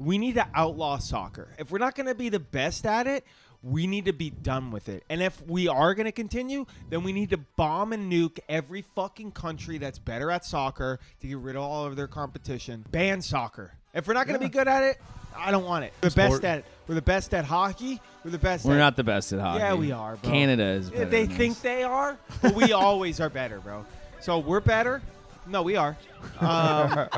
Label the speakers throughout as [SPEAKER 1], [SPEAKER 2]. [SPEAKER 1] we need to outlaw soccer. If we're not going to be the best at it, we need to be done with it. And if we are going to continue, then we need to bomb and nuke every fucking country that's better at soccer to get rid of all of their competition. Ban soccer. If we're not going to be good at it, I don't want it. We're the best
[SPEAKER 2] Sport.
[SPEAKER 1] at it. We're the best at hockey. We're the best.
[SPEAKER 2] We're
[SPEAKER 1] at
[SPEAKER 2] not the best at hockey.
[SPEAKER 1] Yeah, we are, bro.
[SPEAKER 2] Canada is.
[SPEAKER 1] Yeah,
[SPEAKER 2] Better
[SPEAKER 1] They
[SPEAKER 2] than
[SPEAKER 1] think
[SPEAKER 2] us.
[SPEAKER 1] they are, but we always are better, bro. So we're better. No, we are. Um,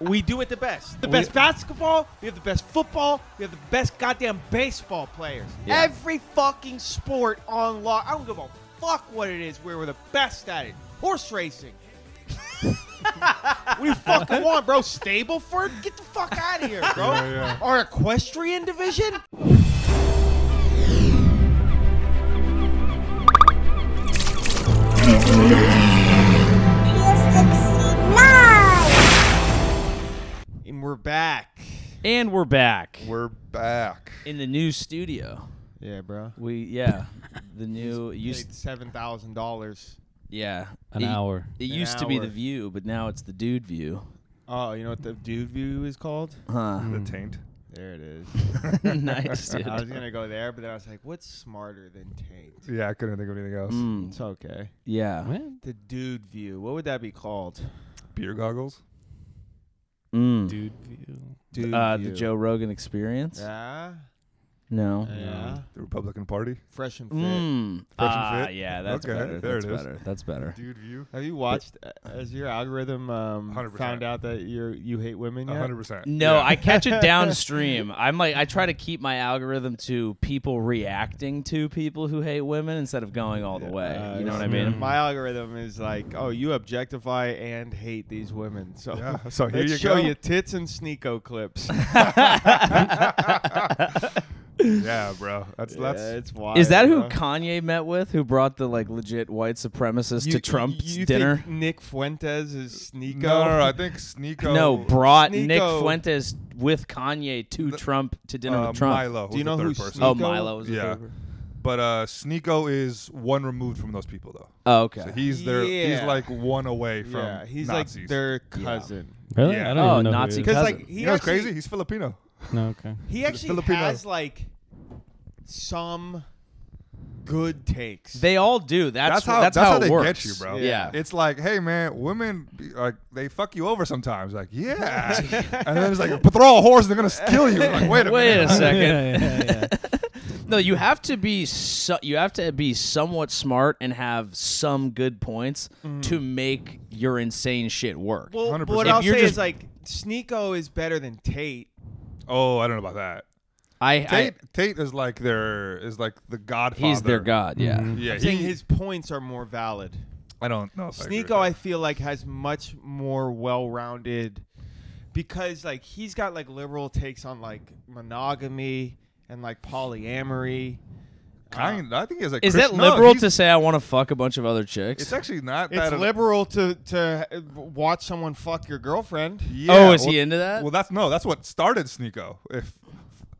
[SPEAKER 1] We do it the best. The best basketball. We have the best football. We have the best goddamn baseball players.
[SPEAKER 2] Yeah.
[SPEAKER 1] Every fucking sport on law. I don't give a fuck what it is. Where we're the best at it. Horse racing. we fucking won, bro. Stableford, get the fuck out of here, bro. Our equestrian division. And we're back.
[SPEAKER 2] And we're back
[SPEAKER 3] We're back.
[SPEAKER 2] in the new studio.
[SPEAKER 1] Yeah, bro.
[SPEAKER 2] We yeah, the new it used
[SPEAKER 1] Paid seven thousand dollars.
[SPEAKER 2] yeah
[SPEAKER 4] An
[SPEAKER 2] It-
[SPEAKER 4] hour.
[SPEAKER 2] It
[SPEAKER 1] An
[SPEAKER 2] used to be the
[SPEAKER 1] hour.
[SPEAKER 2] view, but now it's the dude view.
[SPEAKER 1] Oh, you know what the dude view is called?
[SPEAKER 2] Huh?
[SPEAKER 1] Mm.
[SPEAKER 3] The taint.
[SPEAKER 1] There it is.
[SPEAKER 2] nice, dude.
[SPEAKER 1] I was gonna go there, but then I was like, "What's smarter than taint?"
[SPEAKER 3] Yeah, I couldn't think of anything else.
[SPEAKER 2] Mm,
[SPEAKER 1] It's okay.
[SPEAKER 2] yeah.
[SPEAKER 4] Man,
[SPEAKER 1] The dude view. What would that be called?
[SPEAKER 3] Beer goggles.
[SPEAKER 2] Mm.
[SPEAKER 4] dude view.
[SPEAKER 1] Dude
[SPEAKER 2] Uh, the Joe Rogan Experience?
[SPEAKER 1] Yeah.
[SPEAKER 2] No.
[SPEAKER 1] Yeah.
[SPEAKER 3] The Republican Party.
[SPEAKER 1] Fresh and fit.
[SPEAKER 2] Mm.
[SPEAKER 3] Fresh and
[SPEAKER 2] Ah,
[SPEAKER 3] fit?
[SPEAKER 2] yeah, that's
[SPEAKER 3] Okay,
[SPEAKER 2] better.
[SPEAKER 3] there
[SPEAKER 2] that's
[SPEAKER 3] it is.
[SPEAKER 2] better. That's better.
[SPEAKER 3] Dude view.
[SPEAKER 1] Have you watched? uh, Has your algorithm um,
[SPEAKER 3] 100%.
[SPEAKER 1] found out that you you hate women yet?
[SPEAKER 3] 100%.
[SPEAKER 2] No,
[SPEAKER 3] Yeah.
[SPEAKER 2] I catch it downstream. I'm like, I try to keep my algorithm to people reacting to people who hate women instead of going all the way.
[SPEAKER 1] Uh,
[SPEAKER 2] you know what I
[SPEAKER 1] it's-
[SPEAKER 2] mean?
[SPEAKER 1] My algorithm is like, oh, you objectify and hate these women. So
[SPEAKER 3] Yeah, so here
[SPEAKER 1] let's
[SPEAKER 3] you
[SPEAKER 1] show
[SPEAKER 3] go.
[SPEAKER 1] you tits and sneako clips.
[SPEAKER 3] Yeah, bro. That's
[SPEAKER 1] yeah,
[SPEAKER 3] that's
[SPEAKER 1] it's wild.
[SPEAKER 2] Is that who
[SPEAKER 1] bro.
[SPEAKER 2] Kanye met with? Who brought the like legit white supremacist
[SPEAKER 1] You-
[SPEAKER 2] to Trump's
[SPEAKER 1] you
[SPEAKER 2] dinner?
[SPEAKER 1] Think Nick Fuentes is sneako.
[SPEAKER 3] no, no, no. I think Sneeko.
[SPEAKER 2] no, brought Nick
[SPEAKER 1] Sneeko-
[SPEAKER 2] Fuentes with Kanye to Trump to dinner
[SPEAKER 3] uh,
[SPEAKER 2] with Trump.
[SPEAKER 3] Milo.
[SPEAKER 1] Do you know
[SPEAKER 3] was the
[SPEAKER 1] who
[SPEAKER 3] third person.
[SPEAKER 2] Oh,
[SPEAKER 1] Sneeko-
[SPEAKER 2] Milo was the
[SPEAKER 3] Yeah.
[SPEAKER 2] third person.
[SPEAKER 3] But uh, Sneeko is one removed from those people, though.
[SPEAKER 2] Oh, okay.
[SPEAKER 3] So he's their. He's
[SPEAKER 1] Yeah.
[SPEAKER 3] like one away from.
[SPEAKER 1] yeah, he's
[SPEAKER 3] Nazis.
[SPEAKER 1] like their cousin.
[SPEAKER 4] Really?
[SPEAKER 3] Yeah.
[SPEAKER 4] I don't
[SPEAKER 2] Oh,
[SPEAKER 4] even know who
[SPEAKER 2] Nazi
[SPEAKER 4] it is.
[SPEAKER 1] Because
[SPEAKER 2] cousin.
[SPEAKER 1] like he
[SPEAKER 3] You know what's
[SPEAKER 1] actually,
[SPEAKER 3] crazy? He's Filipino.
[SPEAKER 4] No, okay.
[SPEAKER 1] He actually
[SPEAKER 3] Filipino.
[SPEAKER 1] has like some good takes.
[SPEAKER 2] They all do. That's
[SPEAKER 3] That's how. That's,
[SPEAKER 2] how,
[SPEAKER 3] they
[SPEAKER 2] it works.
[SPEAKER 3] get you, bro.
[SPEAKER 2] Yeah.
[SPEAKER 3] It's like, hey man, women be, like they fuck you over sometimes. Like, yeah. and then it's like, but they're all whores. They're gonna kill you. Like, wait a
[SPEAKER 2] Wait
[SPEAKER 3] minute.
[SPEAKER 2] a second.
[SPEAKER 4] Yeah, yeah, yeah.
[SPEAKER 2] No, you have to be so, you have to be somewhat smart and have some good points to make your insane shit work.
[SPEAKER 1] well,
[SPEAKER 3] 100%.
[SPEAKER 1] what
[SPEAKER 3] If
[SPEAKER 1] I'll
[SPEAKER 2] you're
[SPEAKER 1] say
[SPEAKER 2] just-
[SPEAKER 1] is like Sneeko is better than Tate.
[SPEAKER 3] Oh, I don't know about that.
[SPEAKER 2] I,
[SPEAKER 3] Tate, Tate is like their is like the
[SPEAKER 2] I
[SPEAKER 3] godfather.
[SPEAKER 2] he's their god, yeah.
[SPEAKER 3] Yeah,
[SPEAKER 1] Saying
[SPEAKER 3] he-
[SPEAKER 1] his points are more valid.
[SPEAKER 3] I don't know. if I agree with
[SPEAKER 1] Sneeko, I
[SPEAKER 3] that.
[SPEAKER 1] feel like has much more well-rounded because like he's got like liberal takes on like monogamy and like polyamory.
[SPEAKER 3] kind. I think he's like.
[SPEAKER 2] Is
[SPEAKER 3] Chris-
[SPEAKER 2] that
[SPEAKER 3] no,
[SPEAKER 2] liberal
[SPEAKER 3] he's-
[SPEAKER 2] to say I want to fuck a bunch of other chicks?
[SPEAKER 3] It's actually not
[SPEAKER 1] It's
[SPEAKER 3] that.
[SPEAKER 1] liberal to to uh, watch someone fuck your girlfriend.
[SPEAKER 3] Yeah,
[SPEAKER 2] oh, is
[SPEAKER 3] well-
[SPEAKER 2] he into that?
[SPEAKER 3] Well, that's no. That's what started Sneeko. If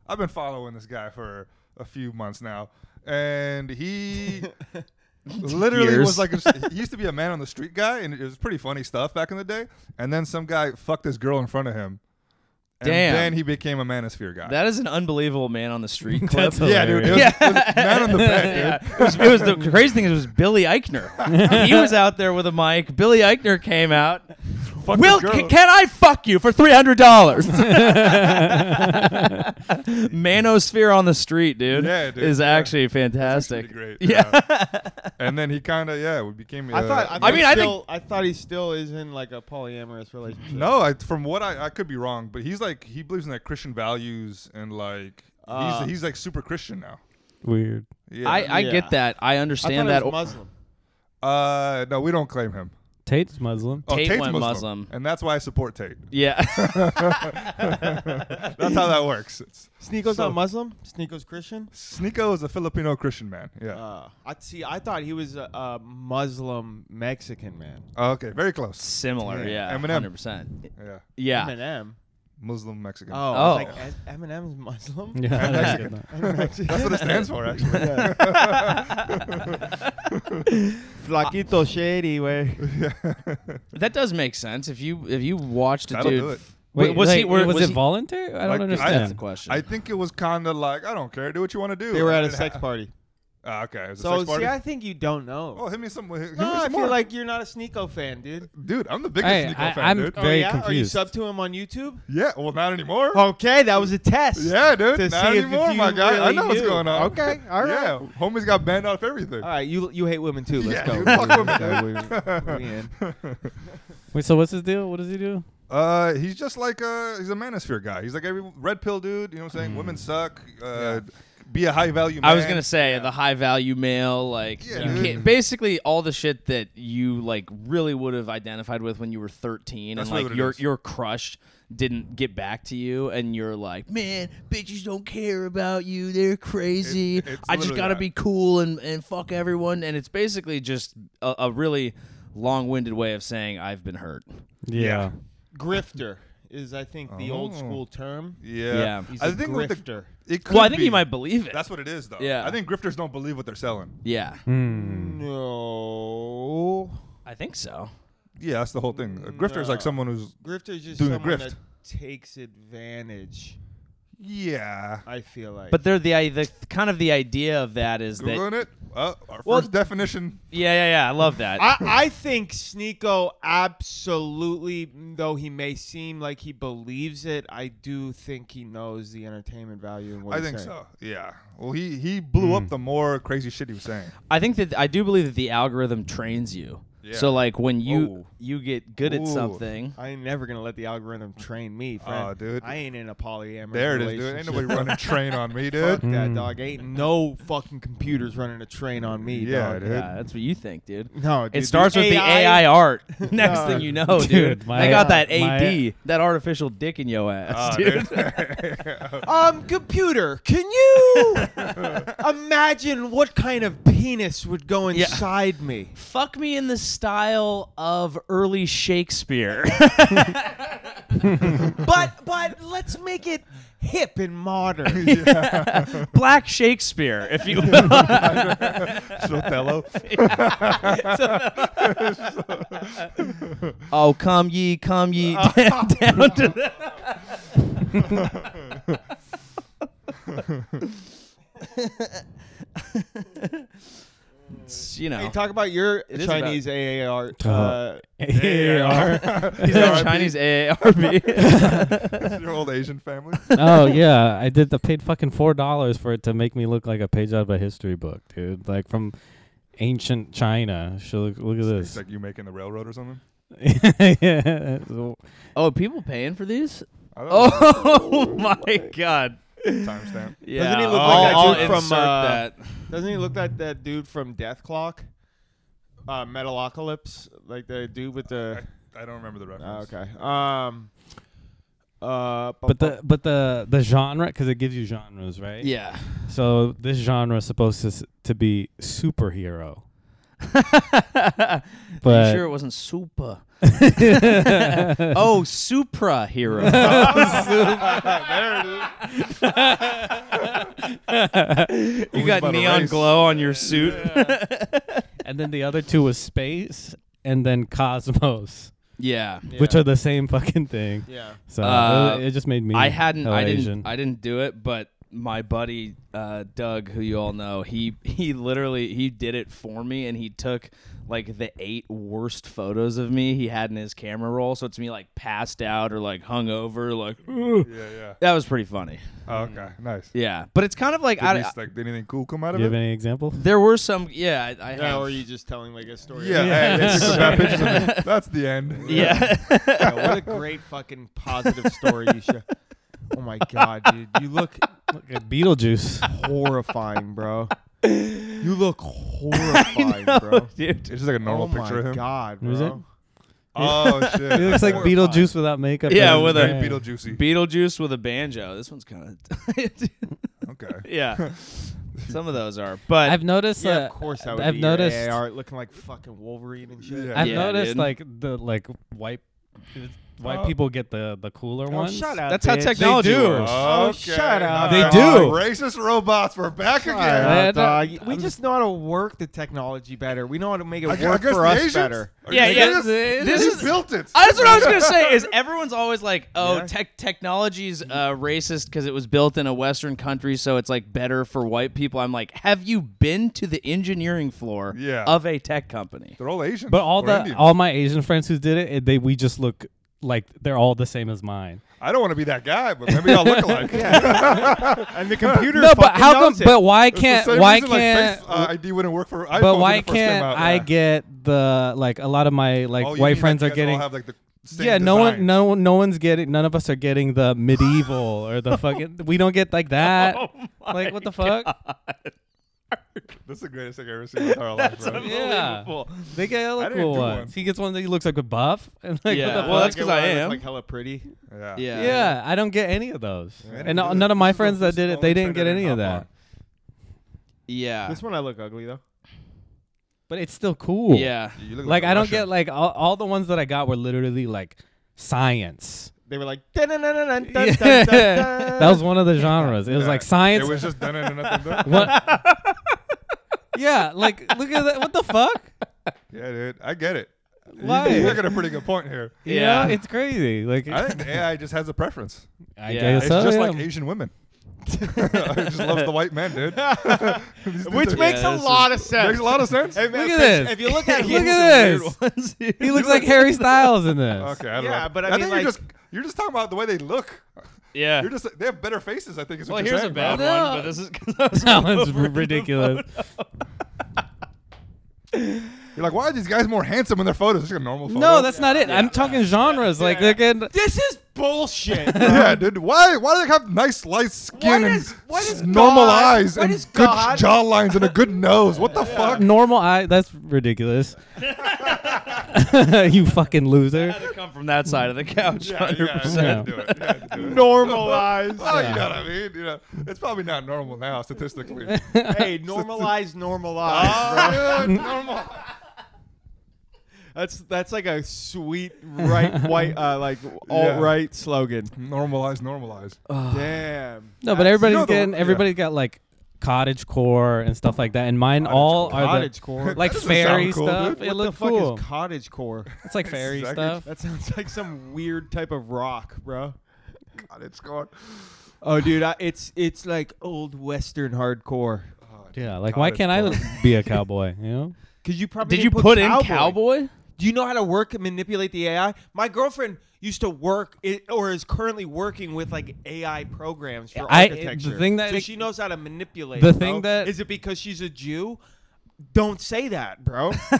[SPEAKER 3] I've been following this guy for a few months now, and he literally
[SPEAKER 2] Years.
[SPEAKER 3] was like, he used to be a man on the street guy, and it was pretty funny stuff back in the day. And then some guy fucked this girl in front of him. And
[SPEAKER 2] Damn.
[SPEAKER 3] Then he became a manosphere guy.
[SPEAKER 2] that is an unbelievable man on the street clip.
[SPEAKER 4] That's
[SPEAKER 3] yeah, dude. It was, it was man on the bed, dude.
[SPEAKER 2] Yeah. It, was, it was the crazy thing is it was Billy Eichner. he was out there with a mic. Billy Eichner came out.
[SPEAKER 3] Fuck
[SPEAKER 2] Will,
[SPEAKER 3] this
[SPEAKER 2] c-
[SPEAKER 3] girl.
[SPEAKER 2] can I fuck you for three hundred dollars? Manosphere on the street, dude.
[SPEAKER 3] Yeah, dude,
[SPEAKER 2] is
[SPEAKER 3] yeah.
[SPEAKER 2] actually
[SPEAKER 3] That's
[SPEAKER 2] fantastic.
[SPEAKER 3] pretty great.
[SPEAKER 2] Yeah.
[SPEAKER 3] and then he kind of yeah, we became.
[SPEAKER 1] I
[SPEAKER 3] uh,
[SPEAKER 1] thought. I,
[SPEAKER 2] I mean,
[SPEAKER 1] mean,
[SPEAKER 2] I think-
[SPEAKER 1] still, I thought he still is in like a polyamorous relationship.
[SPEAKER 3] No, I, from what I, I could be wrong, but he's like he believes in like Christian values and like
[SPEAKER 1] Uh,
[SPEAKER 3] he's he's like super Christian now.
[SPEAKER 4] Weird.
[SPEAKER 3] Yeah.
[SPEAKER 2] I, I
[SPEAKER 1] Yeah.
[SPEAKER 2] get that. I
[SPEAKER 1] I thought
[SPEAKER 2] understand
[SPEAKER 1] that
[SPEAKER 2] that.
[SPEAKER 1] was Muslim.
[SPEAKER 3] uh no, we don't claim him.
[SPEAKER 4] Tate's Muslim.
[SPEAKER 3] Oh,
[SPEAKER 2] Tate
[SPEAKER 3] Tate's
[SPEAKER 2] went
[SPEAKER 3] Muslim,
[SPEAKER 2] Muslim.
[SPEAKER 3] and that's why I support Tate.
[SPEAKER 2] yeah.
[SPEAKER 3] That's how that works. It's,
[SPEAKER 1] Sneeko's
[SPEAKER 3] So-
[SPEAKER 1] not Muslim. Sneeko's Christian.
[SPEAKER 3] Sneeko is a Filipino Christian man. Yeah.
[SPEAKER 1] Uh, I see. I thought he was a, a Muslim Mexican man.
[SPEAKER 3] Oh, okay, very close.
[SPEAKER 2] Similar.
[SPEAKER 3] Yeah.
[SPEAKER 2] Yeah.
[SPEAKER 3] Eminem.
[SPEAKER 2] Hundred percent.
[SPEAKER 3] Yeah,
[SPEAKER 2] Yeah.
[SPEAKER 1] Eminem.
[SPEAKER 3] Muslim Mexican.
[SPEAKER 1] Oh, I was
[SPEAKER 2] Oh.
[SPEAKER 1] like "Em- Eminem's Muslim.
[SPEAKER 4] Yeah, I didn't get that.
[SPEAKER 3] that's what it stands for, actually.
[SPEAKER 1] Flaquito shady way. Ah.
[SPEAKER 2] That does make sense. If you if you watched a
[SPEAKER 3] That'll
[SPEAKER 2] dude
[SPEAKER 3] do it.
[SPEAKER 2] f- Wait, was he-
[SPEAKER 4] like,
[SPEAKER 2] were-
[SPEAKER 4] was,
[SPEAKER 2] was
[SPEAKER 4] it
[SPEAKER 2] he-
[SPEAKER 4] voluntary? I don't
[SPEAKER 3] Like, I-
[SPEAKER 4] understand.
[SPEAKER 2] That's the question.
[SPEAKER 3] I think it was kind of like I don't care, do what you want to do.
[SPEAKER 1] They were at
[SPEAKER 3] And
[SPEAKER 1] a
[SPEAKER 3] it
[SPEAKER 1] sex
[SPEAKER 3] ha-
[SPEAKER 1] party.
[SPEAKER 3] Ah, okay, it was a
[SPEAKER 1] So
[SPEAKER 3] sex party.
[SPEAKER 1] see, I think you don't know.
[SPEAKER 3] oh, hit me some. Hit, hit
[SPEAKER 1] no,
[SPEAKER 3] me some
[SPEAKER 1] I feel
[SPEAKER 3] more.
[SPEAKER 1] like you're not a Sneeko fan, dude.
[SPEAKER 3] dude, I'm the biggest
[SPEAKER 4] Hey,
[SPEAKER 3] Sneeko
[SPEAKER 4] I-
[SPEAKER 3] fan,
[SPEAKER 4] I'm-
[SPEAKER 3] dude.
[SPEAKER 1] oh
[SPEAKER 4] Very
[SPEAKER 1] yeah, are you
[SPEAKER 4] confused.
[SPEAKER 1] sub to him on YouTube?
[SPEAKER 3] Yeah, well, not anymore.
[SPEAKER 1] Okay, that was a test.
[SPEAKER 3] Yeah, dude,
[SPEAKER 1] Oh, to
[SPEAKER 3] not
[SPEAKER 1] see if-
[SPEAKER 3] anymore,
[SPEAKER 1] if
[SPEAKER 3] my
[SPEAKER 1] you
[SPEAKER 3] guy. I
[SPEAKER 1] really
[SPEAKER 3] know what's
[SPEAKER 1] knew.
[SPEAKER 3] going on.
[SPEAKER 1] Okay, all right.
[SPEAKER 3] Yeah, homie's got banned off everything.
[SPEAKER 1] All right, you you hate women too. Let's go.
[SPEAKER 3] Yeah, dude, fuck women,
[SPEAKER 1] Let's go.
[SPEAKER 3] dude.
[SPEAKER 1] We- we in.
[SPEAKER 4] Wait, so what's his deal? What does he do?
[SPEAKER 3] Uh, he's just like a he's a manosphere guy. He's like every red pill dude. You know what I'm saying?
[SPEAKER 1] Hmm.
[SPEAKER 3] Women suck. Uh, be a high value. Man.
[SPEAKER 2] I was gonna say the high value male, like
[SPEAKER 3] Yeah,
[SPEAKER 2] you
[SPEAKER 3] dude.
[SPEAKER 2] can't, basically all the shit that you like really would have identified with when you were thirteen,
[SPEAKER 3] That's
[SPEAKER 2] and
[SPEAKER 3] really
[SPEAKER 2] like
[SPEAKER 3] what it
[SPEAKER 2] your
[SPEAKER 3] is.
[SPEAKER 2] your crush didn't get back to you, and you're like, man, bitches don't care about you, they're crazy.
[SPEAKER 3] It- it's
[SPEAKER 2] I just
[SPEAKER 3] literally
[SPEAKER 2] gotta
[SPEAKER 3] that.
[SPEAKER 2] be cool and and fuck everyone, and it's basically just a, a really long winded way of saying I've been hurt.
[SPEAKER 3] Yeah.
[SPEAKER 1] Grifter is, I think, the old
[SPEAKER 3] Oh.
[SPEAKER 1] school term.
[SPEAKER 3] Yeah,
[SPEAKER 2] Yeah.
[SPEAKER 1] He's
[SPEAKER 3] I
[SPEAKER 1] a
[SPEAKER 3] think with the-
[SPEAKER 1] grifter.
[SPEAKER 3] it could
[SPEAKER 2] Well, I think
[SPEAKER 3] be.
[SPEAKER 2] you might believe it.
[SPEAKER 3] That's what it is, though.
[SPEAKER 2] Yeah.
[SPEAKER 3] I think grifters don't believe what they're selling.
[SPEAKER 2] yeah,
[SPEAKER 3] Mm.
[SPEAKER 4] Hmm.
[SPEAKER 1] No.
[SPEAKER 2] I think so.
[SPEAKER 3] Yeah, that's the whole thing. A grifter is like
[SPEAKER 1] No.
[SPEAKER 3] someone who's
[SPEAKER 1] Grifter is just
[SPEAKER 3] Doing a
[SPEAKER 1] someone
[SPEAKER 3] grift.
[SPEAKER 1] that takes advantage.
[SPEAKER 3] yeah.
[SPEAKER 1] I feel like.
[SPEAKER 2] But they're the, the kind of the idea of that is that
[SPEAKER 3] Googling it. Uh, our
[SPEAKER 2] Well-
[SPEAKER 3] first definition.
[SPEAKER 2] Yeah, yeah, yeah. I love that.
[SPEAKER 1] I, I think Sneeko absolutely, though he may seem like he believes it, I do think he knows the entertainment value. And what
[SPEAKER 3] I
[SPEAKER 1] he's
[SPEAKER 3] think
[SPEAKER 1] saying.
[SPEAKER 3] so. Yeah. Well, he he blew
[SPEAKER 1] Hmm.
[SPEAKER 3] up the more crazy shit he was saying.
[SPEAKER 2] I think that I do believe that the algorithm trains you.
[SPEAKER 3] Yeah.
[SPEAKER 2] So like when you
[SPEAKER 3] Ooh.
[SPEAKER 2] you get good
[SPEAKER 3] Ooh.
[SPEAKER 2] at something,
[SPEAKER 1] I ain't never gonna let the algorithm train me, friend.
[SPEAKER 3] Aw, dude.
[SPEAKER 1] I ain't in a polyamorous
[SPEAKER 3] There it is, dude.
[SPEAKER 1] relationship.
[SPEAKER 3] Ain't nobody running train on me,
[SPEAKER 1] Fuck
[SPEAKER 3] dude.
[SPEAKER 2] Mm.
[SPEAKER 1] that dog. Ain't no fucking computers running a train on me,
[SPEAKER 3] Yeah,
[SPEAKER 1] dog.
[SPEAKER 3] dude.
[SPEAKER 2] yeah, that's what you think, dude.
[SPEAKER 1] No, dude,
[SPEAKER 2] it starts with the AI art. Next
[SPEAKER 1] No.
[SPEAKER 2] thing you know, dude,
[SPEAKER 4] Dude, my-
[SPEAKER 2] they got that
[SPEAKER 4] my-
[SPEAKER 2] AD, that artificial dick in your ass,
[SPEAKER 3] Ah,
[SPEAKER 2] dude.
[SPEAKER 1] Um, computer, can you imagine what kind of penis would go
[SPEAKER 2] Yeah.
[SPEAKER 1] inside me?
[SPEAKER 2] Fuck me in the style of early Shakespeare.
[SPEAKER 1] But but let's make it hip and modern.
[SPEAKER 2] Black Shakespeare, if you will.
[SPEAKER 3] Othello.
[SPEAKER 2] oh, come ye, come ye down, down to the It's, you know.
[SPEAKER 1] Hey, talk about your
[SPEAKER 2] is
[SPEAKER 1] Chinese AAR. Uh,
[SPEAKER 4] Uh, AAR.
[SPEAKER 2] He's
[SPEAKER 3] Yeah,
[SPEAKER 2] a Chinese eh, AARP.
[SPEAKER 3] Your old Asian family.
[SPEAKER 4] oh yeah, I did. I paid fucking four dollars for it to make me look like a page out of a history book, dude. Like from ancient China. She look look at
[SPEAKER 3] It's
[SPEAKER 4] this.
[SPEAKER 3] like you making the railroad or something.
[SPEAKER 4] yeah. so-
[SPEAKER 2] oh, people paying for these?
[SPEAKER 3] I don't know.
[SPEAKER 2] Oh my god!
[SPEAKER 3] Timestamp.
[SPEAKER 2] Yeah,
[SPEAKER 1] Doesn't he look
[SPEAKER 2] I'll-
[SPEAKER 1] like that
[SPEAKER 2] I'll
[SPEAKER 1] dude from,
[SPEAKER 2] insert
[SPEAKER 1] uh,
[SPEAKER 2] that.
[SPEAKER 1] doesn't he look like that dude from Death Clock? Uh, Metalocalypse, like the dude with
[SPEAKER 3] I,
[SPEAKER 1] the.
[SPEAKER 3] I don't remember the
[SPEAKER 1] Ah,
[SPEAKER 3] reference.
[SPEAKER 1] okay. Um. Uh. bu-
[SPEAKER 4] but the but the the genre because it gives you genres, right?
[SPEAKER 1] uh,
[SPEAKER 2] Yeah.
[SPEAKER 4] So this genre is supposed to s- to be superhero,
[SPEAKER 2] Are
[SPEAKER 4] but
[SPEAKER 2] you sure it wasn't super? oh, supra hero. you
[SPEAKER 3] Who's
[SPEAKER 2] got
[SPEAKER 3] about to
[SPEAKER 2] neon
[SPEAKER 3] race?
[SPEAKER 2] glow on your suit.
[SPEAKER 4] and then the other two was space and then cosmos,
[SPEAKER 2] yeah.
[SPEAKER 4] which
[SPEAKER 1] Yeah.
[SPEAKER 4] are the same fucking thing.
[SPEAKER 1] Yeah.
[SPEAKER 4] So
[SPEAKER 2] Uh,
[SPEAKER 4] it, it just made me.
[SPEAKER 2] I hadn't.
[SPEAKER 4] hella
[SPEAKER 2] I didn't.
[SPEAKER 4] Asian.
[SPEAKER 2] I didn't do it, but my buddy uh, Doug, who you all know, he he literally he did it for me, and he took like the eight worst photos of me he had in his camera roll. So it's me like passed out or like hungover, like. "Ugh."
[SPEAKER 3] Yeah, yeah.
[SPEAKER 2] That was pretty funny.
[SPEAKER 3] Oh, okay, nice. Did
[SPEAKER 2] Yeah, but it's kind of like
[SPEAKER 3] you
[SPEAKER 2] I,
[SPEAKER 3] s- like, did anything cool come out
[SPEAKER 4] Do
[SPEAKER 3] of
[SPEAKER 4] you have
[SPEAKER 3] it?
[SPEAKER 4] any example?
[SPEAKER 2] there were some. Yeah, I, I have.
[SPEAKER 1] Now, or are you just telling like a story?
[SPEAKER 3] Yeah, hey, they took the bad pictures of me. That's the end.
[SPEAKER 2] yeah.
[SPEAKER 1] Yeah, what a great fucking positive story you should. Oh my god, dude, you look
[SPEAKER 4] Look at Beetlejuice.
[SPEAKER 1] horrifying, bro. You look horrifying, bro.
[SPEAKER 2] Dude.
[SPEAKER 3] It's just like a normal
[SPEAKER 1] oh my
[SPEAKER 3] picture of him.
[SPEAKER 1] god, bro.
[SPEAKER 4] Who's it?
[SPEAKER 3] Oh shit.
[SPEAKER 4] He looks like
[SPEAKER 3] Horrifying.
[SPEAKER 4] Beetlejuice without makeup.
[SPEAKER 2] Yeah,
[SPEAKER 4] and his
[SPEAKER 2] with a-
[SPEAKER 3] Very
[SPEAKER 4] hair.
[SPEAKER 3] Beetlejuicy.
[SPEAKER 2] Beetlejuice with a banjo. This one's kind of.
[SPEAKER 3] okay.
[SPEAKER 2] yeah. Some of those are, but
[SPEAKER 4] I've noticed.
[SPEAKER 1] Yeah,
[SPEAKER 4] uh,
[SPEAKER 1] of course that would
[SPEAKER 4] I've
[SPEAKER 1] be your
[SPEAKER 4] noticed.
[SPEAKER 1] AAR looking like fucking Wolverine and shit.
[SPEAKER 3] Yeah.
[SPEAKER 4] I've
[SPEAKER 2] Yeah,
[SPEAKER 4] noticed
[SPEAKER 2] dude.
[SPEAKER 4] like the like white. why
[SPEAKER 3] Uh,
[SPEAKER 4] people get the the cooler
[SPEAKER 1] Oh,
[SPEAKER 4] ones.
[SPEAKER 1] shut up.
[SPEAKER 2] That's how
[SPEAKER 1] bitch.
[SPEAKER 2] technology
[SPEAKER 4] do.
[SPEAKER 2] works.
[SPEAKER 1] Oh, shut up.
[SPEAKER 3] All
[SPEAKER 2] They do.
[SPEAKER 3] Racist robots, we're back
[SPEAKER 1] Shut
[SPEAKER 3] again.
[SPEAKER 1] up,
[SPEAKER 4] Man,
[SPEAKER 1] dog.
[SPEAKER 4] that-
[SPEAKER 1] We
[SPEAKER 4] I'm
[SPEAKER 1] just know how to work the technology better. We know how to make it
[SPEAKER 3] I,
[SPEAKER 1] work
[SPEAKER 3] gu- I guess
[SPEAKER 1] for
[SPEAKER 3] the
[SPEAKER 1] us
[SPEAKER 3] Asians
[SPEAKER 1] better.
[SPEAKER 3] are-
[SPEAKER 2] Yeah,
[SPEAKER 3] they
[SPEAKER 2] yeah,
[SPEAKER 3] just-
[SPEAKER 2] th-
[SPEAKER 3] they
[SPEAKER 2] this is-
[SPEAKER 3] built it.
[SPEAKER 2] That's what I was gonna say. Is everyone's always like, "Oh,
[SPEAKER 1] Yeah.
[SPEAKER 2] tech technology's uh, racist because it was built in a Western country, so it's like better for white people." I'm like, "Have you been to the engineering floor
[SPEAKER 3] Yeah.
[SPEAKER 2] of a tech company?"
[SPEAKER 3] They're all Asians.
[SPEAKER 4] But all
[SPEAKER 3] or
[SPEAKER 4] the
[SPEAKER 3] Indian.
[SPEAKER 4] all my Asian friends who did it, it, they we just look like they're all the same as mine.
[SPEAKER 3] I don't want to be that guy, but maybe y'all look alike.
[SPEAKER 1] And the computer.
[SPEAKER 4] No, but
[SPEAKER 1] fucking
[SPEAKER 4] how come?
[SPEAKER 1] knows it.
[SPEAKER 4] But why
[SPEAKER 3] It's the
[SPEAKER 4] can't?
[SPEAKER 3] same
[SPEAKER 4] Why
[SPEAKER 3] reason, like,
[SPEAKER 4] can't?
[SPEAKER 3] Face, uh, ID wouldn't work for iPhones
[SPEAKER 4] but
[SPEAKER 3] when
[SPEAKER 4] why
[SPEAKER 3] it first came
[SPEAKER 4] can't
[SPEAKER 3] out,
[SPEAKER 4] I
[SPEAKER 3] yeah.
[SPEAKER 4] get the like a lot of my like
[SPEAKER 3] Oh, you mean
[SPEAKER 4] white
[SPEAKER 3] that
[SPEAKER 4] friends
[SPEAKER 3] you
[SPEAKER 4] are
[SPEAKER 3] guys all
[SPEAKER 4] getting?
[SPEAKER 3] have, like, the same
[SPEAKER 4] yeah, no one,
[SPEAKER 3] design.
[SPEAKER 4] no one, no one's getting. None of us are getting the medieval or the fucking. We don't get
[SPEAKER 3] Oh
[SPEAKER 4] like that. like what the fuck?
[SPEAKER 3] That's the greatest thing I've ever seen in my entire life, bro.
[SPEAKER 4] Yeah, they get
[SPEAKER 3] I
[SPEAKER 4] other
[SPEAKER 3] didn't
[SPEAKER 4] cool
[SPEAKER 3] do
[SPEAKER 4] ones.
[SPEAKER 3] one.
[SPEAKER 4] He gets one that he looks like a buff. And like,
[SPEAKER 2] Yeah,
[SPEAKER 4] what the
[SPEAKER 2] well,
[SPEAKER 4] fuck?
[SPEAKER 2] that's 'cause I
[SPEAKER 1] Get one that's,
[SPEAKER 2] am.
[SPEAKER 1] Like hella pretty.
[SPEAKER 3] Yeah.
[SPEAKER 2] Yeah.
[SPEAKER 4] Yeah, I don't get any of those.
[SPEAKER 3] Yeah.
[SPEAKER 4] And
[SPEAKER 3] Yeah.
[SPEAKER 4] none of my
[SPEAKER 3] This is the- this
[SPEAKER 4] friends that
[SPEAKER 3] is
[SPEAKER 4] did
[SPEAKER 3] the
[SPEAKER 4] it,
[SPEAKER 3] only
[SPEAKER 4] they
[SPEAKER 3] trend
[SPEAKER 4] didn't
[SPEAKER 3] I
[SPEAKER 4] get any of
[SPEAKER 3] hop
[SPEAKER 4] that.
[SPEAKER 3] on.
[SPEAKER 2] yeah,
[SPEAKER 1] This one I look ugly though.
[SPEAKER 4] But it's still cool.
[SPEAKER 2] yeah.
[SPEAKER 3] You look
[SPEAKER 4] Like
[SPEAKER 3] a
[SPEAKER 4] I don't
[SPEAKER 3] Russian.
[SPEAKER 4] get like all, all the ones that I got were literally like science.
[SPEAKER 1] They were like. Dun, dun, dun, dun, dun, dun, dun, dun.
[SPEAKER 4] that was one of the genres. It was
[SPEAKER 3] Yeah.
[SPEAKER 4] like science.
[SPEAKER 3] It was just done and nothing done.
[SPEAKER 4] what? yeah, like look at that. What the fuck?
[SPEAKER 3] Yeah, dude, I get it. You-
[SPEAKER 4] Why?
[SPEAKER 3] You're got a pretty good point here.
[SPEAKER 4] You
[SPEAKER 2] Yeah.
[SPEAKER 4] know, it's crazy. Like
[SPEAKER 3] I think the AI just has a preference.
[SPEAKER 4] I
[SPEAKER 2] Yeah.
[SPEAKER 4] guess
[SPEAKER 3] It's
[SPEAKER 4] so,
[SPEAKER 3] just
[SPEAKER 4] yeah.
[SPEAKER 3] like Asian women. it just loves the white men, dude. These dudes
[SPEAKER 1] Which
[SPEAKER 3] are-
[SPEAKER 1] makes
[SPEAKER 2] Yeah,
[SPEAKER 1] a
[SPEAKER 2] this
[SPEAKER 1] lot of sense.
[SPEAKER 3] makes a lot of sense.
[SPEAKER 1] If-
[SPEAKER 4] Look
[SPEAKER 1] if-
[SPEAKER 4] at
[SPEAKER 1] If
[SPEAKER 4] this.
[SPEAKER 1] you look at
[SPEAKER 4] Look
[SPEAKER 1] him,
[SPEAKER 4] at
[SPEAKER 2] Weird
[SPEAKER 4] this.
[SPEAKER 2] ones, dude.
[SPEAKER 4] He looks like Harry Styles in this.
[SPEAKER 3] Okay, I don't
[SPEAKER 1] Yeah,
[SPEAKER 3] know.
[SPEAKER 1] but I mean,
[SPEAKER 3] think
[SPEAKER 1] like-
[SPEAKER 3] you're just you're just talking about the way they look.
[SPEAKER 2] yeah.
[SPEAKER 3] You're just they have better faces. I think is what
[SPEAKER 2] well,
[SPEAKER 3] you're
[SPEAKER 2] here's
[SPEAKER 3] saying,
[SPEAKER 2] a bad
[SPEAKER 3] Rob.
[SPEAKER 2] one, but this is because I was
[SPEAKER 4] That one's
[SPEAKER 2] over it.
[SPEAKER 4] ridiculous.
[SPEAKER 3] You're like, why are these guys more handsome in their photos? It's just a normal photo.
[SPEAKER 4] No, that's not it. I'm talking genres. Like
[SPEAKER 1] yeah.
[SPEAKER 4] look at
[SPEAKER 1] This is bullshit.
[SPEAKER 3] yeah, dude. Why? Why do they have nice light skin
[SPEAKER 1] Why
[SPEAKER 3] and
[SPEAKER 1] does- why does
[SPEAKER 3] normal
[SPEAKER 1] God-
[SPEAKER 3] eyes
[SPEAKER 1] why
[SPEAKER 3] and
[SPEAKER 1] does
[SPEAKER 3] good
[SPEAKER 1] God-
[SPEAKER 3] jaw lines and a good nose? What the fuck?
[SPEAKER 4] normal eye. That's ridiculous. you fucking loser.
[SPEAKER 2] Had to come from that side of the couch.
[SPEAKER 3] Yeah, you
[SPEAKER 2] 100%.
[SPEAKER 3] had to do it. You had to do it.
[SPEAKER 1] normalize.
[SPEAKER 3] Well, you know what I mean. You know, it's probably not normal now statistically.
[SPEAKER 1] hey, normalize, normalize. bro.
[SPEAKER 3] Ah, dude, normal.
[SPEAKER 1] That's that's like a sweet right white uh, like
[SPEAKER 3] Yeah.
[SPEAKER 1] alt right slogan.
[SPEAKER 3] Normalize, normalize.
[SPEAKER 1] Damn.
[SPEAKER 4] No,
[SPEAKER 3] You
[SPEAKER 4] but everybody's
[SPEAKER 3] know the-
[SPEAKER 4] getting
[SPEAKER 3] yeah.
[SPEAKER 4] everybody's got like cottage core and stuff like that. And mine all
[SPEAKER 3] Cottagecore.
[SPEAKER 4] are
[SPEAKER 1] cottage
[SPEAKER 4] the
[SPEAKER 1] core.
[SPEAKER 4] like
[SPEAKER 3] doesn't sound
[SPEAKER 4] fairy
[SPEAKER 3] cool,
[SPEAKER 4] stuff.
[SPEAKER 3] dude.
[SPEAKER 4] It
[SPEAKER 1] what the
[SPEAKER 4] looked
[SPEAKER 1] fuck
[SPEAKER 4] cool.
[SPEAKER 1] is cottage core?
[SPEAKER 4] It's like fairy
[SPEAKER 3] exactly-
[SPEAKER 4] stuff.
[SPEAKER 1] That sounds like some weird type of rock, bro.
[SPEAKER 3] God, it's gone.
[SPEAKER 1] Oh, dude, I, it's it's like old western hardcore.
[SPEAKER 4] Yeah, like why can't I be a cowboy? You know?
[SPEAKER 1] Cause you probably
[SPEAKER 2] Did you
[SPEAKER 1] didn't
[SPEAKER 2] put, in cowboy?
[SPEAKER 1] Do you know how to work and manipulate the AI? My girlfriend used to work i or is currently working with like AI programs for
[SPEAKER 4] I- the
[SPEAKER 1] architecture.
[SPEAKER 4] thing that
[SPEAKER 1] so
[SPEAKER 4] it-
[SPEAKER 1] she knows how to manipulate.
[SPEAKER 4] The
[SPEAKER 1] bro.
[SPEAKER 4] thing that-
[SPEAKER 1] is it because she's a Jew? Don't say that, bro. how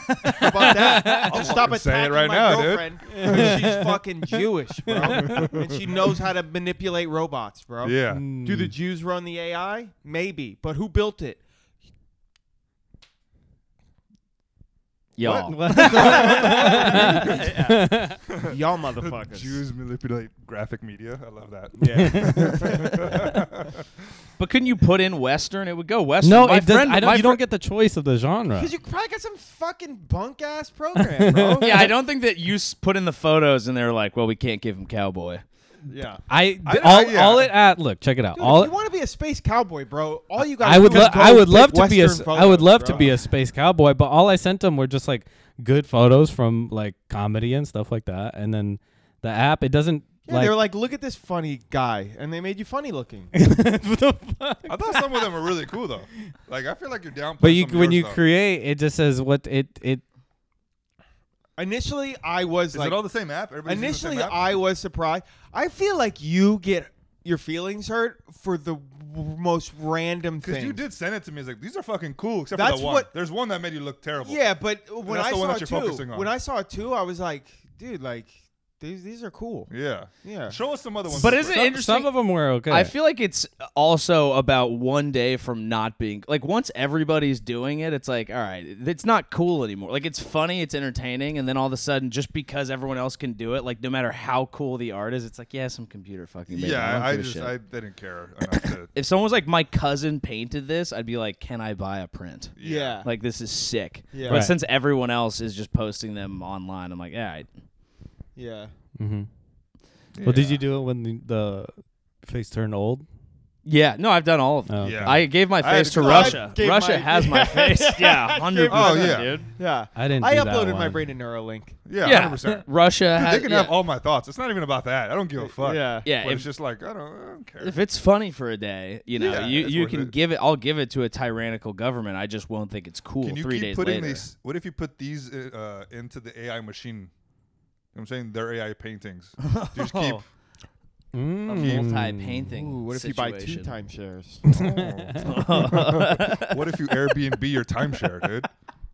[SPEAKER 1] about that? I'll stop
[SPEAKER 3] fucking say it
[SPEAKER 1] attacking
[SPEAKER 3] right
[SPEAKER 1] my
[SPEAKER 3] now, dude.
[SPEAKER 1] girlfriend. 'cause She's fucking Jewish, bro, and she knows how to manipulate robots, bro.
[SPEAKER 3] Yeah.
[SPEAKER 1] Do the Jews run the AI? Maybe, but who built it?
[SPEAKER 2] Y'all.
[SPEAKER 1] Y'all motherfuckers.
[SPEAKER 3] Jews manipulate graphic media. I love that.
[SPEAKER 2] But couldn't you put in Western? It would go Western.
[SPEAKER 4] no,
[SPEAKER 2] my
[SPEAKER 4] it does,
[SPEAKER 2] friend,
[SPEAKER 4] I
[SPEAKER 2] my
[SPEAKER 4] don't, you
[SPEAKER 2] fri-
[SPEAKER 4] don't get the choice of the genre.
[SPEAKER 1] Because you probably got some fucking bunk ass program, bro.
[SPEAKER 2] yeah, I don't think that you s- put in the photos and they're like, well, we can't give him cowboy.
[SPEAKER 1] yeah.
[SPEAKER 4] I,
[SPEAKER 3] I-
[SPEAKER 4] all,
[SPEAKER 3] yeah.
[SPEAKER 4] all it at look check it out.
[SPEAKER 1] Dude,
[SPEAKER 4] all
[SPEAKER 1] if you want to be a space cowboy, bro, all you got.
[SPEAKER 4] I would
[SPEAKER 1] do is
[SPEAKER 4] lo-
[SPEAKER 1] go
[SPEAKER 4] I would
[SPEAKER 1] take
[SPEAKER 4] love to be a
[SPEAKER 1] Western
[SPEAKER 4] s- I would
[SPEAKER 1] photos,
[SPEAKER 4] love to
[SPEAKER 1] bro.
[SPEAKER 4] be a space cowboy, but all I sent them were just like good photos from like comedy and stuff like that, and then the app it doesn't
[SPEAKER 1] Yeah,
[SPEAKER 4] like,
[SPEAKER 1] they were like, look at this funny guy, and they made you funny looking.
[SPEAKER 4] What the fuck?
[SPEAKER 3] I thought some of them were really cool though. Like I feel like you're downplaying.
[SPEAKER 4] But you
[SPEAKER 3] some of
[SPEAKER 4] when
[SPEAKER 3] yours,
[SPEAKER 4] you
[SPEAKER 3] though.
[SPEAKER 4] create, it just says what it it.
[SPEAKER 1] initially, I was
[SPEAKER 3] is
[SPEAKER 1] like,
[SPEAKER 3] it all the same app? Everybody's using
[SPEAKER 1] initially
[SPEAKER 3] the same app?
[SPEAKER 1] I was surprised. I feel like you get your feelings hurt for the w- most random
[SPEAKER 3] because
[SPEAKER 1] things.
[SPEAKER 3] you did send it to me. It's like these are fucking cool, except for
[SPEAKER 1] That's
[SPEAKER 3] the one.
[SPEAKER 1] what-
[SPEAKER 3] There's one that made you look terrible.
[SPEAKER 1] Yeah, but when
[SPEAKER 3] that's
[SPEAKER 1] I
[SPEAKER 3] the one
[SPEAKER 1] saw
[SPEAKER 3] that you're
[SPEAKER 1] two,
[SPEAKER 3] focusing on.
[SPEAKER 1] when I saw two, I was like, dude, like these these are cool.
[SPEAKER 3] yeah,
[SPEAKER 1] Yeah.
[SPEAKER 3] Show us some other ones.
[SPEAKER 2] But
[SPEAKER 3] real
[SPEAKER 2] is
[SPEAKER 3] quick.
[SPEAKER 2] it
[SPEAKER 4] Some,
[SPEAKER 2] interesting-
[SPEAKER 4] some of them were okay.
[SPEAKER 2] I feel like it's also about one day from not being like once everybody's doing it, it's like all right, it's not cool anymore. Like it's funny, it's entertaining, and then all of a sudden, just because everyone else can do it, like no matter how cool the art is, it's like yeah, some computer fucking. made it.
[SPEAKER 3] Yeah,
[SPEAKER 2] don't
[SPEAKER 3] I, I
[SPEAKER 2] give a
[SPEAKER 3] just
[SPEAKER 2] shit.
[SPEAKER 3] I didn't care enough to.
[SPEAKER 2] if someone was like my cousin painted this, I'd be like, can I buy a print?
[SPEAKER 1] Yeah.
[SPEAKER 2] Like this is sick.
[SPEAKER 1] Yeah.
[SPEAKER 2] But
[SPEAKER 4] Right.
[SPEAKER 2] since everyone else is just posting them online, I'm like, all right.
[SPEAKER 1] yeah.
[SPEAKER 4] Mhm. Well, did
[SPEAKER 3] Yeah.
[SPEAKER 4] you do it when the, the face turned old?
[SPEAKER 2] Yeah, no, I've done all of them.
[SPEAKER 4] Oh, okay.
[SPEAKER 3] Yeah.
[SPEAKER 2] I gave my
[SPEAKER 3] I had
[SPEAKER 2] face
[SPEAKER 3] to
[SPEAKER 2] to
[SPEAKER 3] go-
[SPEAKER 2] Russia.
[SPEAKER 1] I gave
[SPEAKER 2] Russia
[SPEAKER 1] my-
[SPEAKER 2] has my face.
[SPEAKER 1] I
[SPEAKER 2] Yeah,
[SPEAKER 1] gave
[SPEAKER 2] hundred
[SPEAKER 1] my-
[SPEAKER 2] percent,
[SPEAKER 3] Oh, yeah.
[SPEAKER 2] dude.
[SPEAKER 1] Yeah.
[SPEAKER 4] I didn't
[SPEAKER 1] I
[SPEAKER 4] do that
[SPEAKER 1] uploaded my
[SPEAKER 4] one.
[SPEAKER 1] brain to Neuralink.
[SPEAKER 3] Yeah,
[SPEAKER 2] Yeah.
[SPEAKER 3] 100%.
[SPEAKER 2] Russia
[SPEAKER 3] Dude,
[SPEAKER 2] has.
[SPEAKER 3] they can
[SPEAKER 2] yeah.
[SPEAKER 3] have all my thoughts. It's not even about that. I don't give a fuck.
[SPEAKER 1] Yeah.
[SPEAKER 2] Yeah,
[SPEAKER 3] But
[SPEAKER 2] if-
[SPEAKER 3] it's just like, I don't, I don't care.
[SPEAKER 2] if it's funny for a day, you know,
[SPEAKER 3] Yeah,
[SPEAKER 2] you,
[SPEAKER 3] it's
[SPEAKER 2] you
[SPEAKER 3] worth
[SPEAKER 2] can
[SPEAKER 3] it.
[SPEAKER 2] give it. I'll give it to a tyrannical government. I just won't think it's cool.
[SPEAKER 3] Can you
[SPEAKER 2] three
[SPEAKER 3] keep
[SPEAKER 2] days
[SPEAKER 3] putting
[SPEAKER 2] later.
[SPEAKER 3] these? What if you put these uh, uh, into the AI machine? You know what I'm saying their AI paintings. You just keep.
[SPEAKER 2] Oh.
[SPEAKER 4] Mm.
[SPEAKER 2] multi painting.
[SPEAKER 1] Ooh, what if you buy two timeshares?
[SPEAKER 3] Oh. what if you Airbnb your timeshare, dude?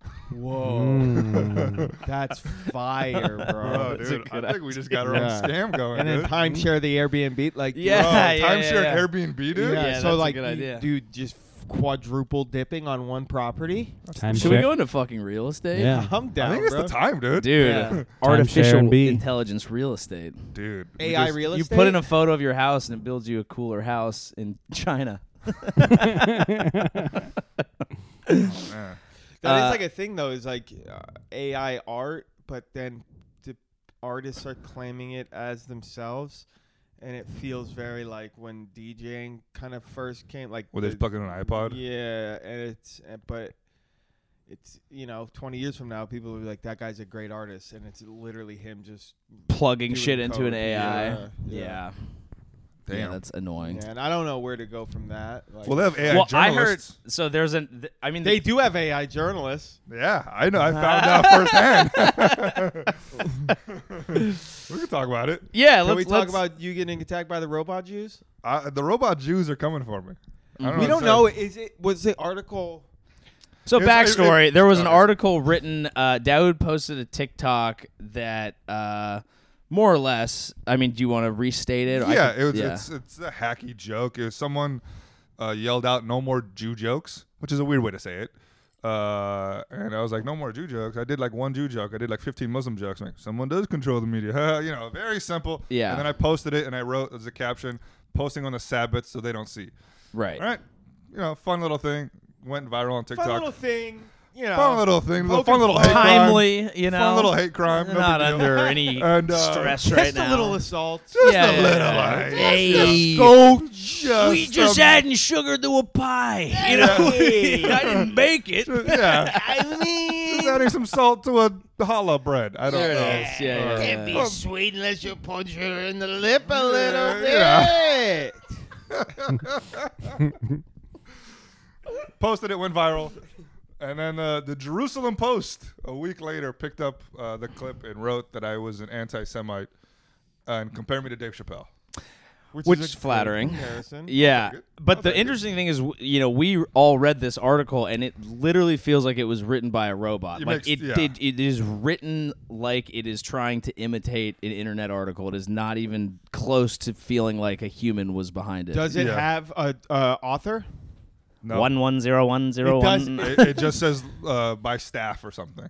[SPEAKER 1] Oh. Whoa,
[SPEAKER 4] Mm.
[SPEAKER 1] that's fire,
[SPEAKER 3] Oh,
[SPEAKER 1] bro.
[SPEAKER 2] that's a
[SPEAKER 3] dude,
[SPEAKER 2] good
[SPEAKER 3] I think we just got our own
[SPEAKER 1] idea.
[SPEAKER 3] scam going.
[SPEAKER 1] and then
[SPEAKER 3] dude. Mm.
[SPEAKER 1] timeshare the Airbnb, like
[SPEAKER 2] Yeah,
[SPEAKER 3] Bro,
[SPEAKER 2] yeah, yeah,
[SPEAKER 3] timeshare
[SPEAKER 2] yeah.
[SPEAKER 3] Airbnb, dude.
[SPEAKER 1] yeah.
[SPEAKER 2] Yeah, that's
[SPEAKER 1] so
[SPEAKER 2] a
[SPEAKER 1] like,
[SPEAKER 2] good
[SPEAKER 1] you-
[SPEAKER 2] idea.
[SPEAKER 1] dude, just quadruple dipping on one property.
[SPEAKER 4] Time
[SPEAKER 2] Should we
[SPEAKER 4] check.
[SPEAKER 2] go into fucking real estate?
[SPEAKER 4] Yeah.
[SPEAKER 1] I'm
[SPEAKER 3] I
[SPEAKER 1] down,
[SPEAKER 3] think it's
[SPEAKER 1] bro.
[SPEAKER 3] the time, dude.
[SPEAKER 2] Dude,
[SPEAKER 1] Yeah.
[SPEAKER 2] artificial
[SPEAKER 4] and be.
[SPEAKER 2] intelligence real estate.
[SPEAKER 3] Dude, we
[SPEAKER 1] AI
[SPEAKER 3] just-
[SPEAKER 1] real
[SPEAKER 2] you
[SPEAKER 1] estate.
[SPEAKER 2] put in a photo of your house and it builds you a cooler house in China.
[SPEAKER 3] oh, man.
[SPEAKER 1] That is
[SPEAKER 2] Uh,
[SPEAKER 1] like a thing though. Is like uh, AI art, but then the artists are claiming it as themselves, and it feels very like when DJing kind of first came. Like
[SPEAKER 3] Were they
[SPEAKER 1] the-
[SPEAKER 3] just plugging in an iPod?
[SPEAKER 1] Yeah, and it's and- but it's you know twenty years from now, people will be like, "That guy's a great artist," and it's literally him just
[SPEAKER 2] Plugging
[SPEAKER 1] Doing
[SPEAKER 2] shit into
[SPEAKER 1] code.
[SPEAKER 2] an AI.
[SPEAKER 1] Yeah, yeah.
[SPEAKER 2] Yeah.
[SPEAKER 3] Damn.
[SPEAKER 2] Yeah, that's annoying.
[SPEAKER 1] Yeah, and I don't know where to go from that. Like,
[SPEAKER 3] well, they have AI
[SPEAKER 2] well, I heard.
[SPEAKER 3] journalists.
[SPEAKER 2] So there's an. Th- I mean,
[SPEAKER 1] they do have AI journalists.
[SPEAKER 3] Yeah, I know. I found out firsthand. we can talk about it.
[SPEAKER 2] Yeah,
[SPEAKER 1] Can
[SPEAKER 2] let's
[SPEAKER 1] we talk
[SPEAKER 2] let's-
[SPEAKER 1] about you getting attacked by the robot Jews?
[SPEAKER 3] I, the robot Jews are coming for me. I
[SPEAKER 1] We
[SPEAKER 3] what
[SPEAKER 1] don't
[SPEAKER 3] to
[SPEAKER 1] know.
[SPEAKER 3] say.
[SPEAKER 1] Is it was the article?
[SPEAKER 2] So
[SPEAKER 3] Here's- it-
[SPEAKER 2] backstory:
[SPEAKER 3] it-
[SPEAKER 2] there was an
[SPEAKER 3] sorry.
[SPEAKER 2] article written. Uh, Dawood posted a TikTok that, uh, more or less. I mean, do you want to restate it? I
[SPEAKER 3] Yeah,
[SPEAKER 2] could-
[SPEAKER 3] it was, It's, it's a hacky joke. It was someone uh, yelled out, "No more Jew jokes," which is a weird way to say it. Uh, and I was like, "No more Jew jokes." I did like one Jew joke. I did like 15 Muslim jokes. I'm like, someone does control the media. you know, very simple.
[SPEAKER 2] Yeah.
[SPEAKER 3] And then I posted it, and I wrote as a caption, "Posting on the Sabbath so they don't see."
[SPEAKER 2] right.
[SPEAKER 3] All right, you know, fun little thing went viral on TikTok.
[SPEAKER 1] Fun little thing. You know.
[SPEAKER 3] Fun little thing.
[SPEAKER 1] Poking
[SPEAKER 3] Fun little
[SPEAKER 1] fun.
[SPEAKER 3] hate crime.
[SPEAKER 2] Timely, you know.
[SPEAKER 3] Fun little hate crime. No
[SPEAKER 2] Not
[SPEAKER 3] big deal.
[SPEAKER 2] under any
[SPEAKER 3] And, uh,
[SPEAKER 2] stress
[SPEAKER 1] Just
[SPEAKER 2] right
[SPEAKER 1] a
[SPEAKER 2] now.
[SPEAKER 1] little assault.
[SPEAKER 3] Just
[SPEAKER 2] Yeah,
[SPEAKER 3] a
[SPEAKER 2] yeah,
[SPEAKER 3] little.
[SPEAKER 2] yeah.
[SPEAKER 3] like,
[SPEAKER 2] Hey.
[SPEAKER 3] just go. Just
[SPEAKER 2] we just
[SPEAKER 3] a-
[SPEAKER 2] adding sugar to a pie. You know, I didn't bake it.
[SPEAKER 3] Yeah.
[SPEAKER 1] I mean,
[SPEAKER 3] Just adding some salt to a hollow bread. I don't
[SPEAKER 2] There it
[SPEAKER 3] know.
[SPEAKER 2] is. Yeah,
[SPEAKER 3] Or-
[SPEAKER 2] yeah, yeah.
[SPEAKER 3] Well,
[SPEAKER 1] sweet unless you punch her in the lip a
[SPEAKER 3] little
[SPEAKER 1] bit.
[SPEAKER 3] Posted it went viral, and then uh, the Jerusalem Post a week later picked up uh, the clip and wrote that I was an anti-Semite and compared me to Dave Chappelle.
[SPEAKER 2] Which
[SPEAKER 1] a
[SPEAKER 2] is
[SPEAKER 1] good
[SPEAKER 2] flattering.
[SPEAKER 1] comparison.
[SPEAKER 2] Yeah,
[SPEAKER 3] take it. I'll
[SPEAKER 2] but the
[SPEAKER 3] take it.
[SPEAKER 2] interesting thing is, w- you know, we all read this article, and it literally feels like it was written by a robot.
[SPEAKER 3] It
[SPEAKER 2] like
[SPEAKER 3] makes-
[SPEAKER 2] it,
[SPEAKER 3] yeah.
[SPEAKER 2] it, it is written like it is trying to imitate an internet article. It is not even close to feeling like a human was behind it.
[SPEAKER 1] Does it
[SPEAKER 3] Yeah.
[SPEAKER 1] have a uh, author?
[SPEAKER 3] No,
[SPEAKER 2] one one zero one zero
[SPEAKER 1] It does-
[SPEAKER 2] one?
[SPEAKER 3] it, it just says uh, by staff or something.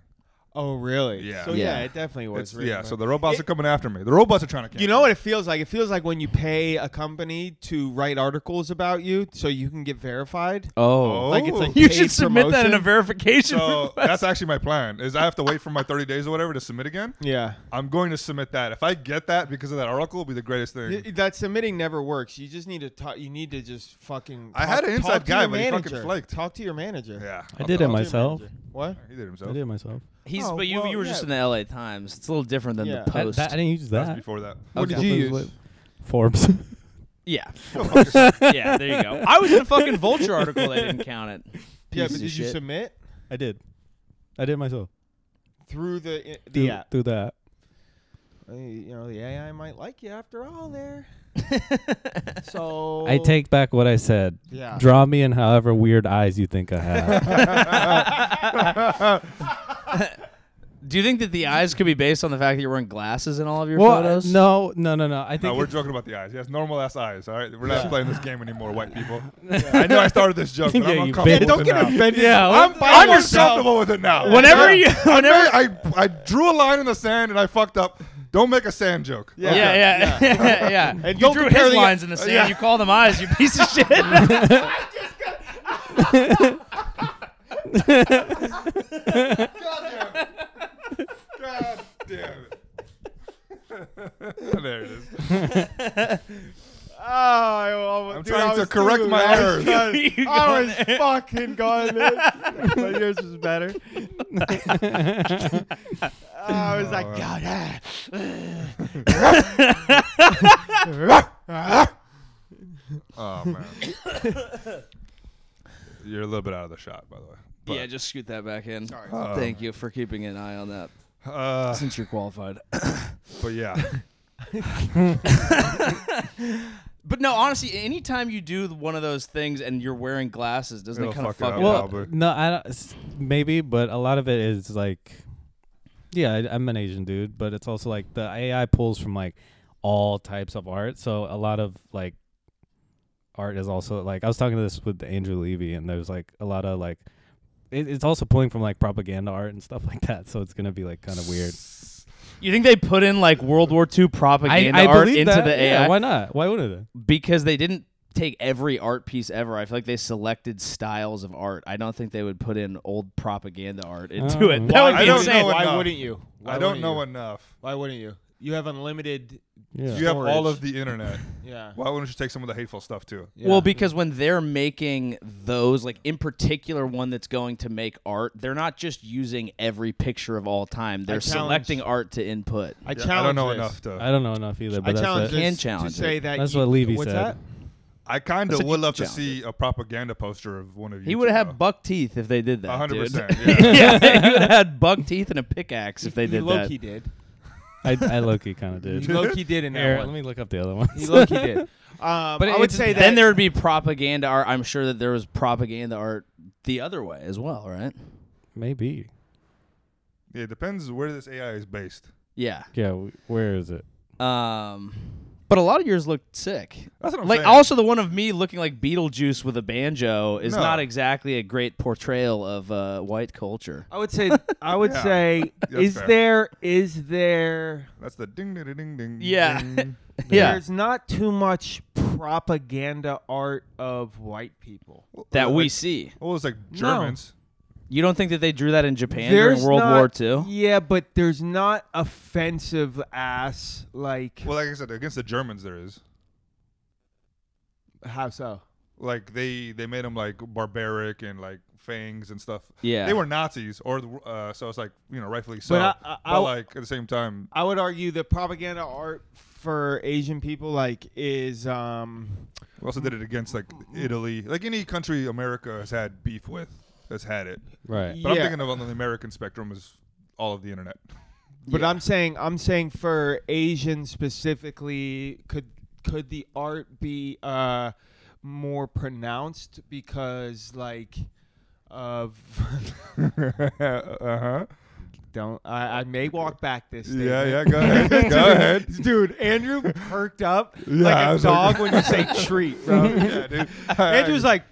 [SPEAKER 1] Oh, really?
[SPEAKER 3] Yeah.
[SPEAKER 1] So yeah,
[SPEAKER 2] Yeah.
[SPEAKER 1] it definitely was.
[SPEAKER 3] It's,
[SPEAKER 1] written
[SPEAKER 3] yeah,
[SPEAKER 1] by-
[SPEAKER 3] so the robots
[SPEAKER 1] It-
[SPEAKER 3] are coming after me. The robots are trying to. Cancel.
[SPEAKER 1] You know what it feels like? It feels like when you pay a company to write articles about you so you can get verified.
[SPEAKER 2] Oh,
[SPEAKER 1] Like it's like
[SPEAKER 3] Oh.
[SPEAKER 2] you
[SPEAKER 1] paid
[SPEAKER 2] should submit that in a
[SPEAKER 1] promotion.
[SPEAKER 2] verification.
[SPEAKER 3] So
[SPEAKER 2] request.
[SPEAKER 3] that's actually my plan. Is I have to wait for my 30 days or whatever to submit again.
[SPEAKER 1] Yeah.
[SPEAKER 3] I'm going to submit that. If I get that because of that article, it'll be the greatest thing.
[SPEAKER 1] Y- That submitting never works. You just need to talk. You need to just fucking.
[SPEAKER 3] I
[SPEAKER 1] talk-
[SPEAKER 3] had an inside
[SPEAKER 1] talk to
[SPEAKER 3] guy,
[SPEAKER 1] your
[SPEAKER 3] but he fucking
[SPEAKER 1] manager.
[SPEAKER 3] flaked.
[SPEAKER 1] Talk to your manager.
[SPEAKER 3] yeah,
[SPEAKER 4] I did
[SPEAKER 1] Talk to
[SPEAKER 4] it
[SPEAKER 1] your
[SPEAKER 4] myself.
[SPEAKER 1] manager. What?
[SPEAKER 3] He did it himself.
[SPEAKER 4] I did it myself.
[SPEAKER 2] He's
[SPEAKER 1] Oh,
[SPEAKER 2] but you
[SPEAKER 1] well,
[SPEAKER 2] you were just
[SPEAKER 1] yeah.
[SPEAKER 2] in the L.A. Times. It's a little different than
[SPEAKER 1] Yeah.
[SPEAKER 2] the
[SPEAKER 4] That,
[SPEAKER 2] Post.
[SPEAKER 4] that- I didn't use
[SPEAKER 3] That was
[SPEAKER 4] that.
[SPEAKER 3] before that.
[SPEAKER 1] What
[SPEAKER 2] Okay.
[SPEAKER 1] did you use?
[SPEAKER 4] What- Forbes.
[SPEAKER 2] yeah,
[SPEAKER 3] Go fuck yourself.
[SPEAKER 2] yeah. There you go. I was in a fucking Vulture article. They didn't count it.
[SPEAKER 1] yeah, but
[SPEAKER 2] Piece of
[SPEAKER 1] did you
[SPEAKER 2] shit.
[SPEAKER 1] submit
[SPEAKER 4] I did. I did it myself.
[SPEAKER 1] through the the
[SPEAKER 4] Through,
[SPEAKER 1] app?
[SPEAKER 4] through that.
[SPEAKER 1] Uh, You know, the AI might like you after all. There. so
[SPEAKER 4] I take back what I said.
[SPEAKER 1] Yeah.
[SPEAKER 4] Draw me in however weird eyes you think I have.
[SPEAKER 2] Do you think that the eyes could be based on the fact that you're wearing glasses in all of your
[SPEAKER 4] well,
[SPEAKER 2] photos?
[SPEAKER 4] no, no, no, no. I think
[SPEAKER 3] no, we're
[SPEAKER 4] it-
[SPEAKER 3] joking about the eyes. He has normal ass eyes. All right, we're not playing this game anymore, white people. I know I started this joke, but
[SPEAKER 4] Yeah, you
[SPEAKER 3] I'm uncomfortable
[SPEAKER 4] bitch.
[SPEAKER 3] with
[SPEAKER 4] Don't
[SPEAKER 3] it
[SPEAKER 4] get
[SPEAKER 3] now.
[SPEAKER 4] offended. Yeah,
[SPEAKER 3] I'm,
[SPEAKER 4] what-
[SPEAKER 3] I'm
[SPEAKER 2] I'm
[SPEAKER 3] uncomfortable with it now.
[SPEAKER 2] Whenever you,
[SPEAKER 3] I,
[SPEAKER 2] whenever,
[SPEAKER 3] made- I I drew a line in the sand and I fucked up. Don't make a sand joke.
[SPEAKER 1] Yeah.
[SPEAKER 2] yeah, yeah, yeah.
[SPEAKER 1] And
[SPEAKER 2] you
[SPEAKER 1] don't
[SPEAKER 2] drew
[SPEAKER 1] compare
[SPEAKER 2] his
[SPEAKER 1] the-
[SPEAKER 2] lines in the sand.
[SPEAKER 3] yeah.
[SPEAKER 2] You call them eyes. You piece of shit.
[SPEAKER 3] God damn it. there it is.
[SPEAKER 1] Ah,
[SPEAKER 3] trying to correct my errors.
[SPEAKER 1] errors. I was fucking going. my yours was better. I was
[SPEAKER 3] Oh.
[SPEAKER 1] like, God. ah."
[SPEAKER 3] Oh man, you're a little bit out of the shot, by the way. But,
[SPEAKER 2] yeah, just shoot that back in.
[SPEAKER 1] Sorry.
[SPEAKER 3] Uh,
[SPEAKER 2] Thank you for keeping an eye on that
[SPEAKER 3] uh,
[SPEAKER 2] since you're qualified.
[SPEAKER 3] but yeah,
[SPEAKER 2] But no, honestly, anytime you do one of those things and you're wearing glasses, doesn't
[SPEAKER 3] It'll
[SPEAKER 2] it kind of fuck
[SPEAKER 3] fuck it up.
[SPEAKER 2] it
[SPEAKER 3] Well,
[SPEAKER 2] up?
[SPEAKER 3] Probably.
[SPEAKER 4] no, I don't, s- maybe, but a lot of it is like, yeah, I, I'm an Asian dude, but it's also like the AI pulls from like all types of art, so a lot of like art is also like I was talking to this with Andrew Levy, and there's like a lot of like it, it's also pulling from like propaganda art and stuff like that, so it's gonna be like kind of weird.
[SPEAKER 2] You think they put in like World War II propaganda art into the AI?
[SPEAKER 4] why not? Why wouldn't it?
[SPEAKER 2] because they didn't take every art piece ever. I feel like they selected styles of art. I don't think they would put in old propaganda art into
[SPEAKER 4] Oh.
[SPEAKER 2] it. That
[SPEAKER 4] Well,
[SPEAKER 2] would
[SPEAKER 3] I
[SPEAKER 2] be
[SPEAKER 3] don't
[SPEAKER 2] insane.
[SPEAKER 3] know
[SPEAKER 1] Why
[SPEAKER 3] enough.
[SPEAKER 1] wouldn't you? Why
[SPEAKER 3] I don't
[SPEAKER 1] wouldn't
[SPEAKER 3] know
[SPEAKER 1] you?
[SPEAKER 3] enough.
[SPEAKER 1] Why wouldn't you? You have unlimited.
[SPEAKER 4] Yeah.
[SPEAKER 3] You have all
[SPEAKER 1] Storage.
[SPEAKER 3] of the internet.
[SPEAKER 1] Yeah.
[SPEAKER 3] Why wouldn't you take some of the hateful stuff too?
[SPEAKER 2] Well,
[SPEAKER 1] Yeah.
[SPEAKER 2] because when they're making those, like in particular one that's going to make art, they're not just using every picture of all time. They're
[SPEAKER 1] challenge-
[SPEAKER 2] selecting art to input.
[SPEAKER 1] I
[SPEAKER 3] Yeah,
[SPEAKER 1] challenge.
[SPEAKER 3] I don't know
[SPEAKER 1] this.
[SPEAKER 3] enough to.
[SPEAKER 4] I don't know enough either.
[SPEAKER 1] I
[SPEAKER 4] But
[SPEAKER 1] challenge
[SPEAKER 4] that's it.
[SPEAKER 1] this
[SPEAKER 2] Can
[SPEAKER 1] to
[SPEAKER 2] challenge
[SPEAKER 1] say
[SPEAKER 2] it.
[SPEAKER 1] that.
[SPEAKER 4] That's
[SPEAKER 1] you-
[SPEAKER 4] what Levy
[SPEAKER 1] what's
[SPEAKER 4] said.
[SPEAKER 1] That?
[SPEAKER 3] I kind
[SPEAKER 2] That's
[SPEAKER 3] of
[SPEAKER 2] a
[SPEAKER 3] would love to
[SPEAKER 2] challenge.
[SPEAKER 3] see a propaganda poster of one of you.
[SPEAKER 2] He would
[SPEAKER 3] two,
[SPEAKER 2] have
[SPEAKER 3] though.
[SPEAKER 2] had buck teeth if they did
[SPEAKER 3] A
[SPEAKER 2] that.
[SPEAKER 3] hundred
[SPEAKER 2] dude.
[SPEAKER 3] percent. yeah.
[SPEAKER 2] yeah, he would have had buck teeth and a pickaxe if they
[SPEAKER 1] He
[SPEAKER 2] did
[SPEAKER 1] low
[SPEAKER 2] that.
[SPEAKER 1] key did.
[SPEAKER 4] I, I low-key kind of
[SPEAKER 1] He
[SPEAKER 4] did.
[SPEAKER 1] low key did in
[SPEAKER 4] Here,
[SPEAKER 1] that
[SPEAKER 4] let
[SPEAKER 1] one.
[SPEAKER 4] me look up the other one.
[SPEAKER 1] He low key did. Um, I would
[SPEAKER 2] it's-
[SPEAKER 1] say that
[SPEAKER 2] then there would be propaganda art. I'm sure that there was propaganda art the other way as well, right?
[SPEAKER 4] Maybe.
[SPEAKER 3] Yeah, it depends where this AI is based.
[SPEAKER 2] Yeah.
[SPEAKER 4] Yeah, w- where is it?
[SPEAKER 2] Um, but a lot of yours looked sick.
[SPEAKER 3] That's what I'm
[SPEAKER 2] like
[SPEAKER 3] saying.
[SPEAKER 2] also the one of me looking like Beetlejuice with a banjo is
[SPEAKER 3] No.
[SPEAKER 2] not exactly a great portrayal of uh, white culture.
[SPEAKER 1] I would say I would
[SPEAKER 3] Yeah.
[SPEAKER 1] say
[SPEAKER 3] That's
[SPEAKER 1] is
[SPEAKER 3] fair.
[SPEAKER 1] there is there
[SPEAKER 3] That's the ding ding ding ding.
[SPEAKER 2] Yeah.
[SPEAKER 3] ding.
[SPEAKER 2] Yeah,
[SPEAKER 1] there's not too much propaganda art of white people.
[SPEAKER 3] What was
[SPEAKER 2] that
[SPEAKER 3] it,
[SPEAKER 2] we
[SPEAKER 3] like-
[SPEAKER 2] see.
[SPEAKER 3] What was it, like Germans?
[SPEAKER 2] You don't think that they drew that in Japan during World
[SPEAKER 1] not-
[SPEAKER 2] War II?
[SPEAKER 1] Yeah, but there's not offensive ass like
[SPEAKER 3] Well, like I said, against the Germans there is.
[SPEAKER 1] how so?
[SPEAKER 3] Like they they made them like barbaric and like fangs and stuff.
[SPEAKER 2] Yeah.
[SPEAKER 3] They were Nazis, or the- uh, so it's like you know rightfully so.
[SPEAKER 1] But I- I- I-
[SPEAKER 3] like at the same time,
[SPEAKER 1] I would argue the propaganda art for Asian people like is um
[SPEAKER 3] we also did it against like Italy, like any country America has had beef with, has had it.
[SPEAKER 4] Right.
[SPEAKER 3] But I'm
[SPEAKER 1] yeah.
[SPEAKER 3] thinking of on the American spectrum is all of the internet.
[SPEAKER 1] But
[SPEAKER 2] Yeah.
[SPEAKER 1] I'm saying I'm saying for Asian specifically, could could the art be uh, more pronounced because like of
[SPEAKER 3] uh huh.
[SPEAKER 1] don't I, I may walk back this. Statement.
[SPEAKER 3] Yeah, yeah. Go ahead. go ahead.
[SPEAKER 1] Dude, Andrew perked up
[SPEAKER 3] Yeah, I
[SPEAKER 1] like a
[SPEAKER 3] was like-
[SPEAKER 1] dog when you say treat, bro.
[SPEAKER 3] yeah, dude. I,
[SPEAKER 1] Andrew's like,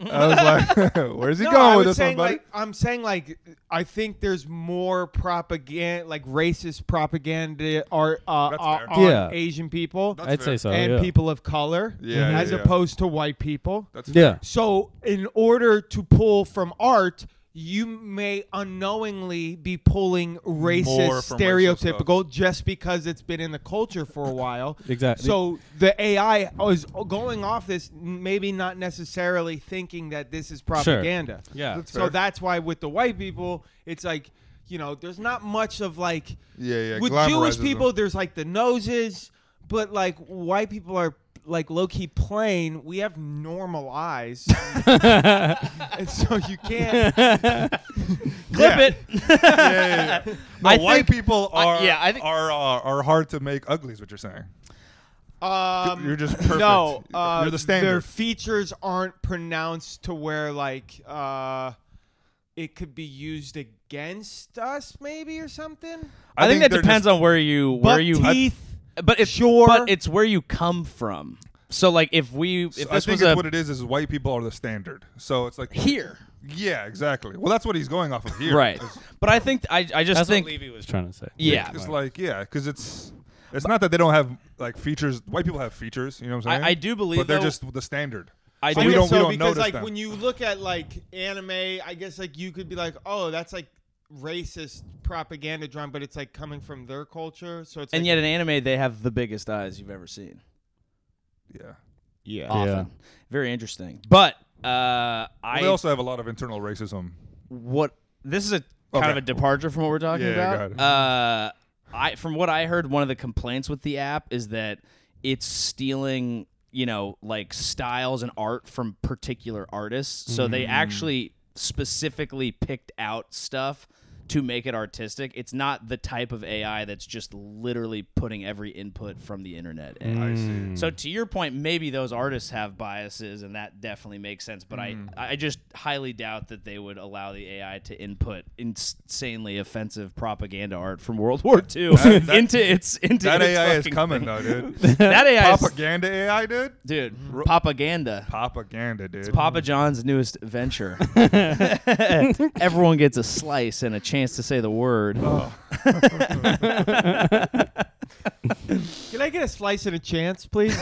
[SPEAKER 3] I was like, where's he
[SPEAKER 1] no, I
[SPEAKER 3] going with
[SPEAKER 1] was
[SPEAKER 3] this one,
[SPEAKER 1] saying
[SPEAKER 3] buddy?
[SPEAKER 1] like, I'm saying like, I think there's more propaganda, like racist propaganda art uh,
[SPEAKER 3] That's
[SPEAKER 1] on
[SPEAKER 3] fair.
[SPEAKER 1] on
[SPEAKER 4] Yeah.
[SPEAKER 1] Asian people.
[SPEAKER 3] That's
[SPEAKER 4] I'd
[SPEAKER 3] fair.
[SPEAKER 4] say so.
[SPEAKER 1] and
[SPEAKER 4] yeah.
[SPEAKER 1] people of color
[SPEAKER 3] Yeah,
[SPEAKER 1] as
[SPEAKER 3] yeah, yeah.
[SPEAKER 1] opposed to white people.
[SPEAKER 3] That's
[SPEAKER 4] Yeah.
[SPEAKER 1] So, in order to pull from art, you may unknowingly be pulling
[SPEAKER 3] More
[SPEAKER 1] racist,
[SPEAKER 3] from racial stuff.
[SPEAKER 1] stereotypical just because it's been in the culture for a while.
[SPEAKER 4] Exactly.
[SPEAKER 1] So, the AI is going off this, maybe not necessarily thinking that this is propaganda.
[SPEAKER 4] Yeah.
[SPEAKER 3] That's
[SPEAKER 1] So,
[SPEAKER 3] fair.
[SPEAKER 1] that's why with the white people, it's like, you know, there's not much of like
[SPEAKER 3] Yeah, yeah.
[SPEAKER 1] with
[SPEAKER 3] glamorizes
[SPEAKER 1] Jewish
[SPEAKER 3] them.
[SPEAKER 1] people, there's like the noses, but like white people are like low key plain. We have normal eyes, and so you can't.
[SPEAKER 2] Clip
[SPEAKER 3] Yeah.
[SPEAKER 2] it.
[SPEAKER 3] yeah, yeah, yeah. No,
[SPEAKER 2] I
[SPEAKER 3] white
[SPEAKER 2] think-
[SPEAKER 3] people
[SPEAKER 2] I-
[SPEAKER 3] are,
[SPEAKER 2] yeah, I think-
[SPEAKER 3] are are are hard to make ugly. Is what you're saying?
[SPEAKER 1] Um,
[SPEAKER 3] You're just perfect.
[SPEAKER 1] No,
[SPEAKER 3] You're
[SPEAKER 1] uh,
[SPEAKER 3] the
[SPEAKER 1] Their
[SPEAKER 3] standard.
[SPEAKER 1] features aren't pronounced to where like uh, it could be used against us, maybe or something.
[SPEAKER 2] I, think, that
[SPEAKER 3] they're
[SPEAKER 2] depends
[SPEAKER 3] just-
[SPEAKER 2] on where you where
[SPEAKER 1] Buck
[SPEAKER 2] you
[SPEAKER 1] teeth?
[SPEAKER 2] but it's
[SPEAKER 1] sure.
[SPEAKER 2] but it's where you come from. So like if we if
[SPEAKER 3] I
[SPEAKER 2] this
[SPEAKER 3] think
[SPEAKER 2] was
[SPEAKER 3] it's
[SPEAKER 2] a
[SPEAKER 3] what it is. Is white people are the standard. So it's like
[SPEAKER 2] here,
[SPEAKER 3] Yeah, exactly. Well, that's what he's going off of here.
[SPEAKER 2] right?
[SPEAKER 3] It's-
[SPEAKER 2] But I think I I just
[SPEAKER 4] That's
[SPEAKER 2] think
[SPEAKER 4] what Levy was trying to say.
[SPEAKER 2] Yeah.
[SPEAKER 3] It's like yeah, because it's it's not that they don't have like features. White people have features. You know what I'm
[SPEAKER 2] I-
[SPEAKER 3] saying?
[SPEAKER 2] I do believe,
[SPEAKER 3] but they're
[SPEAKER 2] though-
[SPEAKER 3] just the standard.
[SPEAKER 2] I
[SPEAKER 3] so
[SPEAKER 2] do-
[SPEAKER 3] we
[SPEAKER 1] guess
[SPEAKER 3] don't
[SPEAKER 1] so,
[SPEAKER 3] we don't
[SPEAKER 1] because
[SPEAKER 3] notice
[SPEAKER 1] like
[SPEAKER 3] them.
[SPEAKER 1] when you look at like anime, I guess like you could be like, oh, that's like racist propaganda drum, but it's like coming from their culture, so it's
[SPEAKER 2] and
[SPEAKER 1] like,
[SPEAKER 2] yet in anime they have the biggest eyes you've ever seen.
[SPEAKER 3] yeah.
[SPEAKER 1] Yeah.
[SPEAKER 2] often.
[SPEAKER 4] Yeah.
[SPEAKER 2] Very interesting. But uh, I
[SPEAKER 3] They also have a lot of internal racism.
[SPEAKER 2] what this is a kind
[SPEAKER 3] Okay.
[SPEAKER 2] of a departure from what we're talking
[SPEAKER 3] Yeah, yeah,
[SPEAKER 2] about. Uh, I from what I heard, one of the complaints with the app is that it's stealing, you know, like styles and art from particular artists. So
[SPEAKER 3] Mm.
[SPEAKER 2] they actually specifically picked out stuff to make it artistic. It's not the type of AI that's just literally putting every input from the internet. In.
[SPEAKER 3] I see.
[SPEAKER 2] So to your point, maybe those artists have biases, and that definitely makes sense. But
[SPEAKER 3] Mm.
[SPEAKER 2] I, I just highly doubt that they would allow the AI to input insanely offensive propaganda art from World War II
[SPEAKER 3] that-
[SPEAKER 2] into its into
[SPEAKER 3] That
[SPEAKER 2] its
[SPEAKER 3] AI is
[SPEAKER 2] fucking
[SPEAKER 3] coming
[SPEAKER 2] thing.
[SPEAKER 3] though, dude.
[SPEAKER 2] That AI, is,
[SPEAKER 3] Propaganda AI, dude.
[SPEAKER 2] dude, propaganda.
[SPEAKER 3] Propaganda, dude.
[SPEAKER 2] Papa John's newest venture. Everyone gets a slice and a chance to say the word.
[SPEAKER 3] Oh.
[SPEAKER 1] Can I get a slice and a chance, please?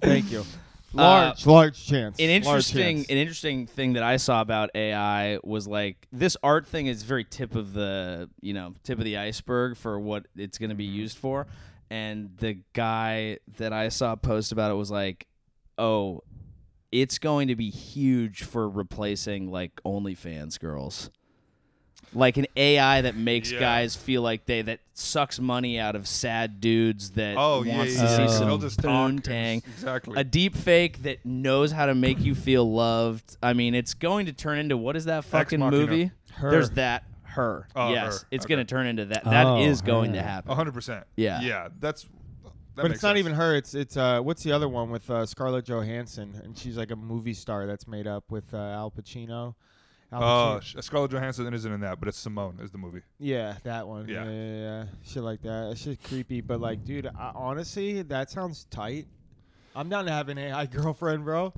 [SPEAKER 1] Thank you.
[SPEAKER 2] Large-
[SPEAKER 1] Large, large chance.
[SPEAKER 2] an interesting an interesting thing that I saw about AI was like this art thing is very tip of the you know tip of the iceberg for what it's going to be used for, and the guy that I saw post about it was like, oh, it's going to be huge for replacing like OnlyFans girls. Like an AI that makes
[SPEAKER 3] Yeah.
[SPEAKER 2] guys feel like they that sucks money out of sad dudes that
[SPEAKER 3] Oh yeah,
[SPEAKER 2] wants
[SPEAKER 3] yeah,
[SPEAKER 2] to
[SPEAKER 3] yeah.
[SPEAKER 2] see
[SPEAKER 4] Oh.
[SPEAKER 3] They'll
[SPEAKER 2] some
[SPEAKER 3] just talk.
[SPEAKER 2] poontang
[SPEAKER 3] Exactly.
[SPEAKER 2] a deep fake that knows how to make you feel loved. I mean, it's going to turn into what is that fucking
[SPEAKER 3] Machina.
[SPEAKER 2] movie?
[SPEAKER 1] Her.
[SPEAKER 2] There's that her.
[SPEAKER 3] Oh,
[SPEAKER 2] yes,
[SPEAKER 3] Her.
[SPEAKER 2] it's
[SPEAKER 3] Okay.
[SPEAKER 2] going to turn into that. That is
[SPEAKER 4] Oh,
[SPEAKER 2] going to
[SPEAKER 4] Her.
[SPEAKER 2] happen.
[SPEAKER 3] hundred percent.
[SPEAKER 2] Yeah.
[SPEAKER 3] Yeah. That's. That
[SPEAKER 1] but
[SPEAKER 3] makes
[SPEAKER 1] it's not
[SPEAKER 3] sense.
[SPEAKER 1] even her. It's it's uh, what's the other one with uh, Scarlett Johansson, and she's like a movie star that's made up with uh, Al Pacino. Al
[SPEAKER 3] Oh,
[SPEAKER 1] Pacino.
[SPEAKER 3] sh- Scarlett Johansson isn't in that, but it's Simone is the movie.
[SPEAKER 1] yeah, that one.
[SPEAKER 3] Yeah.
[SPEAKER 1] Yeah. yeah, yeah, yeah. shit like that. That shit creepy. But like, dude, I, honestly, that sounds tight. I'm down to have an AI girlfriend, bro.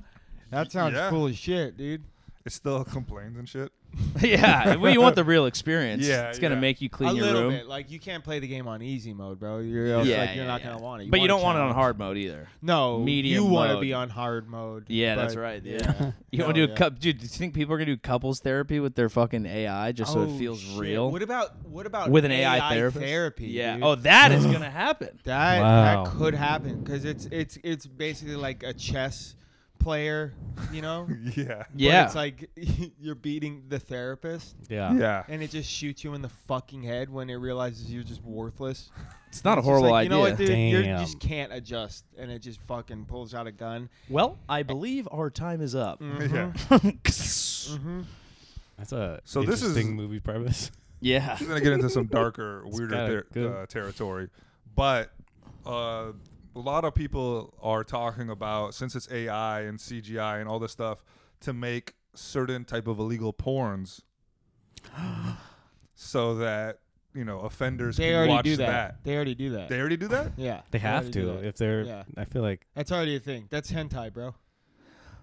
[SPEAKER 1] That sounds
[SPEAKER 3] Yeah.
[SPEAKER 1] cool as shit, dude.
[SPEAKER 3] It still complains and shit.
[SPEAKER 2] yeah, we want the real experience.
[SPEAKER 3] Yeah,
[SPEAKER 2] it's going to
[SPEAKER 3] yeah.
[SPEAKER 2] make you
[SPEAKER 1] a
[SPEAKER 2] clean your
[SPEAKER 1] little
[SPEAKER 2] room.
[SPEAKER 1] bit. Like you can't play the game on easy mode, bro. You're else,
[SPEAKER 2] Yeah,
[SPEAKER 1] like you're
[SPEAKER 2] yeah,
[SPEAKER 1] not
[SPEAKER 2] yeah.
[SPEAKER 1] gonna want it.
[SPEAKER 2] but you don't
[SPEAKER 1] a
[SPEAKER 2] want it on
[SPEAKER 1] challenge.
[SPEAKER 2] hard mode either.
[SPEAKER 1] No,
[SPEAKER 2] medium
[SPEAKER 1] You want to
[SPEAKER 2] mode.
[SPEAKER 1] be on hard mode.
[SPEAKER 2] Yeah, that's
[SPEAKER 1] but-
[SPEAKER 2] right. Yeah. You
[SPEAKER 1] Hell
[SPEAKER 2] want to do
[SPEAKER 1] yeah.
[SPEAKER 2] a cup, dude? Do you think people are gonna do couples therapy with their fucking AI just so
[SPEAKER 1] Oh,
[SPEAKER 2] it feels
[SPEAKER 1] shit.
[SPEAKER 2] real
[SPEAKER 1] What about what about
[SPEAKER 2] with an AI, therapist?
[SPEAKER 1] therapy?
[SPEAKER 2] yeah.
[SPEAKER 1] dude?
[SPEAKER 2] Oh, that is gonna happen.
[SPEAKER 1] that
[SPEAKER 4] Wow.
[SPEAKER 1] that could happen because it's it's it's basically like a chess player, you know. But
[SPEAKER 3] Yeah.
[SPEAKER 2] Yeah.
[SPEAKER 1] it's like you're beating the therapist,
[SPEAKER 4] Yeah.
[SPEAKER 3] Yeah.
[SPEAKER 1] and it just shoots you in the fucking head when it realizes you're just worthless.
[SPEAKER 2] It's not
[SPEAKER 1] It's
[SPEAKER 2] a
[SPEAKER 1] just
[SPEAKER 2] horrible
[SPEAKER 1] like,
[SPEAKER 2] idea.
[SPEAKER 1] You know what, dude? You're- You
[SPEAKER 4] Damn.
[SPEAKER 1] just can't adjust, and it just fucking pulls out a gun.
[SPEAKER 2] Well, I believe our time is up.
[SPEAKER 3] Yeah.
[SPEAKER 1] Mm-hmm.
[SPEAKER 4] That's a
[SPEAKER 3] So this is-
[SPEAKER 4] interesting movie premise.
[SPEAKER 2] yeah.
[SPEAKER 3] We're gonna get into some darker, weirder
[SPEAKER 4] kinda
[SPEAKER 3] ter-
[SPEAKER 4] good.
[SPEAKER 3] uh, territory, but uh, a lot of people are talking about since it's AI and CGI and all this stuff to make certain type of illegal porns, so that you know offenders
[SPEAKER 1] They
[SPEAKER 3] can
[SPEAKER 1] already
[SPEAKER 3] watch
[SPEAKER 1] do that.
[SPEAKER 3] that.
[SPEAKER 1] They already do that.
[SPEAKER 3] They already do that.
[SPEAKER 1] yeah,
[SPEAKER 4] They have
[SPEAKER 1] already do
[SPEAKER 4] to
[SPEAKER 1] that.
[SPEAKER 4] if they're.
[SPEAKER 1] Yeah.
[SPEAKER 4] I feel like
[SPEAKER 1] That's already a thing. That's hentai, bro.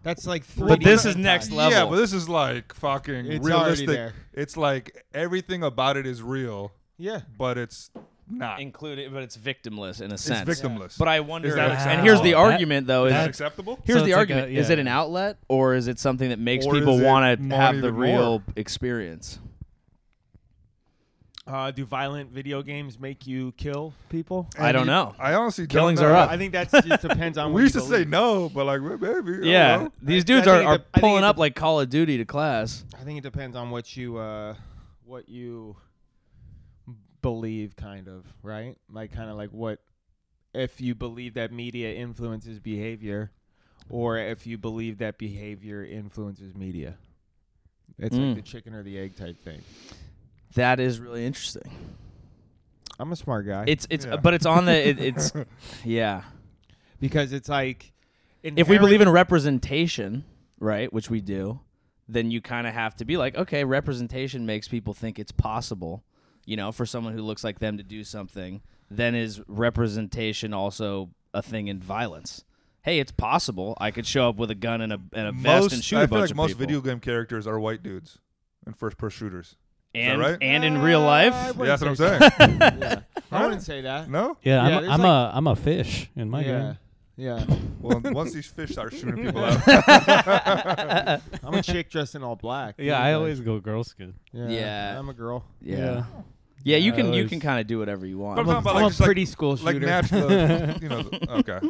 [SPEAKER 1] That's like three.
[SPEAKER 2] But this is next level.
[SPEAKER 3] Yeah, but this is like fucking
[SPEAKER 1] It's already
[SPEAKER 3] realistic.
[SPEAKER 1] there.
[SPEAKER 3] It's like everything about it is real,
[SPEAKER 1] Yeah.
[SPEAKER 3] but it's not.
[SPEAKER 2] included, but it's victimless in a
[SPEAKER 3] It's
[SPEAKER 2] sense.
[SPEAKER 3] victimless.
[SPEAKER 2] But I wonder.
[SPEAKER 3] Is that
[SPEAKER 2] and
[SPEAKER 3] acceptable?
[SPEAKER 2] here's the
[SPEAKER 4] That-
[SPEAKER 2] argument, though.
[SPEAKER 3] is that
[SPEAKER 2] Is
[SPEAKER 3] acceptable?
[SPEAKER 2] here's
[SPEAKER 4] So
[SPEAKER 2] the
[SPEAKER 4] it's like
[SPEAKER 2] argument:
[SPEAKER 4] a-
[SPEAKER 2] is it
[SPEAKER 4] yeah.
[SPEAKER 2] an outlet, or is it something that makes
[SPEAKER 3] Or
[SPEAKER 2] people
[SPEAKER 3] is it
[SPEAKER 2] want to
[SPEAKER 3] more
[SPEAKER 2] have the
[SPEAKER 3] even
[SPEAKER 2] real
[SPEAKER 3] more?
[SPEAKER 2] experience?
[SPEAKER 1] Uh, do violent video games make you kill people?
[SPEAKER 2] I don't know.
[SPEAKER 3] I honestly don't
[SPEAKER 2] Killings
[SPEAKER 3] know.
[SPEAKER 2] are up.
[SPEAKER 1] I think that just depends on. what
[SPEAKER 3] We used
[SPEAKER 1] you
[SPEAKER 3] to say
[SPEAKER 1] believe.
[SPEAKER 3] no, but like well, maybe. I
[SPEAKER 2] Yeah,
[SPEAKER 3] don't know.
[SPEAKER 2] these
[SPEAKER 1] I-
[SPEAKER 2] dudes
[SPEAKER 1] I
[SPEAKER 2] are,
[SPEAKER 1] think it
[SPEAKER 2] are
[SPEAKER 1] dep- I think
[SPEAKER 2] pulling
[SPEAKER 1] it
[SPEAKER 2] up
[SPEAKER 1] dep-
[SPEAKER 2] like Call of Duty to class.
[SPEAKER 1] I think it depends on what you, uh, what you believe, kind of right. Like kind of like what if you believe that media influences behavior, or if you believe that behavior influences media. It's
[SPEAKER 2] Mm.
[SPEAKER 1] like the chicken or the egg type thing.
[SPEAKER 2] That is really interesting.
[SPEAKER 1] I'm a smart guy.
[SPEAKER 2] It's it's,
[SPEAKER 3] Yeah.
[SPEAKER 2] but it's on the it, it's, yeah.
[SPEAKER 1] because it's like
[SPEAKER 2] if we believe in representation, right, which we do, then you kind of have to be like, okay, representation makes people think it's possible, you know, for someone who looks like them to do something. Then is representation also a thing in violence? Hey, it's possible. I could show up with a gun and a, and a vest and shoot
[SPEAKER 3] I
[SPEAKER 2] a
[SPEAKER 3] feel
[SPEAKER 2] bunch
[SPEAKER 3] like
[SPEAKER 2] of
[SPEAKER 3] most
[SPEAKER 2] people.
[SPEAKER 3] video game characters are white dudes and first person shooters.
[SPEAKER 2] and
[SPEAKER 3] right?
[SPEAKER 2] and in real life,
[SPEAKER 3] Yeah, that's what I'm saying.
[SPEAKER 1] yeah. I wouldn't say that.
[SPEAKER 3] no?
[SPEAKER 4] yeah,
[SPEAKER 1] Yeah,
[SPEAKER 4] I'm,
[SPEAKER 1] there's
[SPEAKER 4] I'm
[SPEAKER 1] like-
[SPEAKER 4] a I'm a fish in my
[SPEAKER 1] yeah.
[SPEAKER 4] game.
[SPEAKER 1] Yeah.
[SPEAKER 3] Well, once these fish start shooting people out,
[SPEAKER 1] I'm a chick dressed in all black.
[SPEAKER 4] Yeah,
[SPEAKER 1] dude,
[SPEAKER 4] I
[SPEAKER 1] like,
[SPEAKER 4] always go girl skin.
[SPEAKER 1] Yeah,
[SPEAKER 2] Yeah.
[SPEAKER 1] I'm a girl.
[SPEAKER 2] yeah. Yeah, you can you
[SPEAKER 4] always-
[SPEAKER 2] can kind of do whatever you
[SPEAKER 3] But
[SPEAKER 2] want.
[SPEAKER 3] I'm talking about
[SPEAKER 1] I'm
[SPEAKER 3] like,
[SPEAKER 1] a
[SPEAKER 3] just,
[SPEAKER 1] pretty
[SPEAKER 3] like,
[SPEAKER 1] school shooter.
[SPEAKER 3] like natural, you know. the- Okay,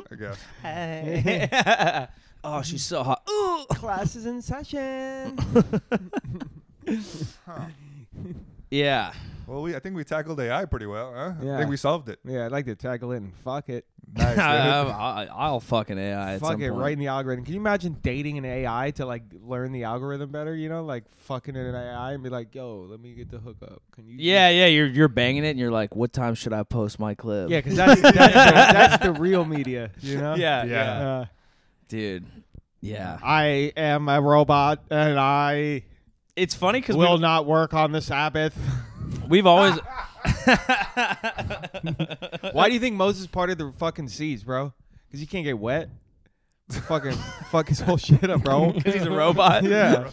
[SPEAKER 3] I guess.
[SPEAKER 2] oh, she's so hot. Ooh.
[SPEAKER 1] class is in session.
[SPEAKER 2] Yeah.
[SPEAKER 3] Well, we I think we tackled AI pretty well. Huh? I
[SPEAKER 1] Yeah.
[SPEAKER 3] think we solved it.
[SPEAKER 1] yeah, I'd like to tackle it and fuck it.
[SPEAKER 3] Nice. dude.
[SPEAKER 2] Um, I, will fucking AI. At
[SPEAKER 1] fuck
[SPEAKER 2] some
[SPEAKER 1] it
[SPEAKER 2] point.
[SPEAKER 1] right in the algorithm. Can you imagine dating an AI to like learn the algorithm better? You know, like fucking an AI and be like, "Yo, let me get the hookup." Can you?
[SPEAKER 2] Yeah, yeah. You're you're banging it, and you're like, what time should I post my clip?
[SPEAKER 1] yeah, because that's that's, the, that's the real media. You know.
[SPEAKER 2] yeah,
[SPEAKER 3] Yeah.
[SPEAKER 1] Uh,
[SPEAKER 2] dude. Yeah,
[SPEAKER 1] I am a robot and I
[SPEAKER 2] it's funny because
[SPEAKER 1] will
[SPEAKER 2] we,
[SPEAKER 1] not work on the Sabbath.
[SPEAKER 2] we've always
[SPEAKER 1] Why do you think Moses parted the fucking seas, bro? Because you can't get wet. fucking fuck his whole shit up, bro.
[SPEAKER 2] because he's a robot.
[SPEAKER 1] Yeah.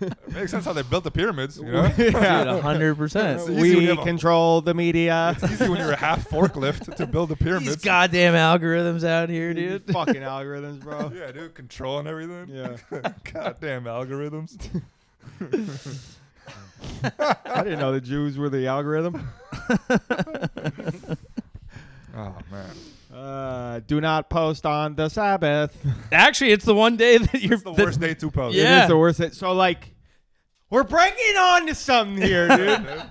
[SPEAKER 3] It makes sense how they built the pyramids. You know,
[SPEAKER 2] dude, uh, hundred
[SPEAKER 3] So
[SPEAKER 2] percent.
[SPEAKER 3] easy when you
[SPEAKER 1] We
[SPEAKER 3] have a-
[SPEAKER 1] control the media.
[SPEAKER 3] it's easy when you're a half forklift to build the
[SPEAKER 2] These
[SPEAKER 3] pyramids.
[SPEAKER 2] goddamn algorithms out here,
[SPEAKER 1] These
[SPEAKER 2] dude.
[SPEAKER 1] fucking algorithms, bro.
[SPEAKER 3] yeah, dude, controlling everything.
[SPEAKER 1] Yeah.
[SPEAKER 3] Goddamn algorithms.
[SPEAKER 1] I didn't know the Jews were the algorithm.
[SPEAKER 3] Oh man.
[SPEAKER 1] Uh, do not post on the Sabbath.
[SPEAKER 2] Actually, it's the one day that you're
[SPEAKER 3] It's the
[SPEAKER 2] that-
[SPEAKER 3] worst day to post.
[SPEAKER 2] Yeah.
[SPEAKER 1] It is the worst. It. So like, we're breaking on to something here, dude.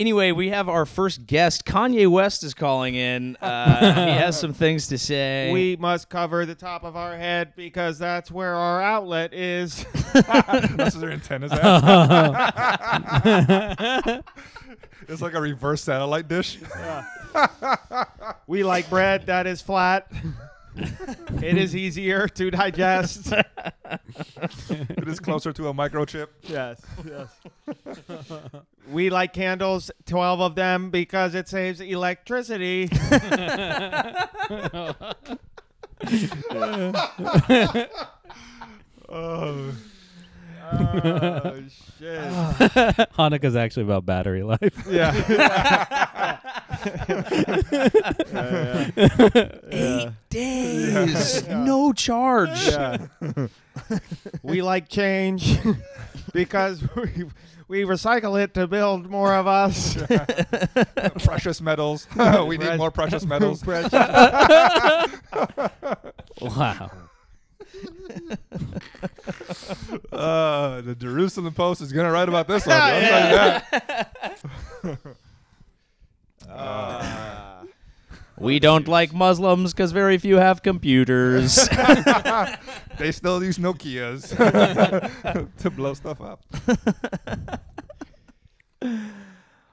[SPEAKER 2] Anyway, we have our first guest. Kanye West is calling in. Uh, he has some things to say.
[SPEAKER 1] we must cover the top of our head because that's where our outlet is.
[SPEAKER 3] That's what their antennas at. it's like a reverse satellite dish.
[SPEAKER 1] We like bread that is flat. it is easier to digest.
[SPEAKER 3] it is closer to a microchip.
[SPEAKER 1] yes, yes. we like candles, 12 of them, because it saves electricity.
[SPEAKER 3] Oh,
[SPEAKER 1] oh, shit.
[SPEAKER 4] Hanukkah's actually about battery life.
[SPEAKER 1] Yeah. yeah, yeah.
[SPEAKER 2] Eight days, no charge.
[SPEAKER 1] Yeah. we like change because we, we recycle it to build more of us.
[SPEAKER 3] precious metals. we need more precious metals.
[SPEAKER 1] Precious-
[SPEAKER 4] Wow.
[SPEAKER 3] Uh, the Jerusalem Post is gonna write about this one. I'll tell you that.
[SPEAKER 1] Uh,
[SPEAKER 2] We don't like Muslims because very few have computers.
[SPEAKER 3] they still use Nokia's to blow stuff up.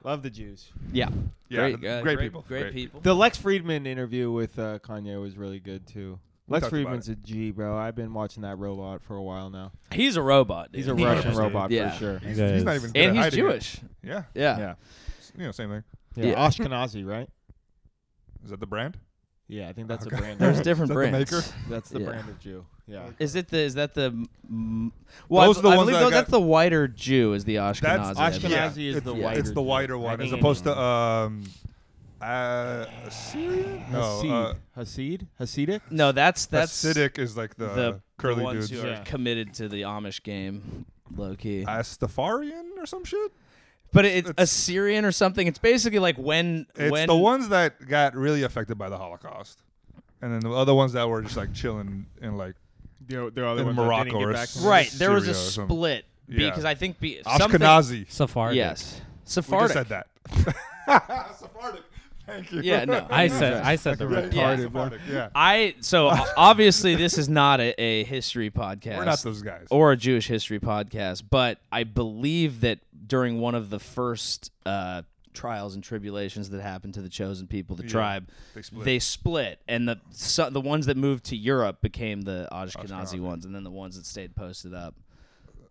[SPEAKER 1] love the Jews.
[SPEAKER 2] yeah.
[SPEAKER 3] Yeah,
[SPEAKER 2] Great, uh,
[SPEAKER 3] great, people.
[SPEAKER 2] Great, people.
[SPEAKER 1] The Lex Friedman interview with uh, Kanye was really good too. Lex
[SPEAKER 3] talked about
[SPEAKER 1] Friedman's a G, bro. I've been watching that robot for a while now.
[SPEAKER 2] He's a robot.
[SPEAKER 1] He's a
[SPEAKER 2] dude.
[SPEAKER 1] Russian
[SPEAKER 3] 100%,
[SPEAKER 1] robot
[SPEAKER 2] yeah.
[SPEAKER 1] for sure.
[SPEAKER 3] He's, he's not even. good at
[SPEAKER 2] And he's
[SPEAKER 3] hiding it.
[SPEAKER 2] Jewish.
[SPEAKER 3] Yeah,
[SPEAKER 2] Yeah.
[SPEAKER 1] Yeah.
[SPEAKER 3] you know, same thing.
[SPEAKER 1] Yeah.
[SPEAKER 2] Yeah.
[SPEAKER 1] Ashkenazi, right?
[SPEAKER 3] Is that the brand?
[SPEAKER 1] Yeah, I think that's
[SPEAKER 3] Okay.
[SPEAKER 1] a brand.
[SPEAKER 2] There's
[SPEAKER 1] of-
[SPEAKER 2] different
[SPEAKER 3] Is that the
[SPEAKER 2] brands.
[SPEAKER 3] maker?
[SPEAKER 1] that's the
[SPEAKER 2] Yeah.
[SPEAKER 1] brand of Jew. Yeah.
[SPEAKER 2] Is it the? Is that the? mm, Well,
[SPEAKER 3] Those
[SPEAKER 2] I,
[SPEAKER 3] are the
[SPEAKER 2] I
[SPEAKER 3] ones
[SPEAKER 2] believe
[SPEAKER 3] that
[SPEAKER 2] tho-
[SPEAKER 3] got-
[SPEAKER 2] that's the whiter Jew is the Ashkenazi. I
[SPEAKER 1] Ashkenazi
[SPEAKER 2] believe.
[SPEAKER 3] yeah,
[SPEAKER 1] is the
[SPEAKER 3] it's-
[SPEAKER 1] whiter
[SPEAKER 3] It's the
[SPEAKER 1] Jew.
[SPEAKER 3] whiter
[SPEAKER 1] I
[SPEAKER 3] one,
[SPEAKER 1] think
[SPEAKER 3] as
[SPEAKER 1] it
[SPEAKER 3] opposed
[SPEAKER 1] is.
[SPEAKER 3] to um, uh, Assyrian. No,
[SPEAKER 1] Hasid.
[SPEAKER 3] uh,
[SPEAKER 1] Hasid? Hasidic?
[SPEAKER 2] No, that's that's
[SPEAKER 3] Hasidic is like the,
[SPEAKER 2] the
[SPEAKER 3] curly
[SPEAKER 2] the ones
[SPEAKER 3] dudes.
[SPEAKER 2] who are
[SPEAKER 1] Yeah.
[SPEAKER 2] committed to the Amish game, low key.
[SPEAKER 3] Astafarian or some shit.
[SPEAKER 2] but it's,
[SPEAKER 3] it's-
[SPEAKER 2] Assyrian or something. It's basically like when
[SPEAKER 3] It's
[SPEAKER 2] when
[SPEAKER 3] the ones that got really affected by the Holocaust, and then the other ones that were just like chilling and like
[SPEAKER 1] There, there are other
[SPEAKER 3] In
[SPEAKER 1] ones that
[SPEAKER 3] Morocco
[SPEAKER 1] didn't get
[SPEAKER 3] or
[SPEAKER 1] back to
[SPEAKER 3] s-
[SPEAKER 1] me.
[SPEAKER 2] right. There was a
[SPEAKER 3] Syria or something.
[SPEAKER 2] split
[SPEAKER 3] Yeah.
[SPEAKER 2] because I think be, something-
[SPEAKER 3] Ashkenazi.
[SPEAKER 4] Sephardic.
[SPEAKER 2] Yes,
[SPEAKER 3] We just
[SPEAKER 2] Sephardic.
[SPEAKER 3] said that. Sephardic. Thank you.
[SPEAKER 2] Yeah, no.
[SPEAKER 4] I said I said the right.
[SPEAKER 3] Right,
[SPEAKER 2] Yeah.
[SPEAKER 3] yeah, Sephardic. Yeah.
[SPEAKER 2] I so o- obviously this is not a, a history podcast.
[SPEAKER 3] We're not those guys.
[SPEAKER 2] or a Jewish history podcast, but I believe that during one of the first uh, trials and tribulations that happened to the chosen people, the tribe,
[SPEAKER 3] they split.
[SPEAKER 2] split, and the so, the ones that moved to Europe became the Ashkenazi, ones, and then the ones that stayed posted up,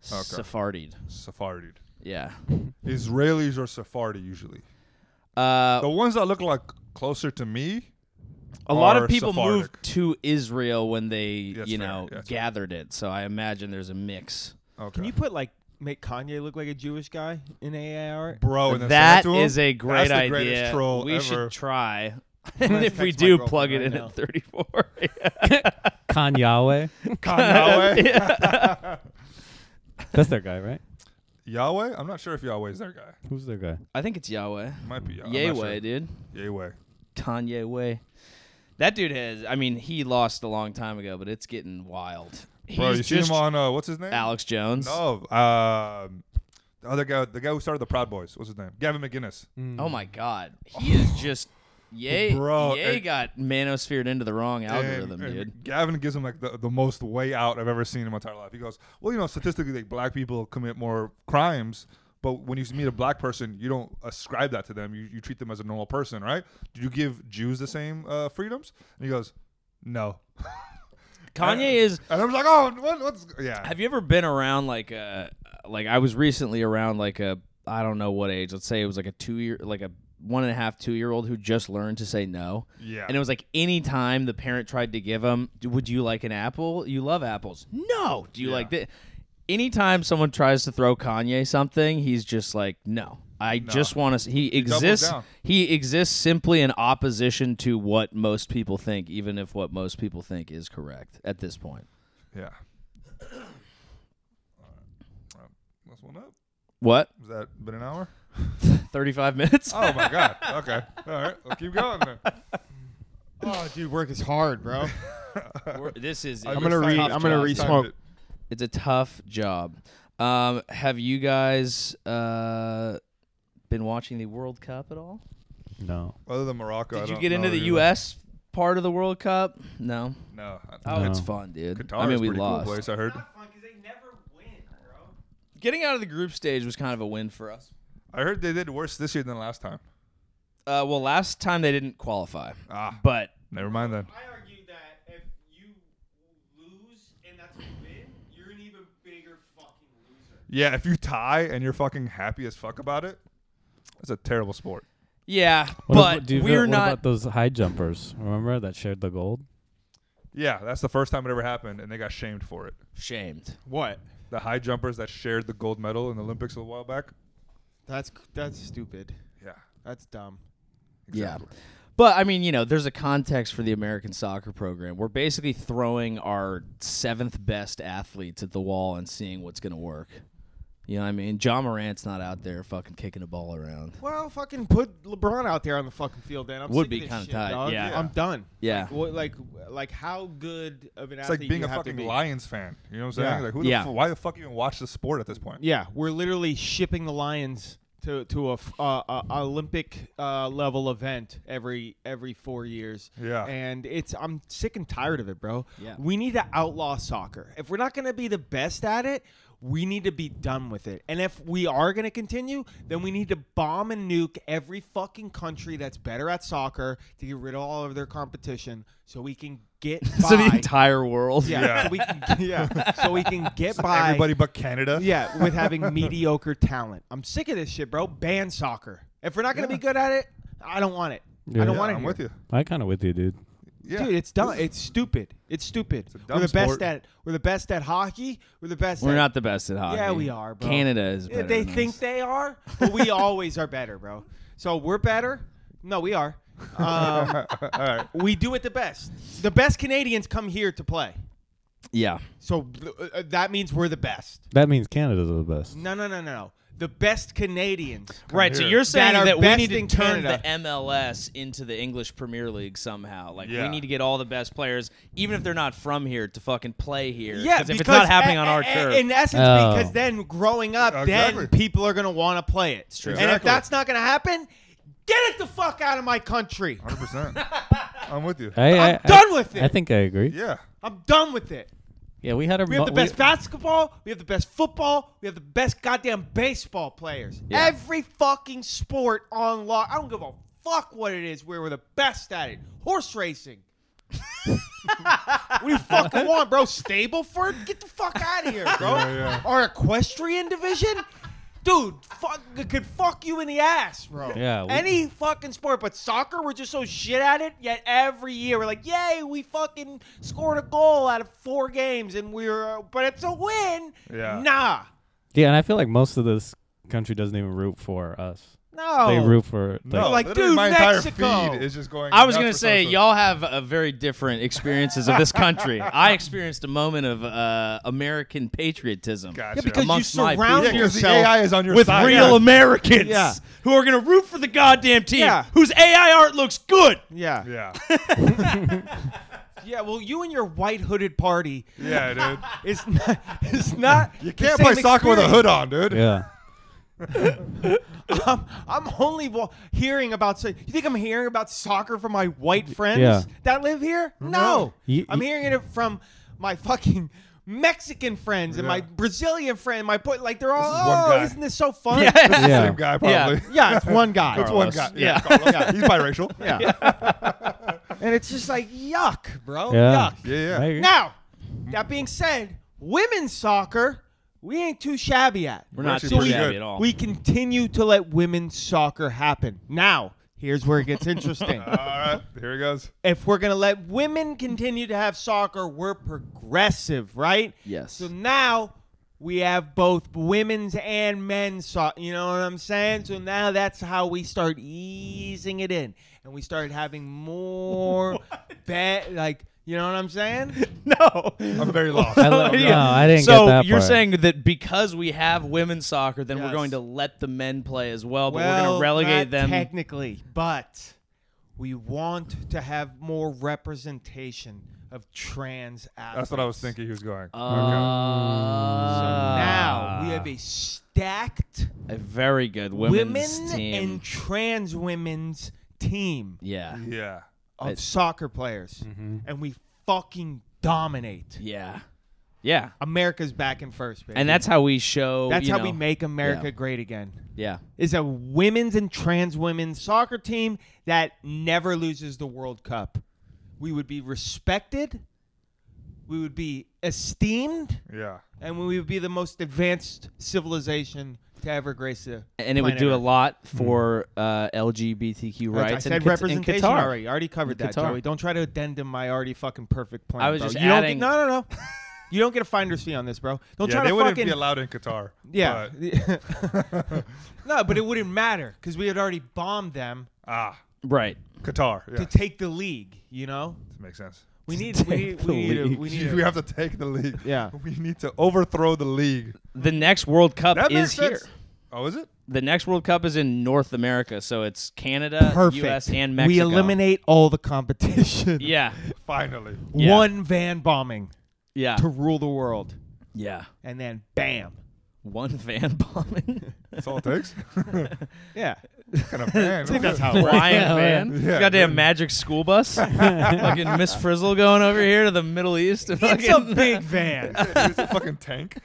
[SPEAKER 2] Sephardied.
[SPEAKER 3] Sephardi.
[SPEAKER 2] Yeah.
[SPEAKER 3] Israelis are Sephardi usually.
[SPEAKER 2] Uh,
[SPEAKER 3] The ones that look like closer to me.
[SPEAKER 2] a lot
[SPEAKER 3] are
[SPEAKER 2] of people
[SPEAKER 3] Sephardic.
[SPEAKER 2] moved to Israel when they,
[SPEAKER 3] That's
[SPEAKER 2] you
[SPEAKER 3] fair.
[SPEAKER 2] know,
[SPEAKER 3] Yeah, that's fair.
[SPEAKER 2] gathered it. So I imagine there's a mix.
[SPEAKER 3] Okay.
[SPEAKER 1] Can you put like make Kanye look like a Jewish guy in AAR?
[SPEAKER 3] bro? Oh, And then
[SPEAKER 2] that
[SPEAKER 3] send it to 'em?
[SPEAKER 2] is a great
[SPEAKER 3] That's the greatest
[SPEAKER 2] idea.
[SPEAKER 3] troll
[SPEAKER 2] we
[SPEAKER 3] ever.
[SPEAKER 2] should try. And if we
[SPEAKER 1] text my
[SPEAKER 2] do,
[SPEAKER 1] girlfriend
[SPEAKER 2] plug it
[SPEAKER 1] right
[SPEAKER 2] in
[SPEAKER 1] now.
[SPEAKER 2] at 34.
[SPEAKER 4] Kanye.
[SPEAKER 3] Kanye.
[SPEAKER 2] Yeah.
[SPEAKER 4] That's their guy, right?
[SPEAKER 3] Yahweh? I'm not sure if Yahweh is their guy.
[SPEAKER 4] Who's their guy?
[SPEAKER 2] I think it's Yahweh.
[SPEAKER 3] Might be Yahweh.
[SPEAKER 2] Yahweh, dude.
[SPEAKER 3] Yahweh.
[SPEAKER 2] Kanye Way. That dude has. I mean, he lost a long time ago, but it's getting wild.
[SPEAKER 3] Bro,
[SPEAKER 2] He's
[SPEAKER 3] you see him
[SPEAKER 2] just
[SPEAKER 3] on uh, what's his name?
[SPEAKER 2] Alex Jones.
[SPEAKER 3] No, um, the other guy, the guy who started the Proud Boys. What's his name? Gavin McGinnis.
[SPEAKER 2] Oh my God, he is just. Yay,
[SPEAKER 3] Bro,
[SPEAKER 2] yay
[SPEAKER 3] it-
[SPEAKER 2] got manosphered into the wrong algorithm,
[SPEAKER 3] And-
[SPEAKER 2] dude.
[SPEAKER 3] and Gavin gives him like the, the most way out I've ever seen in my entire life. He goes, well, you know, statistically, like black people commit more crimes, but when you meet a black person, you don't ascribe that to them. You, you treat them as a normal person, right? Do you give Jews the same uh, freedoms? And he goes, no.
[SPEAKER 2] Kanye is.
[SPEAKER 3] And I was like, oh, what, what's yeah?
[SPEAKER 2] Have you ever been around like a like I was recently around like a I don't know what age. Let's say it was like a two year like a one and a half two year old who just learned to say no.
[SPEAKER 3] Yeah.
[SPEAKER 2] And it was like any time the parent tried to give him, "D- would you like an apple? You love apples. No. Do you like that? Anytime someone tries to throw Kanye something, he's just like, no. I just want to. He
[SPEAKER 3] doubles
[SPEAKER 2] exists.
[SPEAKER 3] down.
[SPEAKER 2] He exists simply in opposition to what most people think, even if what most people think is correct at this point.
[SPEAKER 3] Yeah. All right. Um, Last one up.
[SPEAKER 2] What?
[SPEAKER 3] Has that been an hour?
[SPEAKER 2] 35 minutes?
[SPEAKER 3] Oh my god. Okay. All right. Well, keep going. Then.
[SPEAKER 1] Oh, dude, work is hard, bro.
[SPEAKER 2] We're- this is
[SPEAKER 1] I'm
[SPEAKER 2] it's
[SPEAKER 1] gonna
[SPEAKER 2] a
[SPEAKER 1] re-
[SPEAKER 2] tough
[SPEAKER 1] I'm gonna
[SPEAKER 2] job.
[SPEAKER 1] re-
[SPEAKER 3] Timed
[SPEAKER 1] smoke.
[SPEAKER 3] it.
[SPEAKER 2] It's a tough job. Um, have you guys uh, been watching the World Cup at all?
[SPEAKER 4] No.
[SPEAKER 3] Other than Morocco, I
[SPEAKER 2] Did you
[SPEAKER 3] don't
[SPEAKER 2] get into
[SPEAKER 3] know
[SPEAKER 2] the
[SPEAKER 3] either.
[SPEAKER 2] U.S. part of the World Cup? No,
[SPEAKER 3] No. I-
[SPEAKER 2] oh,
[SPEAKER 4] No.
[SPEAKER 2] it's fun, dude.
[SPEAKER 3] Qatar
[SPEAKER 2] I mean,
[SPEAKER 3] is
[SPEAKER 2] we
[SPEAKER 3] pretty cool
[SPEAKER 2] lost.
[SPEAKER 3] place. I heard.
[SPEAKER 2] Getting out of the group stage was kind of a win for us.
[SPEAKER 3] I heard they did worse this year than last time.
[SPEAKER 2] Uh, well, last time they didn't qualify,
[SPEAKER 3] Ah,
[SPEAKER 2] but
[SPEAKER 3] never mind then.
[SPEAKER 1] I argue that if you lose and that's a win, you're an even bigger fucking loser.
[SPEAKER 3] Yeah, if you tie and you're fucking happy as fuck about it, that's a terrible sport.
[SPEAKER 2] yeah,
[SPEAKER 4] What ab-
[SPEAKER 2] but
[SPEAKER 4] do you feel-
[SPEAKER 2] we're
[SPEAKER 4] what
[SPEAKER 2] not.
[SPEAKER 4] about those high jumpers. Remember that shared the gold?
[SPEAKER 3] Yeah, that's the first time it ever happened, and they got shamed for it.
[SPEAKER 2] shamed.
[SPEAKER 1] What?
[SPEAKER 3] The high jumpers that shared the gold medal in the Olympics a while back.
[SPEAKER 1] That's that's stupid.
[SPEAKER 3] Yeah.
[SPEAKER 1] That's dumb.
[SPEAKER 2] Yeah. But I mean, you know, there's a context for the American soccer program. We're basically throwing our seventh best athletes at the wall and seeing what's going to work. You know what I mean? John Morant's not out there fucking kicking a ball around.
[SPEAKER 1] Well, fucking put LeBron out there on the fucking field. Then I'm
[SPEAKER 2] Would
[SPEAKER 1] sick
[SPEAKER 2] be
[SPEAKER 1] of this
[SPEAKER 2] kinda
[SPEAKER 1] shit,
[SPEAKER 2] tight,
[SPEAKER 1] dog.
[SPEAKER 2] yeah.
[SPEAKER 1] I'm done.
[SPEAKER 2] Yeah.
[SPEAKER 1] Like, what, like, like how good of an
[SPEAKER 3] It's
[SPEAKER 1] athlete
[SPEAKER 3] like being
[SPEAKER 1] you
[SPEAKER 3] a
[SPEAKER 1] have to
[SPEAKER 3] fucking
[SPEAKER 1] be.
[SPEAKER 3] Lions fan. You know what I'm saying?
[SPEAKER 1] Yeah.
[SPEAKER 3] Like, who the
[SPEAKER 2] Yeah.
[SPEAKER 3] fu- why the fuck even watch the sport at this point?
[SPEAKER 1] Yeah, we're literally shipping the Lions to to a, f- uh, a- a Olympic uh, level event every every four years.
[SPEAKER 3] Yeah.
[SPEAKER 1] and it's I'm sick and tired of it, bro.
[SPEAKER 2] Yeah.
[SPEAKER 1] we need to outlaw soccer. If we're not gonna be the best at it, we need to be done with it. And if we are gonna continue, then we need to bomb and nuke every fucking country that's better at soccer to get rid of all of their competition, so we can get by.
[SPEAKER 2] So the entire world.
[SPEAKER 1] yeah,
[SPEAKER 3] Yeah.
[SPEAKER 1] So we can, yeah, so we can get by.
[SPEAKER 3] Everybody but Canada.
[SPEAKER 1] Yeah, with having mediocre talent. I'm sick of this shit, bro. Ban soccer. If we're not gonna be good at it, I don't want it. I
[SPEAKER 4] Yeah.
[SPEAKER 1] don't
[SPEAKER 3] Yeah,
[SPEAKER 1] want it.
[SPEAKER 3] I'm
[SPEAKER 1] here.
[SPEAKER 3] with you.
[SPEAKER 4] I kind of with you, dude.
[SPEAKER 3] Yeah.
[SPEAKER 1] Dude, it's dumb. It's stupid. It's stupid.
[SPEAKER 3] a dumb
[SPEAKER 1] we're the best
[SPEAKER 3] sport.
[SPEAKER 1] at we're the best at hockey. We're the best
[SPEAKER 2] We're
[SPEAKER 1] at
[SPEAKER 2] not the best at hockey.
[SPEAKER 1] Yeah, we are, bro.
[SPEAKER 2] Canada is
[SPEAKER 1] Yeah,
[SPEAKER 2] better.
[SPEAKER 1] They
[SPEAKER 2] than
[SPEAKER 1] think
[SPEAKER 2] us.
[SPEAKER 1] they are, but we always are better, bro. So we're better. No, we are. Um,
[SPEAKER 3] All right.
[SPEAKER 1] we do it the best. The best Canadians come here to play.
[SPEAKER 2] Yeah.
[SPEAKER 1] So uh, that means we're the best.
[SPEAKER 4] That means Canada's the best.
[SPEAKER 1] No, no, no, no, no. The best Canadians.
[SPEAKER 2] Right, so
[SPEAKER 3] here.
[SPEAKER 2] you're saying
[SPEAKER 1] are
[SPEAKER 2] that, we
[SPEAKER 1] best
[SPEAKER 2] need to
[SPEAKER 1] in
[SPEAKER 2] turn
[SPEAKER 1] Canada.
[SPEAKER 2] the MLS into the English Premier League somehow. Like
[SPEAKER 3] Yeah.
[SPEAKER 2] we need to get all the best players, even if they're not from here, to fucking play here.
[SPEAKER 1] Yeah,
[SPEAKER 2] if it's not happening
[SPEAKER 1] a-
[SPEAKER 2] on our
[SPEAKER 1] a-
[SPEAKER 2] turf,
[SPEAKER 1] In essence,
[SPEAKER 4] Oh.
[SPEAKER 1] because then growing up,
[SPEAKER 3] Exactly.
[SPEAKER 1] then people are gonna want to play it.
[SPEAKER 2] true.
[SPEAKER 1] And if
[SPEAKER 3] Exactly.
[SPEAKER 1] that's not gonna happen, get it the fuck out of my country.
[SPEAKER 3] 100%. I'm with you.
[SPEAKER 4] I,
[SPEAKER 1] I'm
[SPEAKER 4] I- I-
[SPEAKER 1] done with it.
[SPEAKER 4] I think I agree. Yeah,
[SPEAKER 3] Yeah.
[SPEAKER 1] I'm done with it.
[SPEAKER 4] we had a.
[SPEAKER 1] We have the best basketball. We have the best football. We have the best goddamn baseball players.
[SPEAKER 2] Yeah.
[SPEAKER 1] Every fucking sport on law. I don't give a fuck what it is. Where we're the best at it. Horse racing. we fucking want, bro. Stableford, get the fuck out of here, bro.
[SPEAKER 3] Yeah, yeah.
[SPEAKER 1] Our equestrian division, dude, fuck, it could fuck you in the ass, bro.
[SPEAKER 4] Yeah, we-
[SPEAKER 1] Any fucking sport, but soccer, we're just so shit at it. Yet every year we're like, yay, we fucking scored a goal out of four games, and we're, but it's a win.
[SPEAKER 3] Yeah.
[SPEAKER 1] Nah.
[SPEAKER 4] yeah, and I feel like most of this country doesn't even root for us.
[SPEAKER 1] No.
[SPEAKER 4] They root for.
[SPEAKER 3] No,
[SPEAKER 1] like,
[SPEAKER 4] Like,
[SPEAKER 3] literally
[SPEAKER 1] dude,
[SPEAKER 3] my
[SPEAKER 1] Mexico.
[SPEAKER 3] entire feed is just going.
[SPEAKER 2] I was
[SPEAKER 3] nuts
[SPEAKER 2] gonna
[SPEAKER 3] for
[SPEAKER 2] say
[SPEAKER 3] Sosa.
[SPEAKER 2] y'all have uh, very different experiences of this country. I experienced a moment of uh, American patriotism.
[SPEAKER 3] Gotcha.
[SPEAKER 1] Yeah, because you
[SPEAKER 2] Amongst my people.
[SPEAKER 1] surround
[SPEAKER 3] Yeah, 'cause the
[SPEAKER 1] yourself
[SPEAKER 3] AI is on your
[SPEAKER 2] with
[SPEAKER 3] side.
[SPEAKER 2] real
[SPEAKER 3] Yeah.
[SPEAKER 2] Americans
[SPEAKER 1] Yeah.
[SPEAKER 2] who are going to root for the goddamn team
[SPEAKER 1] Yeah.
[SPEAKER 2] whose AI art looks good.
[SPEAKER 1] Yeah. yeah.
[SPEAKER 3] Yeah,
[SPEAKER 1] well, you and your white hooded party
[SPEAKER 3] yeah, dude.
[SPEAKER 1] is not. It's not.
[SPEAKER 3] You can't play soccer with a hood on, dude.
[SPEAKER 4] yeah.
[SPEAKER 1] I'm, I'm only wa- hearing about. so- You think I'm hearing about soccer from my white friends
[SPEAKER 4] Yeah.
[SPEAKER 1] that live here? No,
[SPEAKER 4] You-
[SPEAKER 1] I'm
[SPEAKER 4] you-
[SPEAKER 1] hearing it from my fucking Mexican friends and my
[SPEAKER 3] Yeah.
[SPEAKER 1] Brazilian friend. My boy, like they're all.
[SPEAKER 3] is one
[SPEAKER 1] Oh,
[SPEAKER 3] guy."
[SPEAKER 1] isn't this so fun?
[SPEAKER 4] Yeah.
[SPEAKER 3] Same guy, probably.
[SPEAKER 1] Yeah, it's one guy.
[SPEAKER 3] It's one guy.
[SPEAKER 2] Yeah.
[SPEAKER 3] Yeah, Carlos. he's biracial.
[SPEAKER 1] Yeah. and it's just like yuck, bro.
[SPEAKER 4] Yeah.
[SPEAKER 1] Yuck.
[SPEAKER 3] yeah,
[SPEAKER 4] I
[SPEAKER 3] yeah.
[SPEAKER 4] agree.
[SPEAKER 1] Now, that being said, women's soccer, we ain't too shabby at.
[SPEAKER 2] We're
[SPEAKER 3] We're
[SPEAKER 2] not
[SPEAKER 3] actually
[SPEAKER 2] too
[SPEAKER 3] pretty
[SPEAKER 2] shabby
[SPEAKER 3] good.
[SPEAKER 2] at all.
[SPEAKER 1] We continue to let women's soccer happen. Now, here's where it gets interesting.
[SPEAKER 3] All right, here he goes.
[SPEAKER 1] if we're going to let women continue to have soccer, we're progressive, right?
[SPEAKER 2] Yes.
[SPEAKER 1] So now we have both women's and men's soccer. You know what I'm saying? So now that's how we start easing it in. And we start having more bet, like, you know what I'm saying?
[SPEAKER 2] no.
[SPEAKER 3] I'm very lost.
[SPEAKER 4] I lo-
[SPEAKER 2] Yeah.
[SPEAKER 4] No, I didn't
[SPEAKER 2] so
[SPEAKER 4] get that.
[SPEAKER 2] you're
[SPEAKER 4] part.
[SPEAKER 2] saying that because we have women's soccer, then we're
[SPEAKER 1] Yes.
[SPEAKER 2] going to let the men play as well, but we're
[SPEAKER 1] well,
[SPEAKER 2] going to relegate
[SPEAKER 1] not
[SPEAKER 2] them.
[SPEAKER 1] technically, but we want to have more representation of trans athletes.
[SPEAKER 3] That's what I was thinking he was going.
[SPEAKER 2] Uh,
[SPEAKER 1] So
[SPEAKER 2] Ah.
[SPEAKER 1] now we have a stacked
[SPEAKER 2] a very good women's
[SPEAKER 1] women
[SPEAKER 2] team.
[SPEAKER 1] and trans women's team
[SPEAKER 2] yeah.
[SPEAKER 3] okay. Yeah.
[SPEAKER 1] of soccer players, and we fucking dominate.
[SPEAKER 2] Yeah. Yeah.
[SPEAKER 1] America's back in first, baby.
[SPEAKER 2] And that's how we show.
[SPEAKER 1] that's
[SPEAKER 2] you
[SPEAKER 1] how
[SPEAKER 2] know-
[SPEAKER 1] we make America
[SPEAKER 2] yeah.
[SPEAKER 1] great again.
[SPEAKER 2] Yeah.
[SPEAKER 1] is a women's and trans women's soccer team that never loses the World Cup. We would be respected, we would be esteemed,
[SPEAKER 3] Yeah.
[SPEAKER 1] and we would be the most advanced civilization to ever grace the.
[SPEAKER 2] and it would
[SPEAKER 1] planet
[SPEAKER 2] do a
[SPEAKER 1] Earth.
[SPEAKER 2] lot for uh, LGBTQ
[SPEAKER 1] Like,
[SPEAKER 2] rights.
[SPEAKER 1] I Mm-hmm. said
[SPEAKER 2] in Qat- in
[SPEAKER 1] representation
[SPEAKER 2] Qatar.
[SPEAKER 1] already. I already covered
[SPEAKER 2] In
[SPEAKER 1] that,
[SPEAKER 2] Qatar.
[SPEAKER 1] Joey. Don't try to addendum my already fucking perfect plan.
[SPEAKER 2] I was
[SPEAKER 1] bro.
[SPEAKER 2] just
[SPEAKER 1] you don't
[SPEAKER 2] adding-
[SPEAKER 1] get, no, no, no. you don't get a finder's fee on this, bro. Don't
[SPEAKER 3] Yeah,
[SPEAKER 1] try
[SPEAKER 3] they
[SPEAKER 1] to
[SPEAKER 3] wouldn't
[SPEAKER 1] fucking
[SPEAKER 3] be allowed in Qatar.
[SPEAKER 1] yeah.
[SPEAKER 3] but-
[SPEAKER 1] no, but it wouldn't matter because we had already bombed them
[SPEAKER 3] ah,
[SPEAKER 2] Right.
[SPEAKER 3] Qatar. Yeah.
[SPEAKER 1] to take the league. You know,
[SPEAKER 3] makes sense.
[SPEAKER 1] we need we need we need, a, we need
[SPEAKER 3] we
[SPEAKER 1] a-
[SPEAKER 3] have to take the league.
[SPEAKER 1] Yeah.
[SPEAKER 3] We need to overthrow the league.
[SPEAKER 2] The next World Cup
[SPEAKER 3] That
[SPEAKER 2] is
[SPEAKER 3] makes
[SPEAKER 2] here.
[SPEAKER 3] sense. Oh, is it?
[SPEAKER 2] The next World Cup is in North America, so it's Canada,
[SPEAKER 1] perfect.
[SPEAKER 2] U.S., Uh, and Mexico.
[SPEAKER 1] We eliminate all the competition.
[SPEAKER 2] Yeah.
[SPEAKER 3] Finally.
[SPEAKER 2] Yeah.
[SPEAKER 1] One van bombing
[SPEAKER 2] Yeah.
[SPEAKER 1] to rule the world,
[SPEAKER 2] Yeah.
[SPEAKER 1] and then bam.
[SPEAKER 2] One van bombing.
[SPEAKER 3] That's all it takes.
[SPEAKER 1] Yeah,
[SPEAKER 3] kind of man.
[SPEAKER 1] I think that's how it works.
[SPEAKER 2] Flying van.
[SPEAKER 3] Yeah,
[SPEAKER 2] Goddamn
[SPEAKER 3] dude.
[SPEAKER 2] magic school bus. Fucking Miss Frizzle going over here to the Middle East. and
[SPEAKER 1] It's a
[SPEAKER 2] fucking-
[SPEAKER 1] big van.
[SPEAKER 3] it's a fucking tank.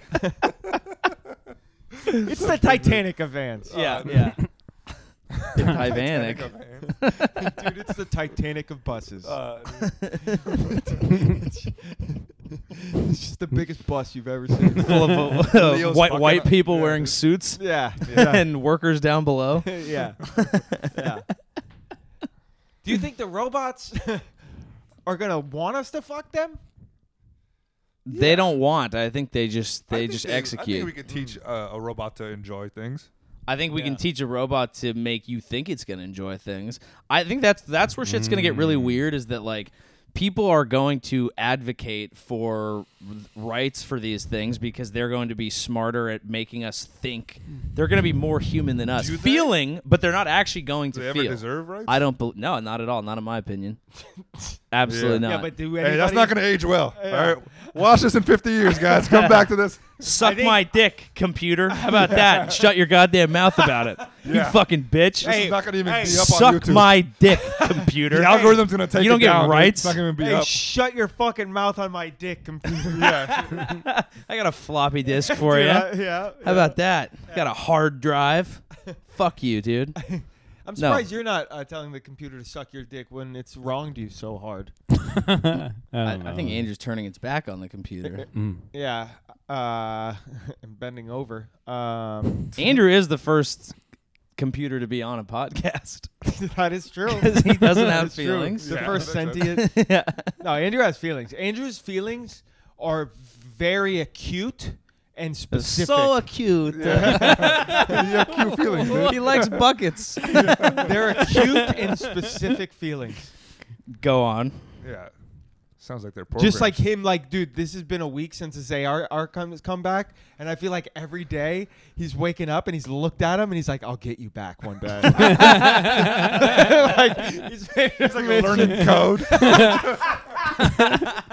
[SPEAKER 1] It's the Titanic of vans.
[SPEAKER 2] Yeah. Yeah. Titanic.
[SPEAKER 3] Like a van.
[SPEAKER 1] dude, it's the Titanic of buses.
[SPEAKER 3] Uh,
[SPEAKER 1] it's just the biggest bus you've ever seen.
[SPEAKER 2] Full of uh,
[SPEAKER 3] Leo's
[SPEAKER 2] white
[SPEAKER 3] fucking
[SPEAKER 2] white
[SPEAKER 3] up.
[SPEAKER 2] people
[SPEAKER 3] Yeah,
[SPEAKER 2] wearing
[SPEAKER 3] dude.
[SPEAKER 2] suits.
[SPEAKER 1] yeah,
[SPEAKER 2] and workers down below.
[SPEAKER 1] yeah, yeah. Do you think the robots are gonna want us to fuck them?
[SPEAKER 2] They don't want. I think they just
[SPEAKER 3] I
[SPEAKER 2] they
[SPEAKER 3] think
[SPEAKER 2] just
[SPEAKER 3] that- I
[SPEAKER 2] execute.
[SPEAKER 3] think we could teach uh, a robot to enjoy things.
[SPEAKER 2] can teach a robot to make you think it's gonna enjoy things. I think that's that's where shit's gonna get really
[SPEAKER 3] Mm.
[SPEAKER 2] weird. Is that like people are going to advocate for r- rights for these things because they're going to be smarter at making us think. They're going to be more human than us,
[SPEAKER 3] Do they?
[SPEAKER 2] feeling, but they're not actually going to
[SPEAKER 3] Do they
[SPEAKER 2] feel.
[SPEAKER 3] ever deserve rights?
[SPEAKER 2] I don't. bel no, not at all. Not in my opinion. Absolutely not.
[SPEAKER 1] Yeah, but do anybody?
[SPEAKER 3] Hey, that's not going to age well. All right, watch this in 50 years, guys. Come back to this.
[SPEAKER 2] Suck
[SPEAKER 1] I think-
[SPEAKER 2] my dick, computer. How about that? Shut your goddamn mouth about it. You
[SPEAKER 3] Yeah.
[SPEAKER 2] fucking bitch.
[SPEAKER 3] This is not going to even
[SPEAKER 1] hey,
[SPEAKER 3] be up on
[SPEAKER 2] Suck
[SPEAKER 3] YouTube.
[SPEAKER 2] my dick, computer.
[SPEAKER 3] the algorithm's going to take
[SPEAKER 2] You don't
[SPEAKER 3] it
[SPEAKER 2] get
[SPEAKER 3] down, dude.
[SPEAKER 2] rights?
[SPEAKER 3] It's not going to even be
[SPEAKER 1] Hey,
[SPEAKER 3] up.
[SPEAKER 1] shut your fucking mouth on my dick, computer.
[SPEAKER 3] yeah.
[SPEAKER 2] I got a floppy disk for you.
[SPEAKER 1] yeah,
[SPEAKER 2] How
[SPEAKER 1] yeah.
[SPEAKER 2] about that? Got a hard drive. Fuck you, dude.
[SPEAKER 1] I'm
[SPEAKER 2] No.
[SPEAKER 1] surprised you're not uh, telling the computer to suck your dick when it's wronged you so hard.
[SPEAKER 2] I, I think Andrew's turning its back on the computer.
[SPEAKER 4] mm.
[SPEAKER 1] Yeah, uh, and bending over. Um,
[SPEAKER 2] Andrew is the first computer to be on a podcast
[SPEAKER 1] that is true.
[SPEAKER 2] because he doesn't have
[SPEAKER 1] It's true.
[SPEAKER 2] feelings.
[SPEAKER 1] The
[SPEAKER 3] Yeah,
[SPEAKER 1] first
[SPEAKER 3] that makes
[SPEAKER 1] sentient
[SPEAKER 2] yeah.
[SPEAKER 1] No, Andrew has feelings. Andrew's feelings are very acute and
[SPEAKER 2] It's
[SPEAKER 1] specific.
[SPEAKER 2] So acute.
[SPEAKER 3] you have cute feelings, dude.
[SPEAKER 2] he likes buckets.
[SPEAKER 1] They're acute and specific feelings.
[SPEAKER 2] Go on.
[SPEAKER 3] Yeah. Sounds like they're programmed.
[SPEAKER 1] Just like him, like, dude, this has been a week since his AR AR comes come back, and I feel like every day he's waking up and he's looked at him and he's like, "I'll get you back one day." like, he's, he's
[SPEAKER 3] like a learning code.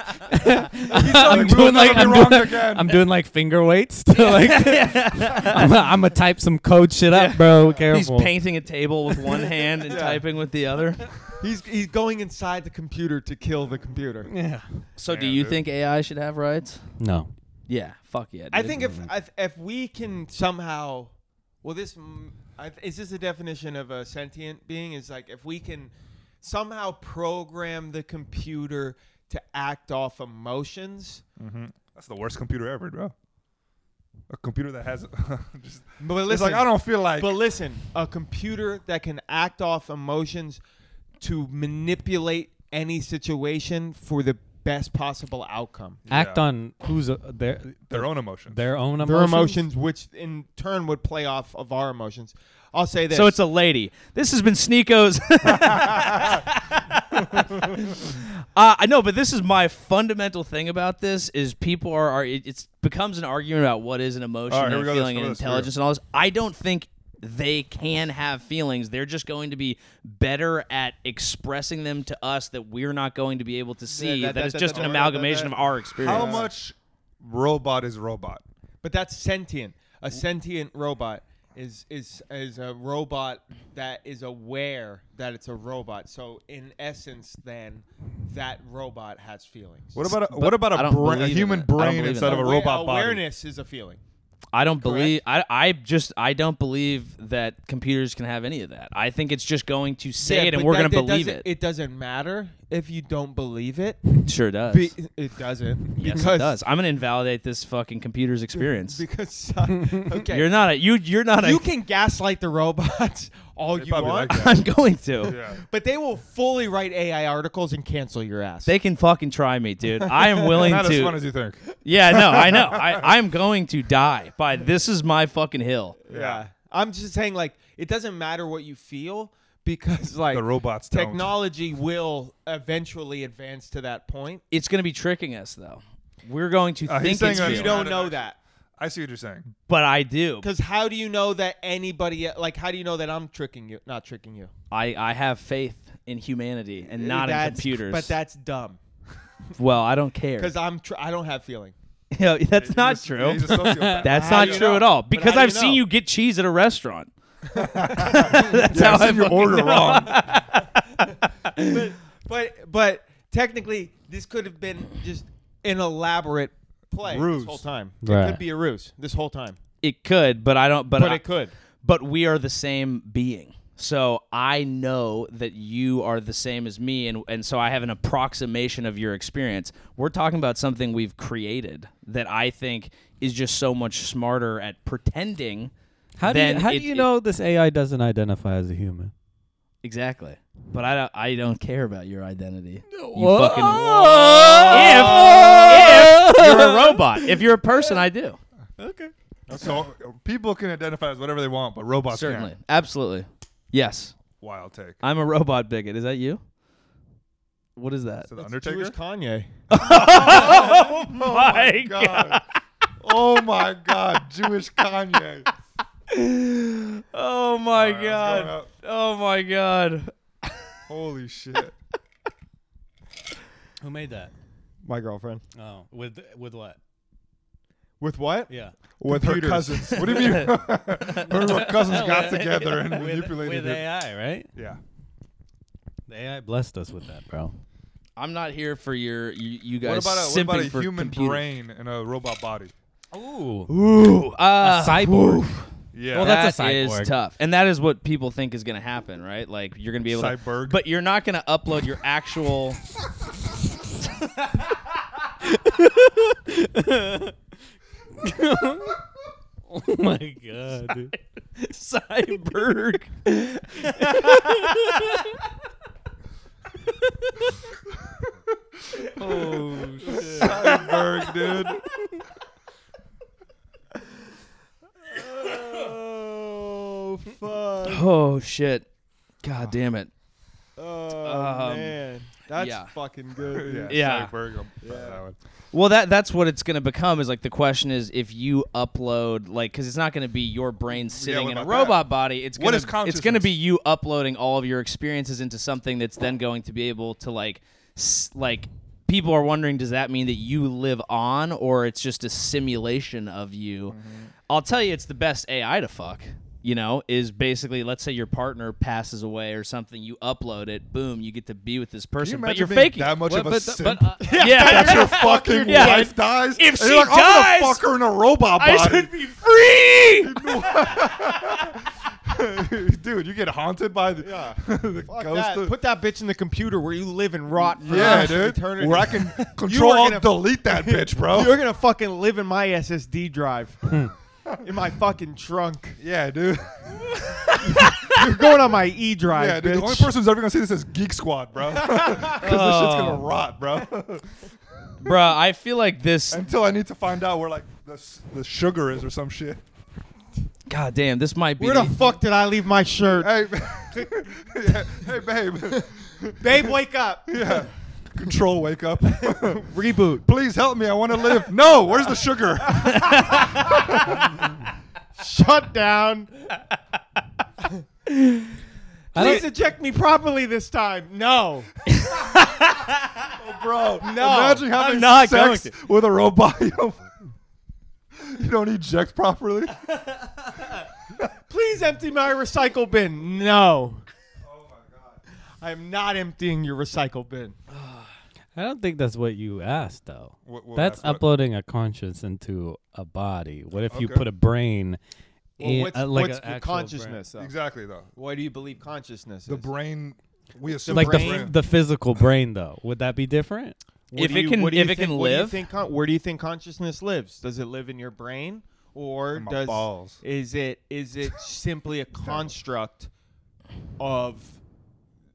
[SPEAKER 4] I'm
[SPEAKER 3] Like,
[SPEAKER 4] doing
[SPEAKER 3] we'll never
[SPEAKER 4] like
[SPEAKER 3] be
[SPEAKER 4] I'm
[SPEAKER 3] wrong
[SPEAKER 4] doing,
[SPEAKER 3] again.
[SPEAKER 4] I'm doing like finger weights. To like, I'm, I'm gonna type some code shit up, bro.
[SPEAKER 2] He's
[SPEAKER 4] Careful.
[SPEAKER 2] painting a table with one hand and typing with the other.
[SPEAKER 1] he's he's going inside the computer to kill the computer.
[SPEAKER 4] yeah.
[SPEAKER 2] So, do
[SPEAKER 3] Yeah,
[SPEAKER 2] you
[SPEAKER 3] dude.
[SPEAKER 2] think AI should have rights? Mm.
[SPEAKER 4] No.
[SPEAKER 2] Yeah. Fuck yeah.
[SPEAKER 1] I
[SPEAKER 2] dude.
[SPEAKER 1] think if if, if we can somehow, well, this mm, I, th- is this the definition of a sentient being? Is like if we can somehow program the computer to act off emotions,
[SPEAKER 3] Mm-hmm. That's the worst computer ever, bro. A computer that has just
[SPEAKER 1] but
[SPEAKER 3] it's
[SPEAKER 1] listen,
[SPEAKER 3] like I don't feel like
[SPEAKER 1] but listen, a computer that can act off emotions to manipulate any situation for the best possible outcome.
[SPEAKER 4] Act
[SPEAKER 3] Yeah.
[SPEAKER 4] on who's uh, their
[SPEAKER 3] their own emotions.
[SPEAKER 4] their own emotions.
[SPEAKER 1] Their emotions, which in turn would play off of our emotions. I'll say this.
[SPEAKER 2] so it's a lady. This has been Sneakos. uh, I know, but this is my fundamental thing about this: is people are, are it it's becomes an argument about what is an emotion
[SPEAKER 3] All right,
[SPEAKER 2] and
[SPEAKER 3] here we go. Let's
[SPEAKER 2] feeling
[SPEAKER 3] go
[SPEAKER 2] and
[SPEAKER 3] to this. Here we go.
[SPEAKER 2] intelligence and all this. I don't think they can have feelings. They're just going to be better at expressing them to us that we're not going to be able to see.
[SPEAKER 1] that-
[SPEAKER 2] that
[SPEAKER 1] that-
[SPEAKER 2] is
[SPEAKER 1] that-
[SPEAKER 2] just
[SPEAKER 1] that-
[SPEAKER 2] an
[SPEAKER 1] that-
[SPEAKER 2] amalgamation
[SPEAKER 1] that-
[SPEAKER 2] of our experience.
[SPEAKER 3] How much robot is robot?
[SPEAKER 1] But that's sentient. A sentient robot is is is a robot that is aware that it's a robot. So in essence, then that robot has feelings.
[SPEAKER 3] What about a, what about
[SPEAKER 2] I
[SPEAKER 3] a,
[SPEAKER 2] don't
[SPEAKER 3] brain, a
[SPEAKER 2] believe in
[SPEAKER 3] human
[SPEAKER 2] it. I don't
[SPEAKER 3] brain
[SPEAKER 2] believe in it.
[SPEAKER 3] instead of a
[SPEAKER 1] Awa-
[SPEAKER 3] robot body?
[SPEAKER 1] awareness is a feeling.
[SPEAKER 2] I don't believe I, I just I don't believe that computers can have any of that. I think it's just going to say
[SPEAKER 1] Yeah,
[SPEAKER 2] it
[SPEAKER 1] but
[SPEAKER 2] and we're
[SPEAKER 1] that-
[SPEAKER 2] going to
[SPEAKER 1] that
[SPEAKER 2] believe
[SPEAKER 1] doesn't-
[SPEAKER 2] it.
[SPEAKER 1] It doesn't matter if you don't believe it.
[SPEAKER 2] It sure does.
[SPEAKER 1] Be- it doesn't.
[SPEAKER 2] yes,
[SPEAKER 1] because,
[SPEAKER 2] it does. I'm going to invalidate this fucking computer's experience.
[SPEAKER 1] Because uh, okay,
[SPEAKER 2] You're not a you you're not
[SPEAKER 1] you
[SPEAKER 2] a
[SPEAKER 1] can gaslight the robots all
[SPEAKER 3] They
[SPEAKER 1] you
[SPEAKER 3] probably
[SPEAKER 1] want,
[SPEAKER 3] like
[SPEAKER 2] I'm going to.
[SPEAKER 3] Yeah.
[SPEAKER 1] but they will fully write AI articles and cancel your ass.
[SPEAKER 2] They can fucking try me, dude. I am willing
[SPEAKER 3] Not as
[SPEAKER 2] to.
[SPEAKER 3] fun as you think.
[SPEAKER 2] yeah, no, I know. I, I'm going to die by this is my fucking hill.
[SPEAKER 1] Yeah. I'm just saying, like, it doesn't matter what you feel because, like,
[SPEAKER 3] The robots don't.
[SPEAKER 1] technology will eventually advance to that point.
[SPEAKER 2] It's going to be tricking us though. We're going to
[SPEAKER 3] Uh,
[SPEAKER 2] think
[SPEAKER 3] he's saying
[SPEAKER 2] it's
[SPEAKER 3] that-
[SPEAKER 1] You
[SPEAKER 2] real,
[SPEAKER 3] don't
[SPEAKER 1] don't know
[SPEAKER 3] know
[SPEAKER 1] that.
[SPEAKER 3] I see what you're saying.
[SPEAKER 2] but I do.
[SPEAKER 1] Because how do you know that anybody, e- like, how do you know that I'm tricking you, not tricking you?
[SPEAKER 2] I, I have faith in humanity and not in
[SPEAKER 1] Uh, That's-
[SPEAKER 2] computers.
[SPEAKER 1] But that's dumb.
[SPEAKER 2] well, I don't care.
[SPEAKER 1] Because I'm, tr- I don't have feeling.
[SPEAKER 2] You know, that's
[SPEAKER 3] You're
[SPEAKER 2] not
[SPEAKER 3] just-
[SPEAKER 2] true.
[SPEAKER 3] he's a sociopath.
[SPEAKER 2] that's
[SPEAKER 1] How
[SPEAKER 2] not
[SPEAKER 1] do you
[SPEAKER 2] true
[SPEAKER 1] know?
[SPEAKER 2] at all.
[SPEAKER 1] But
[SPEAKER 2] Because
[SPEAKER 1] how do
[SPEAKER 2] I've
[SPEAKER 1] you
[SPEAKER 2] seen
[SPEAKER 1] know?
[SPEAKER 2] you get cheese at a restaurant. that's
[SPEAKER 3] Yeah,
[SPEAKER 2] how
[SPEAKER 3] I
[SPEAKER 2] I
[SPEAKER 3] see your
[SPEAKER 2] fucking
[SPEAKER 3] order
[SPEAKER 2] know.
[SPEAKER 3] wrong.
[SPEAKER 1] But, but, but technically, this could have been just an elaborate play
[SPEAKER 3] Ruse.
[SPEAKER 1] this whole time. It
[SPEAKER 4] Right.
[SPEAKER 1] could be a ruse this whole time.
[SPEAKER 2] It could, but I don't. But
[SPEAKER 1] But
[SPEAKER 2] I-
[SPEAKER 1] it could.
[SPEAKER 2] But we are the same being. So I know that you are the same as me, and, and so I have an approximation of your experience. We're talking about something we've created that I think is just so much smarter at pretending.
[SPEAKER 4] How do you,
[SPEAKER 2] than
[SPEAKER 4] how
[SPEAKER 2] it-
[SPEAKER 4] do you
[SPEAKER 2] it-
[SPEAKER 4] know this AI doesn't identify as a human?
[SPEAKER 2] Exactly. But I don't, I don't care about your identity. You
[SPEAKER 4] Whoa.
[SPEAKER 2] fucking if, if you're a robot. If you're a person, I do.
[SPEAKER 3] So uh, people can identify as whatever they want, but robots can't.
[SPEAKER 2] Certainly. Absolutely. Yes.
[SPEAKER 3] Wild take.
[SPEAKER 2] I'm a robot bigot. Is that you? What is that?
[SPEAKER 3] So the
[SPEAKER 1] That's
[SPEAKER 3] Undertaker.
[SPEAKER 1] Jewish Kanye.
[SPEAKER 3] Oh
[SPEAKER 2] my
[SPEAKER 3] god. oh my god, Jewish Kanye.
[SPEAKER 2] Oh my
[SPEAKER 3] Alright, I was going
[SPEAKER 2] god.
[SPEAKER 3] up.
[SPEAKER 2] Oh my god.
[SPEAKER 3] Holy shit.
[SPEAKER 4] Who made that?
[SPEAKER 1] My girlfriend.
[SPEAKER 4] Oh, with with what?
[SPEAKER 1] With what?
[SPEAKER 4] Yeah.
[SPEAKER 3] With her cousins. What do you mean? her cousins got together and manipulated
[SPEAKER 4] with
[SPEAKER 3] it.
[SPEAKER 4] AI, right?
[SPEAKER 3] Yeah.
[SPEAKER 4] The AI blessed us with that, bro.
[SPEAKER 2] I'm not here for your you, you
[SPEAKER 3] What
[SPEAKER 2] guys
[SPEAKER 3] about a, what
[SPEAKER 2] simping
[SPEAKER 3] about a
[SPEAKER 2] for
[SPEAKER 3] human
[SPEAKER 2] computer.
[SPEAKER 3] brain and a robot body?
[SPEAKER 4] Ooh,
[SPEAKER 2] Ooh, uh,
[SPEAKER 4] cyborg.
[SPEAKER 3] Yeah.
[SPEAKER 4] Well,
[SPEAKER 2] That
[SPEAKER 4] that's
[SPEAKER 2] is
[SPEAKER 4] a cyborg.
[SPEAKER 2] tough, and that is what people think is going to happen, right? Like you're going to be able
[SPEAKER 3] Cyborg.
[SPEAKER 2] to, but you're not going to upload your actual.
[SPEAKER 4] oh my god, dude.
[SPEAKER 2] Cyborg.
[SPEAKER 3] Oh, Cyborg, dude. Oh,
[SPEAKER 2] Oh, shit. God damn it.
[SPEAKER 1] Oh
[SPEAKER 2] Um,
[SPEAKER 1] man, that's
[SPEAKER 2] yeah.
[SPEAKER 1] fucking good.
[SPEAKER 3] yeah,
[SPEAKER 1] dude.
[SPEAKER 2] Yeah.
[SPEAKER 3] Sorry, Berg, I'm- that one.
[SPEAKER 2] Well, that that's what it's going to become. Is like the question is if you upload like because it's not going to be your brain sitting
[SPEAKER 3] what
[SPEAKER 2] in a
[SPEAKER 3] about that?
[SPEAKER 2] robot body. It's
[SPEAKER 3] What
[SPEAKER 2] gonna,
[SPEAKER 3] is
[SPEAKER 2] It's going to
[SPEAKER 3] consciousness?
[SPEAKER 2] be you uploading all of your experiences into something that's then going to be able to like s- like people are wondering does that mean that you live on or it's just a simulation of you.
[SPEAKER 3] Mm-hmm.
[SPEAKER 2] I'll tell you, it's the best AI to fuck. You know, is basically let's say your partner passes away or something, you upload it, boom, you get to be with this person, but
[SPEAKER 3] imagine
[SPEAKER 2] you're
[SPEAKER 3] being
[SPEAKER 2] faking
[SPEAKER 3] that
[SPEAKER 2] it.
[SPEAKER 3] much
[SPEAKER 2] What-
[SPEAKER 3] of a
[SPEAKER 2] but,
[SPEAKER 3] simp?
[SPEAKER 2] But, uh, yeah,
[SPEAKER 3] That your fucking
[SPEAKER 2] Yeah.
[SPEAKER 3] wife dies.
[SPEAKER 2] If
[SPEAKER 3] and
[SPEAKER 2] she
[SPEAKER 3] you're like, I'm gonna
[SPEAKER 2] dies-
[SPEAKER 3] fuck her in a robot
[SPEAKER 2] I
[SPEAKER 3] body.
[SPEAKER 2] should be free.
[SPEAKER 3] Dude, you get haunted by the, the
[SPEAKER 1] Fuck
[SPEAKER 3] ghost
[SPEAKER 1] that.
[SPEAKER 3] of-
[SPEAKER 1] Put that bitch in the computer where you live and rot for the
[SPEAKER 3] yeah,
[SPEAKER 1] rest of
[SPEAKER 3] dude.
[SPEAKER 1] eternity.
[SPEAKER 3] Where I can
[SPEAKER 1] You
[SPEAKER 3] control
[SPEAKER 1] are
[SPEAKER 3] alt
[SPEAKER 1] gonna-
[SPEAKER 3] delete that bitch,
[SPEAKER 1] You're
[SPEAKER 3] bro.
[SPEAKER 1] gonna fucking live in my SSD drive, in my fucking trunk.
[SPEAKER 3] yeah, dude.
[SPEAKER 1] You're going on my E drive,
[SPEAKER 3] Yeah, dude. The
[SPEAKER 1] bitch.
[SPEAKER 3] only person who's ever gonna see this is Geek Squad, bro. Because this shit's gonna
[SPEAKER 2] Oh.
[SPEAKER 3] rot, bro.
[SPEAKER 2] Bruh, I feel like this.
[SPEAKER 3] Until I need to find out where like the s- the sugar is or some shit.
[SPEAKER 2] God damn, this might be.
[SPEAKER 1] where the fuck did I leave my shirt?
[SPEAKER 3] Hey, yeah, hey, babe.
[SPEAKER 1] Babe, wake up.
[SPEAKER 3] Yeah. Control, wake up.
[SPEAKER 1] Reboot.
[SPEAKER 3] Please help me. I want to live. No, where's the sugar?
[SPEAKER 1] Shut down.
[SPEAKER 4] I
[SPEAKER 1] Please
[SPEAKER 4] don't,
[SPEAKER 1] eject me properly this time. No.
[SPEAKER 3] Bro, no,
[SPEAKER 1] imagine
[SPEAKER 3] imagine
[SPEAKER 1] having
[SPEAKER 3] having
[SPEAKER 1] I'm not sex
[SPEAKER 3] sex
[SPEAKER 1] going
[SPEAKER 3] with a robot. You don't, eject properly.
[SPEAKER 1] Please empty my recycle bin. No. I am not emptying your recycle bin.
[SPEAKER 4] I don't think that's what you asked though.
[SPEAKER 3] What- what
[SPEAKER 4] that's
[SPEAKER 3] asked what?
[SPEAKER 4] uploading a conscience into a body. What if you
[SPEAKER 3] Okay.
[SPEAKER 4] put a brain? in,
[SPEAKER 1] what's
[SPEAKER 4] uh, like
[SPEAKER 1] what's
[SPEAKER 4] a actual brain?
[SPEAKER 1] consciousness, though?
[SPEAKER 3] Exactly though.
[SPEAKER 1] Why do you believe consciousness is?
[SPEAKER 3] The brain. We assume
[SPEAKER 4] Like the,
[SPEAKER 1] brain.
[SPEAKER 4] f- the physical brain though. Would that be different?
[SPEAKER 1] What
[SPEAKER 2] If
[SPEAKER 1] do
[SPEAKER 2] it
[SPEAKER 1] you-
[SPEAKER 2] can-
[SPEAKER 1] what do you
[SPEAKER 2] if it
[SPEAKER 1] think-
[SPEAKER 2] can
[SPEAKER 1] what do you
[SPEAKER 2] live.
[SPEAKER 1] think con- where do you think consciousness lives? Does it live in your brain, or
[SPEAKER 3] In my
[SPEAKER 1] does
[SPEAKER 3] balls.
[SPEAKER 1] is it is it simply a construct of?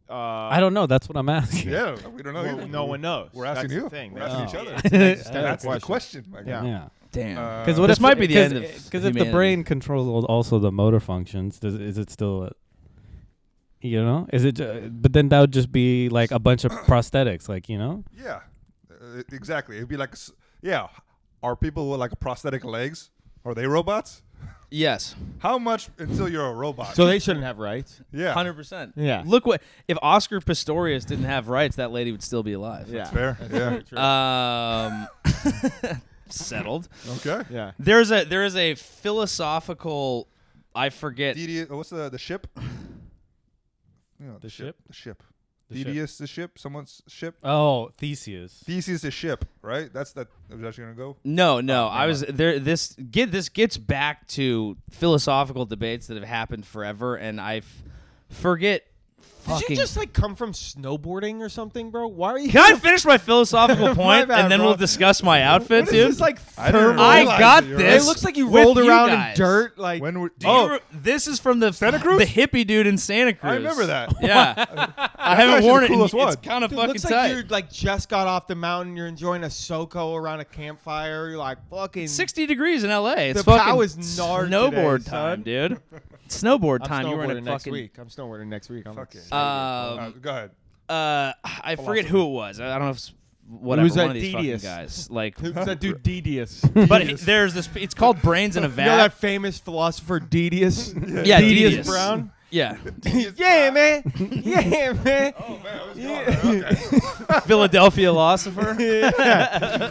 [SPEAKER 1] Uh,
[SPEAKER 4] I don't know. That's what I'm asking.
[SPEAKER 3] Yeah, we don't know.
[SPEAKER 1] well,
[SPEAKER 3] either.
[SPEAKER 1] no one knows.
[SPEAKER 3] We're asking
[SPEAKER 1] That's the
[SPEAKER 3] you.
[SPEAKER 1] thing.
[SPEAKER 3] We're
[SPEAKER 1] That's
[SPEAKER 3] asking
[SPEAKER 1] the-
[SPEAKER 3] each other.
[SPEAKER 1] it's an existential
[SPEAKER 3] That's the question. my guy.
[SPEAKER 1] Yeah.
[SPEAKER 4] Yeah.
[SPEAKER 2] damn.
[SPEAKER 3] Uh,
[SPEAKER 4] Because what
[SPEAKER 2] This
[SPEAKER 4] if
[SPEAKER 2] might be the end of
[SPEAKER 4] Because if the
[SPEAKER 2] humanity.
[SPEAKER 4] brain controls also the motor functions, does, is it still? You know, is it? ju- But then that would just be like a bunch of prosthetics, like you know.
[SPEAKER 3] Yeah, uh, exactly. It'd be like, s- yeah, are people with like prosthetic legs? Are they robots?
[SPEAKER 2] Yes,
[SPEAKER 3] How much until you're a robot?
[SPEAKER 1] So they shouldn't have rights.
[SPEAKER 3] yeah,
[SPEAKER 2] hundred percent.
[SPEAKER 1] Yeah.
[SPEAKER 2] Look what if Oscar Pistorius didn't have rights, that lady would still be alive.
[SPEAKER 1] Yeah. Uh,
[SPEAKER 3] fair. Yeah,
[SPEAKER 2] Um. settled.
[SPEAKER 3] okay.
[SPEAKER 1] Yeah.
[SPEAKER 2] There's a there is a philosophical. I forget.
[SPEAKER 3] DD, uh, what's the the ship? You know, the,
[SPEAKER 4] ship?
[SPEAKER 3] The ship.
[SPEAKER 4] The ship.
[SPEAKER 3] Dedeus the ship. Someone's ship.
[SPEAKER 4] Oh, Theseus.
[SPEAKER 3] Theseus is ship, right? That's that. Is that you gonna go?
[SPEAKER 2] No, no. I was there. This get this gets back to philosophical debates that have happened forever, and I f- forget.
[SPEAKER 1] Did you
[SPEAKER 2] fucking-
[SPEAKER 1] just like come from snowboarding or something, bro? Why are you?
[SPEAKER 2] Can I finish my philosophical point
[SPEAKER 1] bad,
[SPEAKER 2] and then
[SPEAKER 1] bro.
[SPEAKER 2] we'll discuss my outfit,
[SPEAKER 1] What is
[SPEAKER 2] dude?
[SPEAKER 1] this like?
[SPEAKER 3] I didn't
[SPEAKER 1] thermal-
[SPEAKER 2] I
[SPEAKER 3] realize
[SPEAKER 2] got
[SPEAKER 3] that you're
[SPEAKER 2] this.
[SPEAKER 1] It looks like you
[SPEAKER 2] with
[SPEAKER 1] rolled
[SPEAKER 2] you
[SPEAKER 1] around
[SPEAKER 2] guys.
[SPEAKER 1] in dirt. Like
[SPEAKER 3] When were? Do
[SPEAKER 2] oh,
[SPEAKER 3] you,
[SPEAKER 2] this is from the
[SPEAKER 3] Santa Cruz?
[SPEAKER 2] the hippie dude in Santa Cruz.
[SPEAKER 3] I remember that.
[SPEAKER 2] Yeah, I haven't
[SPEAKER 3] actually
[SPEAKER 2] worn
[SPEAKER 3] the
[SPEAKER 2] it. and
[SPEAKER 3] coolest
[SPEAKER 2] It's
[SPEAKER 3] one.
[SPEAKER 2] kind of
[SPEAKER 1] Dude,
[SPEAKER 2] fucking
[SPEAKER 1] looks like
[SPEAKER 2] tight.
[SPEAKER 1] you're like just got off the mountain. You're enjoying a soco around a campfire. You're like fucking.
[SPEAKER 2] Sixty degrees in L.A. It's
[SPEAKER 1] The pow
[SPEAKER 2] fucking
[SPEAKER 1] is gnarred
[SPEAKER 2] snowboard
[SPEAKER 1] today,
[SPEAKER 2] time,
[SPEAKER 1] son.
[SPEAKER 2] dude. Snowboard
[SPEAKER 1] I'm
[SPEAKER 2] time. You were in a
[SPEAKER 1] snowboarding next
[SPEAKER 2] fucking.
[SPEAKER 1] week. I'm snowboarding next week. I'm
[SPEAKER 3] Fuck it.
[SPEAKER 2] Um,
[SPEAKER 3] Uh, go ahead.
[SPEAKER 2] uh, I forget who it was. I I don't know if it's whatever
[SPEAKER 1] was
[SPEAKER 2] one
[SPEAKER 1] that
[SPEAKER 2] of these fucking
[SPEAKER 1] Dedeus?
[SPEAKER 2] guys. Like,
[SPEAKER 1] Who's that dude Dedius?
[SPEAKER 2] but it- there's this. It's called brains in a
[SPEAKER 1] You know that
[SPEAKER 2] vat.
[SPEAKER 1] famous philosopher Dedius?
[SPEAKER 2] Yeah,
[SPEAKER 1] Dedius,
[SPEAKER 2] Dedeus.
[SPEAKER 1] Brown.
[SPEAKER 2] Yeah,
[SPEAKER 1] Yeah, man. Yeah, man.
[SPEAKER 2] oh, Philadelphia philosopher.
[SPEAKER 1] Hey, man.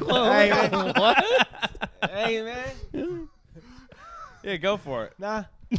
[SPEAKER 2] Oh. what?
[SPEAKER 1] Hey, man.
[SPEAKER 2] Yeah, go for it.
[SPEAKER 1] Nah.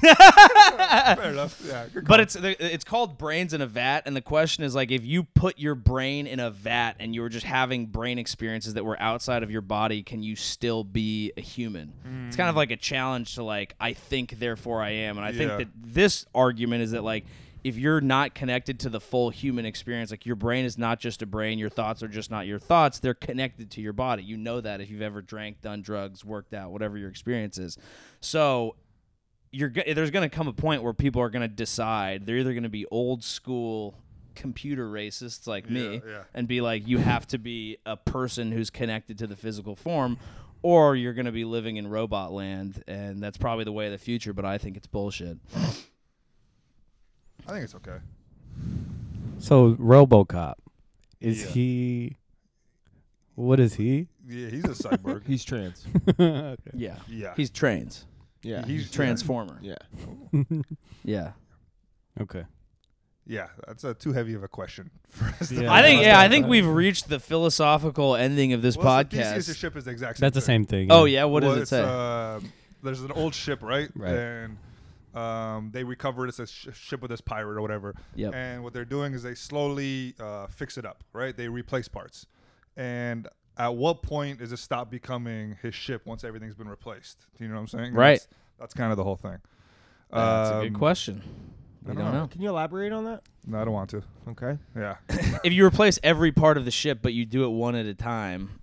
[SPEAKER 3] Fair enough. Yeah. Good
[SPEAKER 2] But it's the- it's called brains in a vat, and the question is like if you put your brain in a vat and you were just having brain experiences that were outside of your body, can you still be a human? It's kind of like a challenge to like I think therefore I am, and I think
[SPEAKER 3] Yeah.
[SPEAKER 2] that this argument is that like if you're not connected to the full human experience, like your brain is not just a brain, your thoughts are just not your thoughts, they're connected to your body. You know that if you've ever drank, done drugs, worked out, whatever your experience is. So you're go- there's going to come a point where people are going to decide they're either going to be old school computer racists like me
[SPEAKER 3] Yeah, yeah.
[SPEAKER 2] and be like you have to be a person who's connected to the physical form or you're going to be living in robot land and that's probably the way of the future but i think it's bullshit
[SPEAKER 3] I think it's okay.
[SPEAKER 4] So RoboCop, is
[SPEAKER 3] Yeah.
[SPEAKER 4] he? What is he?
[SPEAKER 3] Yeah, he's a cyborg.
[SPEAKER 1] He's trans.
[SPEAKER 4] Okay.
[SPEAKER 2] Yeah.
[SPEAKER 3] yeah,
[SPEAKER 2] He's trains.
[SPEAKER 1] Yeah.
[SPEAKER 3] He's-
[SPEAKER 2] Transformer.
[SPEAKER 1] yeah.
[SPEAKER 2] Yeah.
[SPEAKER 4] okay.
[SPEAKER 3] yeah. That's uh, too heavy of a question for us. to
[SPEAKER 4] Yeah.
[SPEAKER 2] I think
[SPEAKER 3] answer.
[SPEAKER 2] yeah, I think we've reached the philosophical ending of this
[SPEAKER 3] Well, it's the Theseus'
[SPEAKER 2] podcast.
[SPEAKER 3] ship is the exact same
[SPEAKER 4] That's the
[SPEAKER 3] thing.
[SPEAKER 4] same thing.
[SPEAKER 2] Oh yeah, what does
[SPEAKER 3] Well,
[SPEAKER 2] it
[SPEAKER 3] it's,
[SPEAKER 2] say?
[SPEAKER 3] Uh, there's an old ship, right?
[SPEAKER 4] Right.
[SPEAKER 3] And um, they recover it. It's a sh- ship with this pirate or whatever.
[SPEAKER 2] Yep.
[SPEAKER 3] And what they're doing is they slowly uh, fix it up, right? They replace parts. And at what point does it stop becoming his ship once everything's been replaced? Do you know what I'm saying?
[SPEAKER 2] Right.
[SPEAKER 3] That's, that's kind of the whole thing.
[SPEAKER 2] That's a good
[SPEAKER 3] Um,
[SPEAKER 2] question. We
[SPEAKER 3] I
[SPEAKER 2] don't,
[SPEAKER 3] don't know.
[SPEAKER 2] know.
[SPEAKER 1] Can you elaborate on that?
[SPEAKER 3] No, I don't want to.
[SPEAKER 1] Okay.
[SPEAKER 3] Yeah.
[SPEAKER 2] If you replace every part of the ship, but you do it one at a time,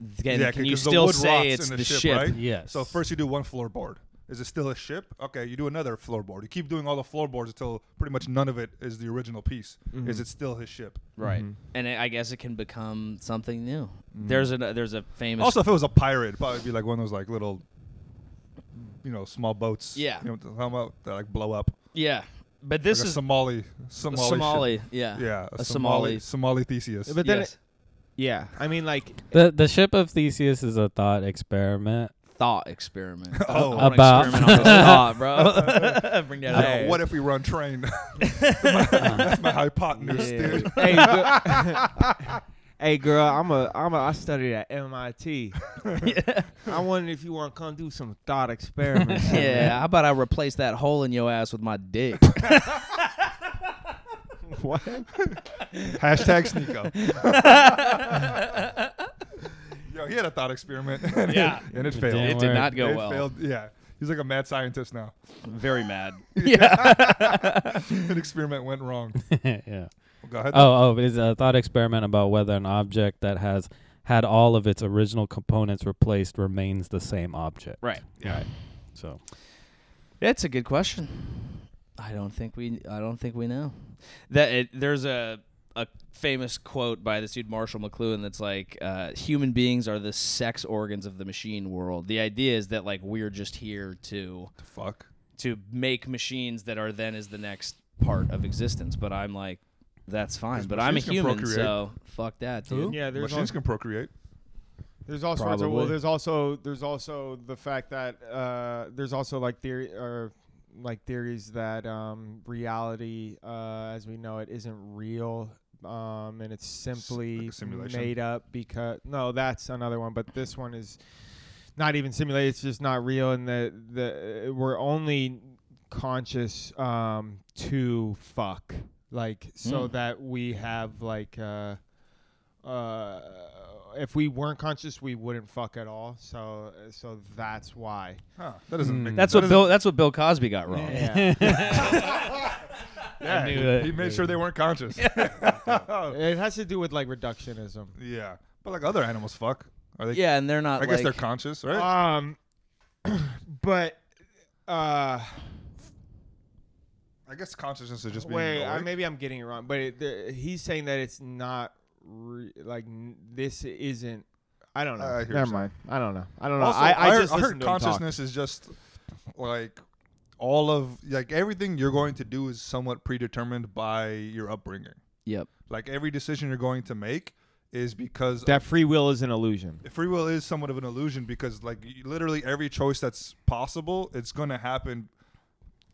[SPEAKER 2] then
[SPEAKER 3] yeah,
[SPEAKER 2] can you
[SPEAKER 3] 'cause
[SPEAKER 2] still
[SPEAKER 3] wood rots
[SPEAKER 2] say it's
[SPEAKER 3] in
[SPEAKER 2] the, ship?
[SPEAKER 3] right?
[SPEAKER 4] Yes.
[SPEAKER 3] So first you do one floorboard. Is it still a ship? Okay, you do another floorboard. You keep doing all the floorboards until pretty much none of it is the original piece.
[SPEAKER 2] Mm-hmm.
[SPEAKER 3] Is it still his ship?
[SPEAKER 2] Right. And I I guess it can become something new. There's a there's a famous
[SPEAKER 3] Also, if it was a pirate, it'd probably be like one of those like little, you know, small boats.
[SPEAKER 2] Yeah.
[SPEAKER 3] You know, what I'm talking about that like blow up.
[SPEAKER 2] yeah, but
[SPEAKER 3] This
[SPEAKER 2] this
[SPEAKER 3] like a
[SPEAKER 2] is
[SPEAKER 3] Somali.
[SPEAKER 2] a
[SPEAKER 3] Somali. ship.
[SPEAKER 2] Somali. Yeah.
[SPEAKER 3] Yeah,
[SPEAKER 2] A Somali.
[SPEAKER 3] Somali. Somali Theseus.
[SPEAKER 1] But then,
[SPEAKER 2] Yes.
[SPEAKER 1] it- yeah. I mean, like,
[SPEAKER 4] the the ship of Theseus is a thought experiment.
[SPEAKER 2] thought experiment.
[SPEAKER 3] Oh.
[SPEAKER 2] I wanna
[SPEAKER 4] About-
[SPEAKER 2] experiment on this thought, bro. Bring that
[SPEAKER 3] You know,
[SPEAKER 2] out.
[SPEAKER 3] what if we run train? That's my hypotenuse, dude.
[SPEAKER 1] hey, girl, hey, girl, I'm a, I'm a, I studied at MIT. I wonder if you want to come do some thought experiments.
[SPEAKER 2] Yeah, how about I replace that hole in your ass with my dick?
[SPEAKER 1] What?
[SPEAKER 3] Hashtag Sneeko. Yo, he had a thought experiment. And
[SPEAKER 2] Yeah.
[SPEAKER 3] It, and it failed.
[SPEAKER 4] Damn
[SPEAKER 2] it did not go
[SPEAKER 3] it
[SPEAKER 2] well.
[SPEAKER 3] failed. Yeah. He's like a mad scientist now.
[SPEAKER 2] Very mad. Yeah.
[SPEAKER 3] An experiment went wrong.
[SPEAKER 4] yeah.
[SPEAKER 3] Well, go ahead.
[SPEAKER 4] Oh, oh, it's a thought experiment about whether an object that has had all of its original components replaced remains the same object.
[SPEAKER 2] right.
[SPEAKER 3] Yeah.
[SPEAKER 4] So
[SPEAKER 2] That's a good question. I don't think we. I don't think we know. That it, there's a a famous quote by this dude Marshall McLuhan that's like, uh, "Human beings are the sex organs of the machine world." The idea is that like we're just here to
[SPEAKER 3] Fuck.
[SPEAKER 2] to make machines that are then is the next part of existence. But I'm like, that's fine.
[SPEAKER 3] Because
[SPEAKER 2] But I'm a
[SPEAKER 3] machines can
[SPEAKER 2] human,
[SPEAKER 3] procreate.
[SPEAKER 2] so fuck that, dude.
[SPEAKER 1] Yeah, there's
[SPEAKER 3] Machines
[SPEAKER 1] al-
[SPEAKER 3] can procreate.
[SPEAKER 1] There's all sorts of well.
[SPEAKER 2] Probably.
[SPEAKER 1] There's also there's also the fact that uh, there's also like theory or like theories that um, reality uh, as we know it isn't real um, and it's simply
[SPEAKER 3] a simulation?
[SPEAKER 1] made up because no that's another one but this one is not even simulated it's just not real and the the we're only conscious um, to fuck like so
[SPEAKER 3] Hmm.
[SPEAKER 2] Mm.
[SPEAKER 1] that we have like. Uh, uh, if we weren't conscious, we wouldn't fuck at all. So, so that's why.
[SPEAKER 3] Huh. That doesn't make
[SPEAKER 2] That's
[SPEAKER 3] that
[SPEAKER 2] what
[SPEAKER 3] doesn't-
[SPEAKER 2] Bill. That's what Bill Cosby got wrong.
[SPEAKER 1] Yeah,
[SPEAKER 3] Yeah,
[SPEAKER 4] knew
[SPEAKER 3] he-
[SPEAKER 4] it.
[SPEAKER 3] He made sure they weren't conscious. Yeah.
[SPEAKER 1] it has to do with like reductionism.
[SPEAKER 3] But like other animals, fuck. Are they?
[SPEAKER 2] Yeah, and they're not.
[SPEAKER 3] I guess
[SPEAKER 2] like-
[SPEAKER 3] they're conscious, right?
[SPEAKER 1] Um, but uh,
[SPEAKER 3] I guess consciousness is just being
[SPEAKER 1] wait, I,
[SPEAKER 3] awake.
[SPEAKER 1] maybe I'm getting it wrong. But it, the, he's saying that it's not re- like n- this isn't. I don't know.
[SPEAKER 3] I hear what you're
[SPEAKER 1] Never
[SPEAKER 3] saying.
[SPEAKER 1] mind. I don't know. I don't know.
[SPEAKER 3] Also,
[SPEAKER 1] I, I,
[SPEAKER 3] heard-
[SPEAKER 1] just
[SPEAKER 3] I heard
[SPEAKER 1] listened to him talk.
[SPEAKER 3] consciousness is just like all of like everything you're going to do is somewhat predetermined by your upbringing.
[SPEAKER 2] Yep.
[SPEAKER 3] Like every decision you're going to make is because
[SPEAKER 1] That free will is an illusion.
[SPEAKER 3] free will is somewhat of an illusion because like y- literally every choice that's possible, it's going to happen.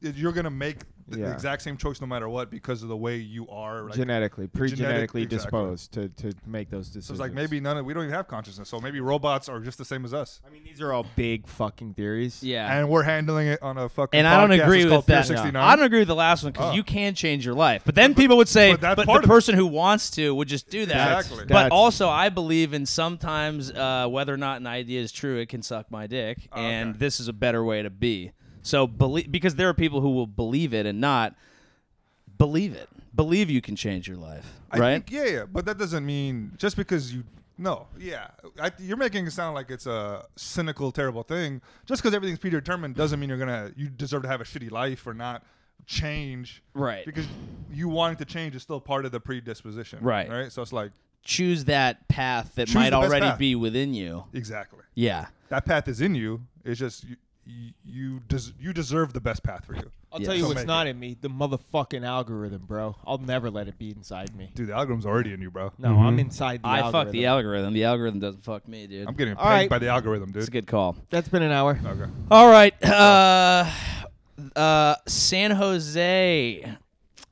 [SPEAKER 3] It- You're going to make the the
[SPEAKER 1] Yeah.
[SPEAKER 3] exact same choice no matter what because of the way you are. Like,
[SPEAKER 1] genetically, pre-genetically
[SPEAKER 3] exactly.
[SPEAKER 1] disposed to, to make those decisions.
[SPEAKER 3] so it's like maybe none of we don't even have consciousness. So maybe robots are just the same as us.
[SPEAKER 1] I mean, these are all big fucking theories.
[SPEAKER 2] Yeah.
[SPEAKER 3] And we're handling it on a fucking.
[SPEAKER 2] and I don't
[SPEAKER 3] podcast.
[SPEAKER 2] agree
[SPEAKER 3] It's
[SPEAKER 2] with
[SPEAKER 3] called Pier
[SPEAKER 2] that.
[SPEAKER 3] 69.
[SPEAKER 2] I don't agree with the last one because
[SPEAKER 3] Oh.
[SPEAKER 2] you can change your life. But then people would say,
[SPEAKER 3] but
[SPEAKER 2] but,
[SPEAKER 3] that's part
[SPEAKER 2] the
[SPEAKER 3] of it.
[SPEAKER 2] person who wants to would just do that.
[SPEAKER 3] Exactly.
[SPEAKER 2] But
[SPEAKER 1] That's-
[SPEAKER 2] also, I believe in sometimes uh, whether or not an idea is true, it can suck my dick,
[SPEAKER 3] Ah,
[SPEAKER 2] and this is a better way to be. So believe because there are people who will believe it and not believe it. Believe you can change your life,
[SPEAKER 3] I
[SPEAKER 2] right?
[SPEAKER 3] Think, yeah, yeah, but that doesn't mean just because you no, yeah, I, you're making it sound like it's a cynical, terrible thing. Just because everything's predetermined doesn't mean you're gonna you deserve to have a shitty life or not change.
[SPEAKER 2] Right.
[SPEAKER 3] Because you wanting to change is still part of the predisposition.
[SPEAKER 2] Right.
[SPEAKER 3] Right. So it's like
[SPEAKER 2] Choose that path that
[SPEAKER 3] Choose
[SPEAKER 2] might
[SPEAKER 3] the best
[SPEAKER 2] already
[SPEAKER 3] path.
[SPEAKER 2] be within you.
[SPEAKER 3] exactly
[SPEAKER 2] Yeah.
[SPEAKER 3] that path is in you. It's just you, y- you des- you deserve the best path for you.
[SPEAKER 1] I'll
[SPEAKER 2] Yeah.
[SPEAKER 1] tell you
[SPEAKER 3] So
[SPEAKER 1] what's
[SPEAKER 3] make
[SPEAKER 1] not in me. The motherfucking algorithm, bro. I'll never let it be inside me.
[SPEAKER 3] Dude, the algorithm's already in you, bro.
[SPEAKER 1] No, I'm
[SPEAKER 4] Mhm.
[SPEAKER 1] inside the
[SPEAKER 2] Mm-hmm. I
[SPEAKER 1] algorithm.
[SPEAKER 2] fuck the algorithm. The algorithm doesn't fuck me, dude.
[SPEAKER 3] I'm getting pegged
[SPEAKER 1] All right.
[SPEAKER 3] by the algorithm,
[SPEAKER 2] It's a
[SPEAKER 3] dude.
[SPEAKER 2] good call.
[SPEAKER 1] That's been an hour.
[SPEAKER 3] Okay.
[SPEAKER 2] All right. Uh, uh, San Jose.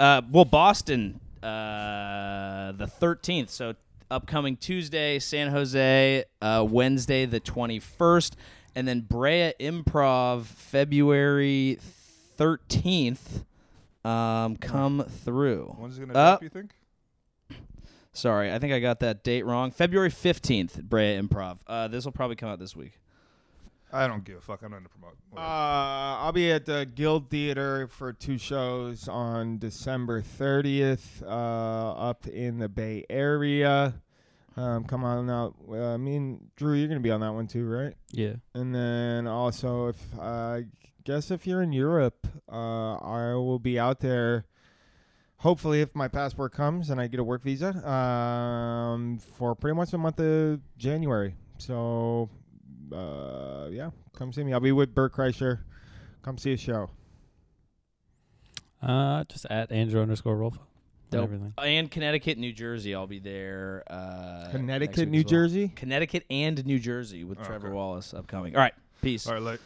[SPEAKER 2] Uh, well, Boston, uh, the 13th. So upcoming Tuesday, San Jose, uh, Wednesday, the 21st. And then Brea Improv, February 13th. Um, come through.
[SPEAKER 3] When's it gonna
[SPEAKER 2] Uh,
[SPEAKER 3] drop? You think?
[SPEAKER 2] Sorry, I think I got that date wrong. February 15th, Brea Improv. Uh, this will probably come out this week.
[SPEAKER 3] I don't give a fuck. I'm not gonna promote.
[SPEAKER 1] Uh,
[SPEAKER 3] Whatever.
[SPEAKER 1] I'll be at the Guild Theater for two shows on December 30th uh, up in the Bay Area. Um, come on out. Uh, me and Drew, you're going to be on that one too, right?
[SPEAKER 4] Yeah.
[SPEAKER 1] And then also, if I guess if you're in Europe, uh, I will be out there. Hopefully, if my passport comes and I get a work visa, um, for pretty much the month of January. So, uh, yeah, come see me. I'll be with Bert Kreischer. Come see a show.
[SPEAKER 4] Uh, just at Andrew underscore Rolfo.
[SPEAKER 2] Dope.
[SPEAKER 4] And everything.
[SPEAKER 2] and Connecticut, New Jersey. I'll be there. Uh, next
[SPEAKER 1] Connecticut,
[SPEAKER 2] week
[SPEAKER 1] New
[SPEAKER 2] as well.
[SPEAKER 1] Jersey.
[SPEAKER 2] Connecticut and New Jersey with
[SPEAKER 3] Oh,
[SPEAKER 2] Trevor
[SPEAKER 3] okay.
[SPEAKER 2] Wallace upcoming. All right, peace.
[SPEAKER 3] All right, like.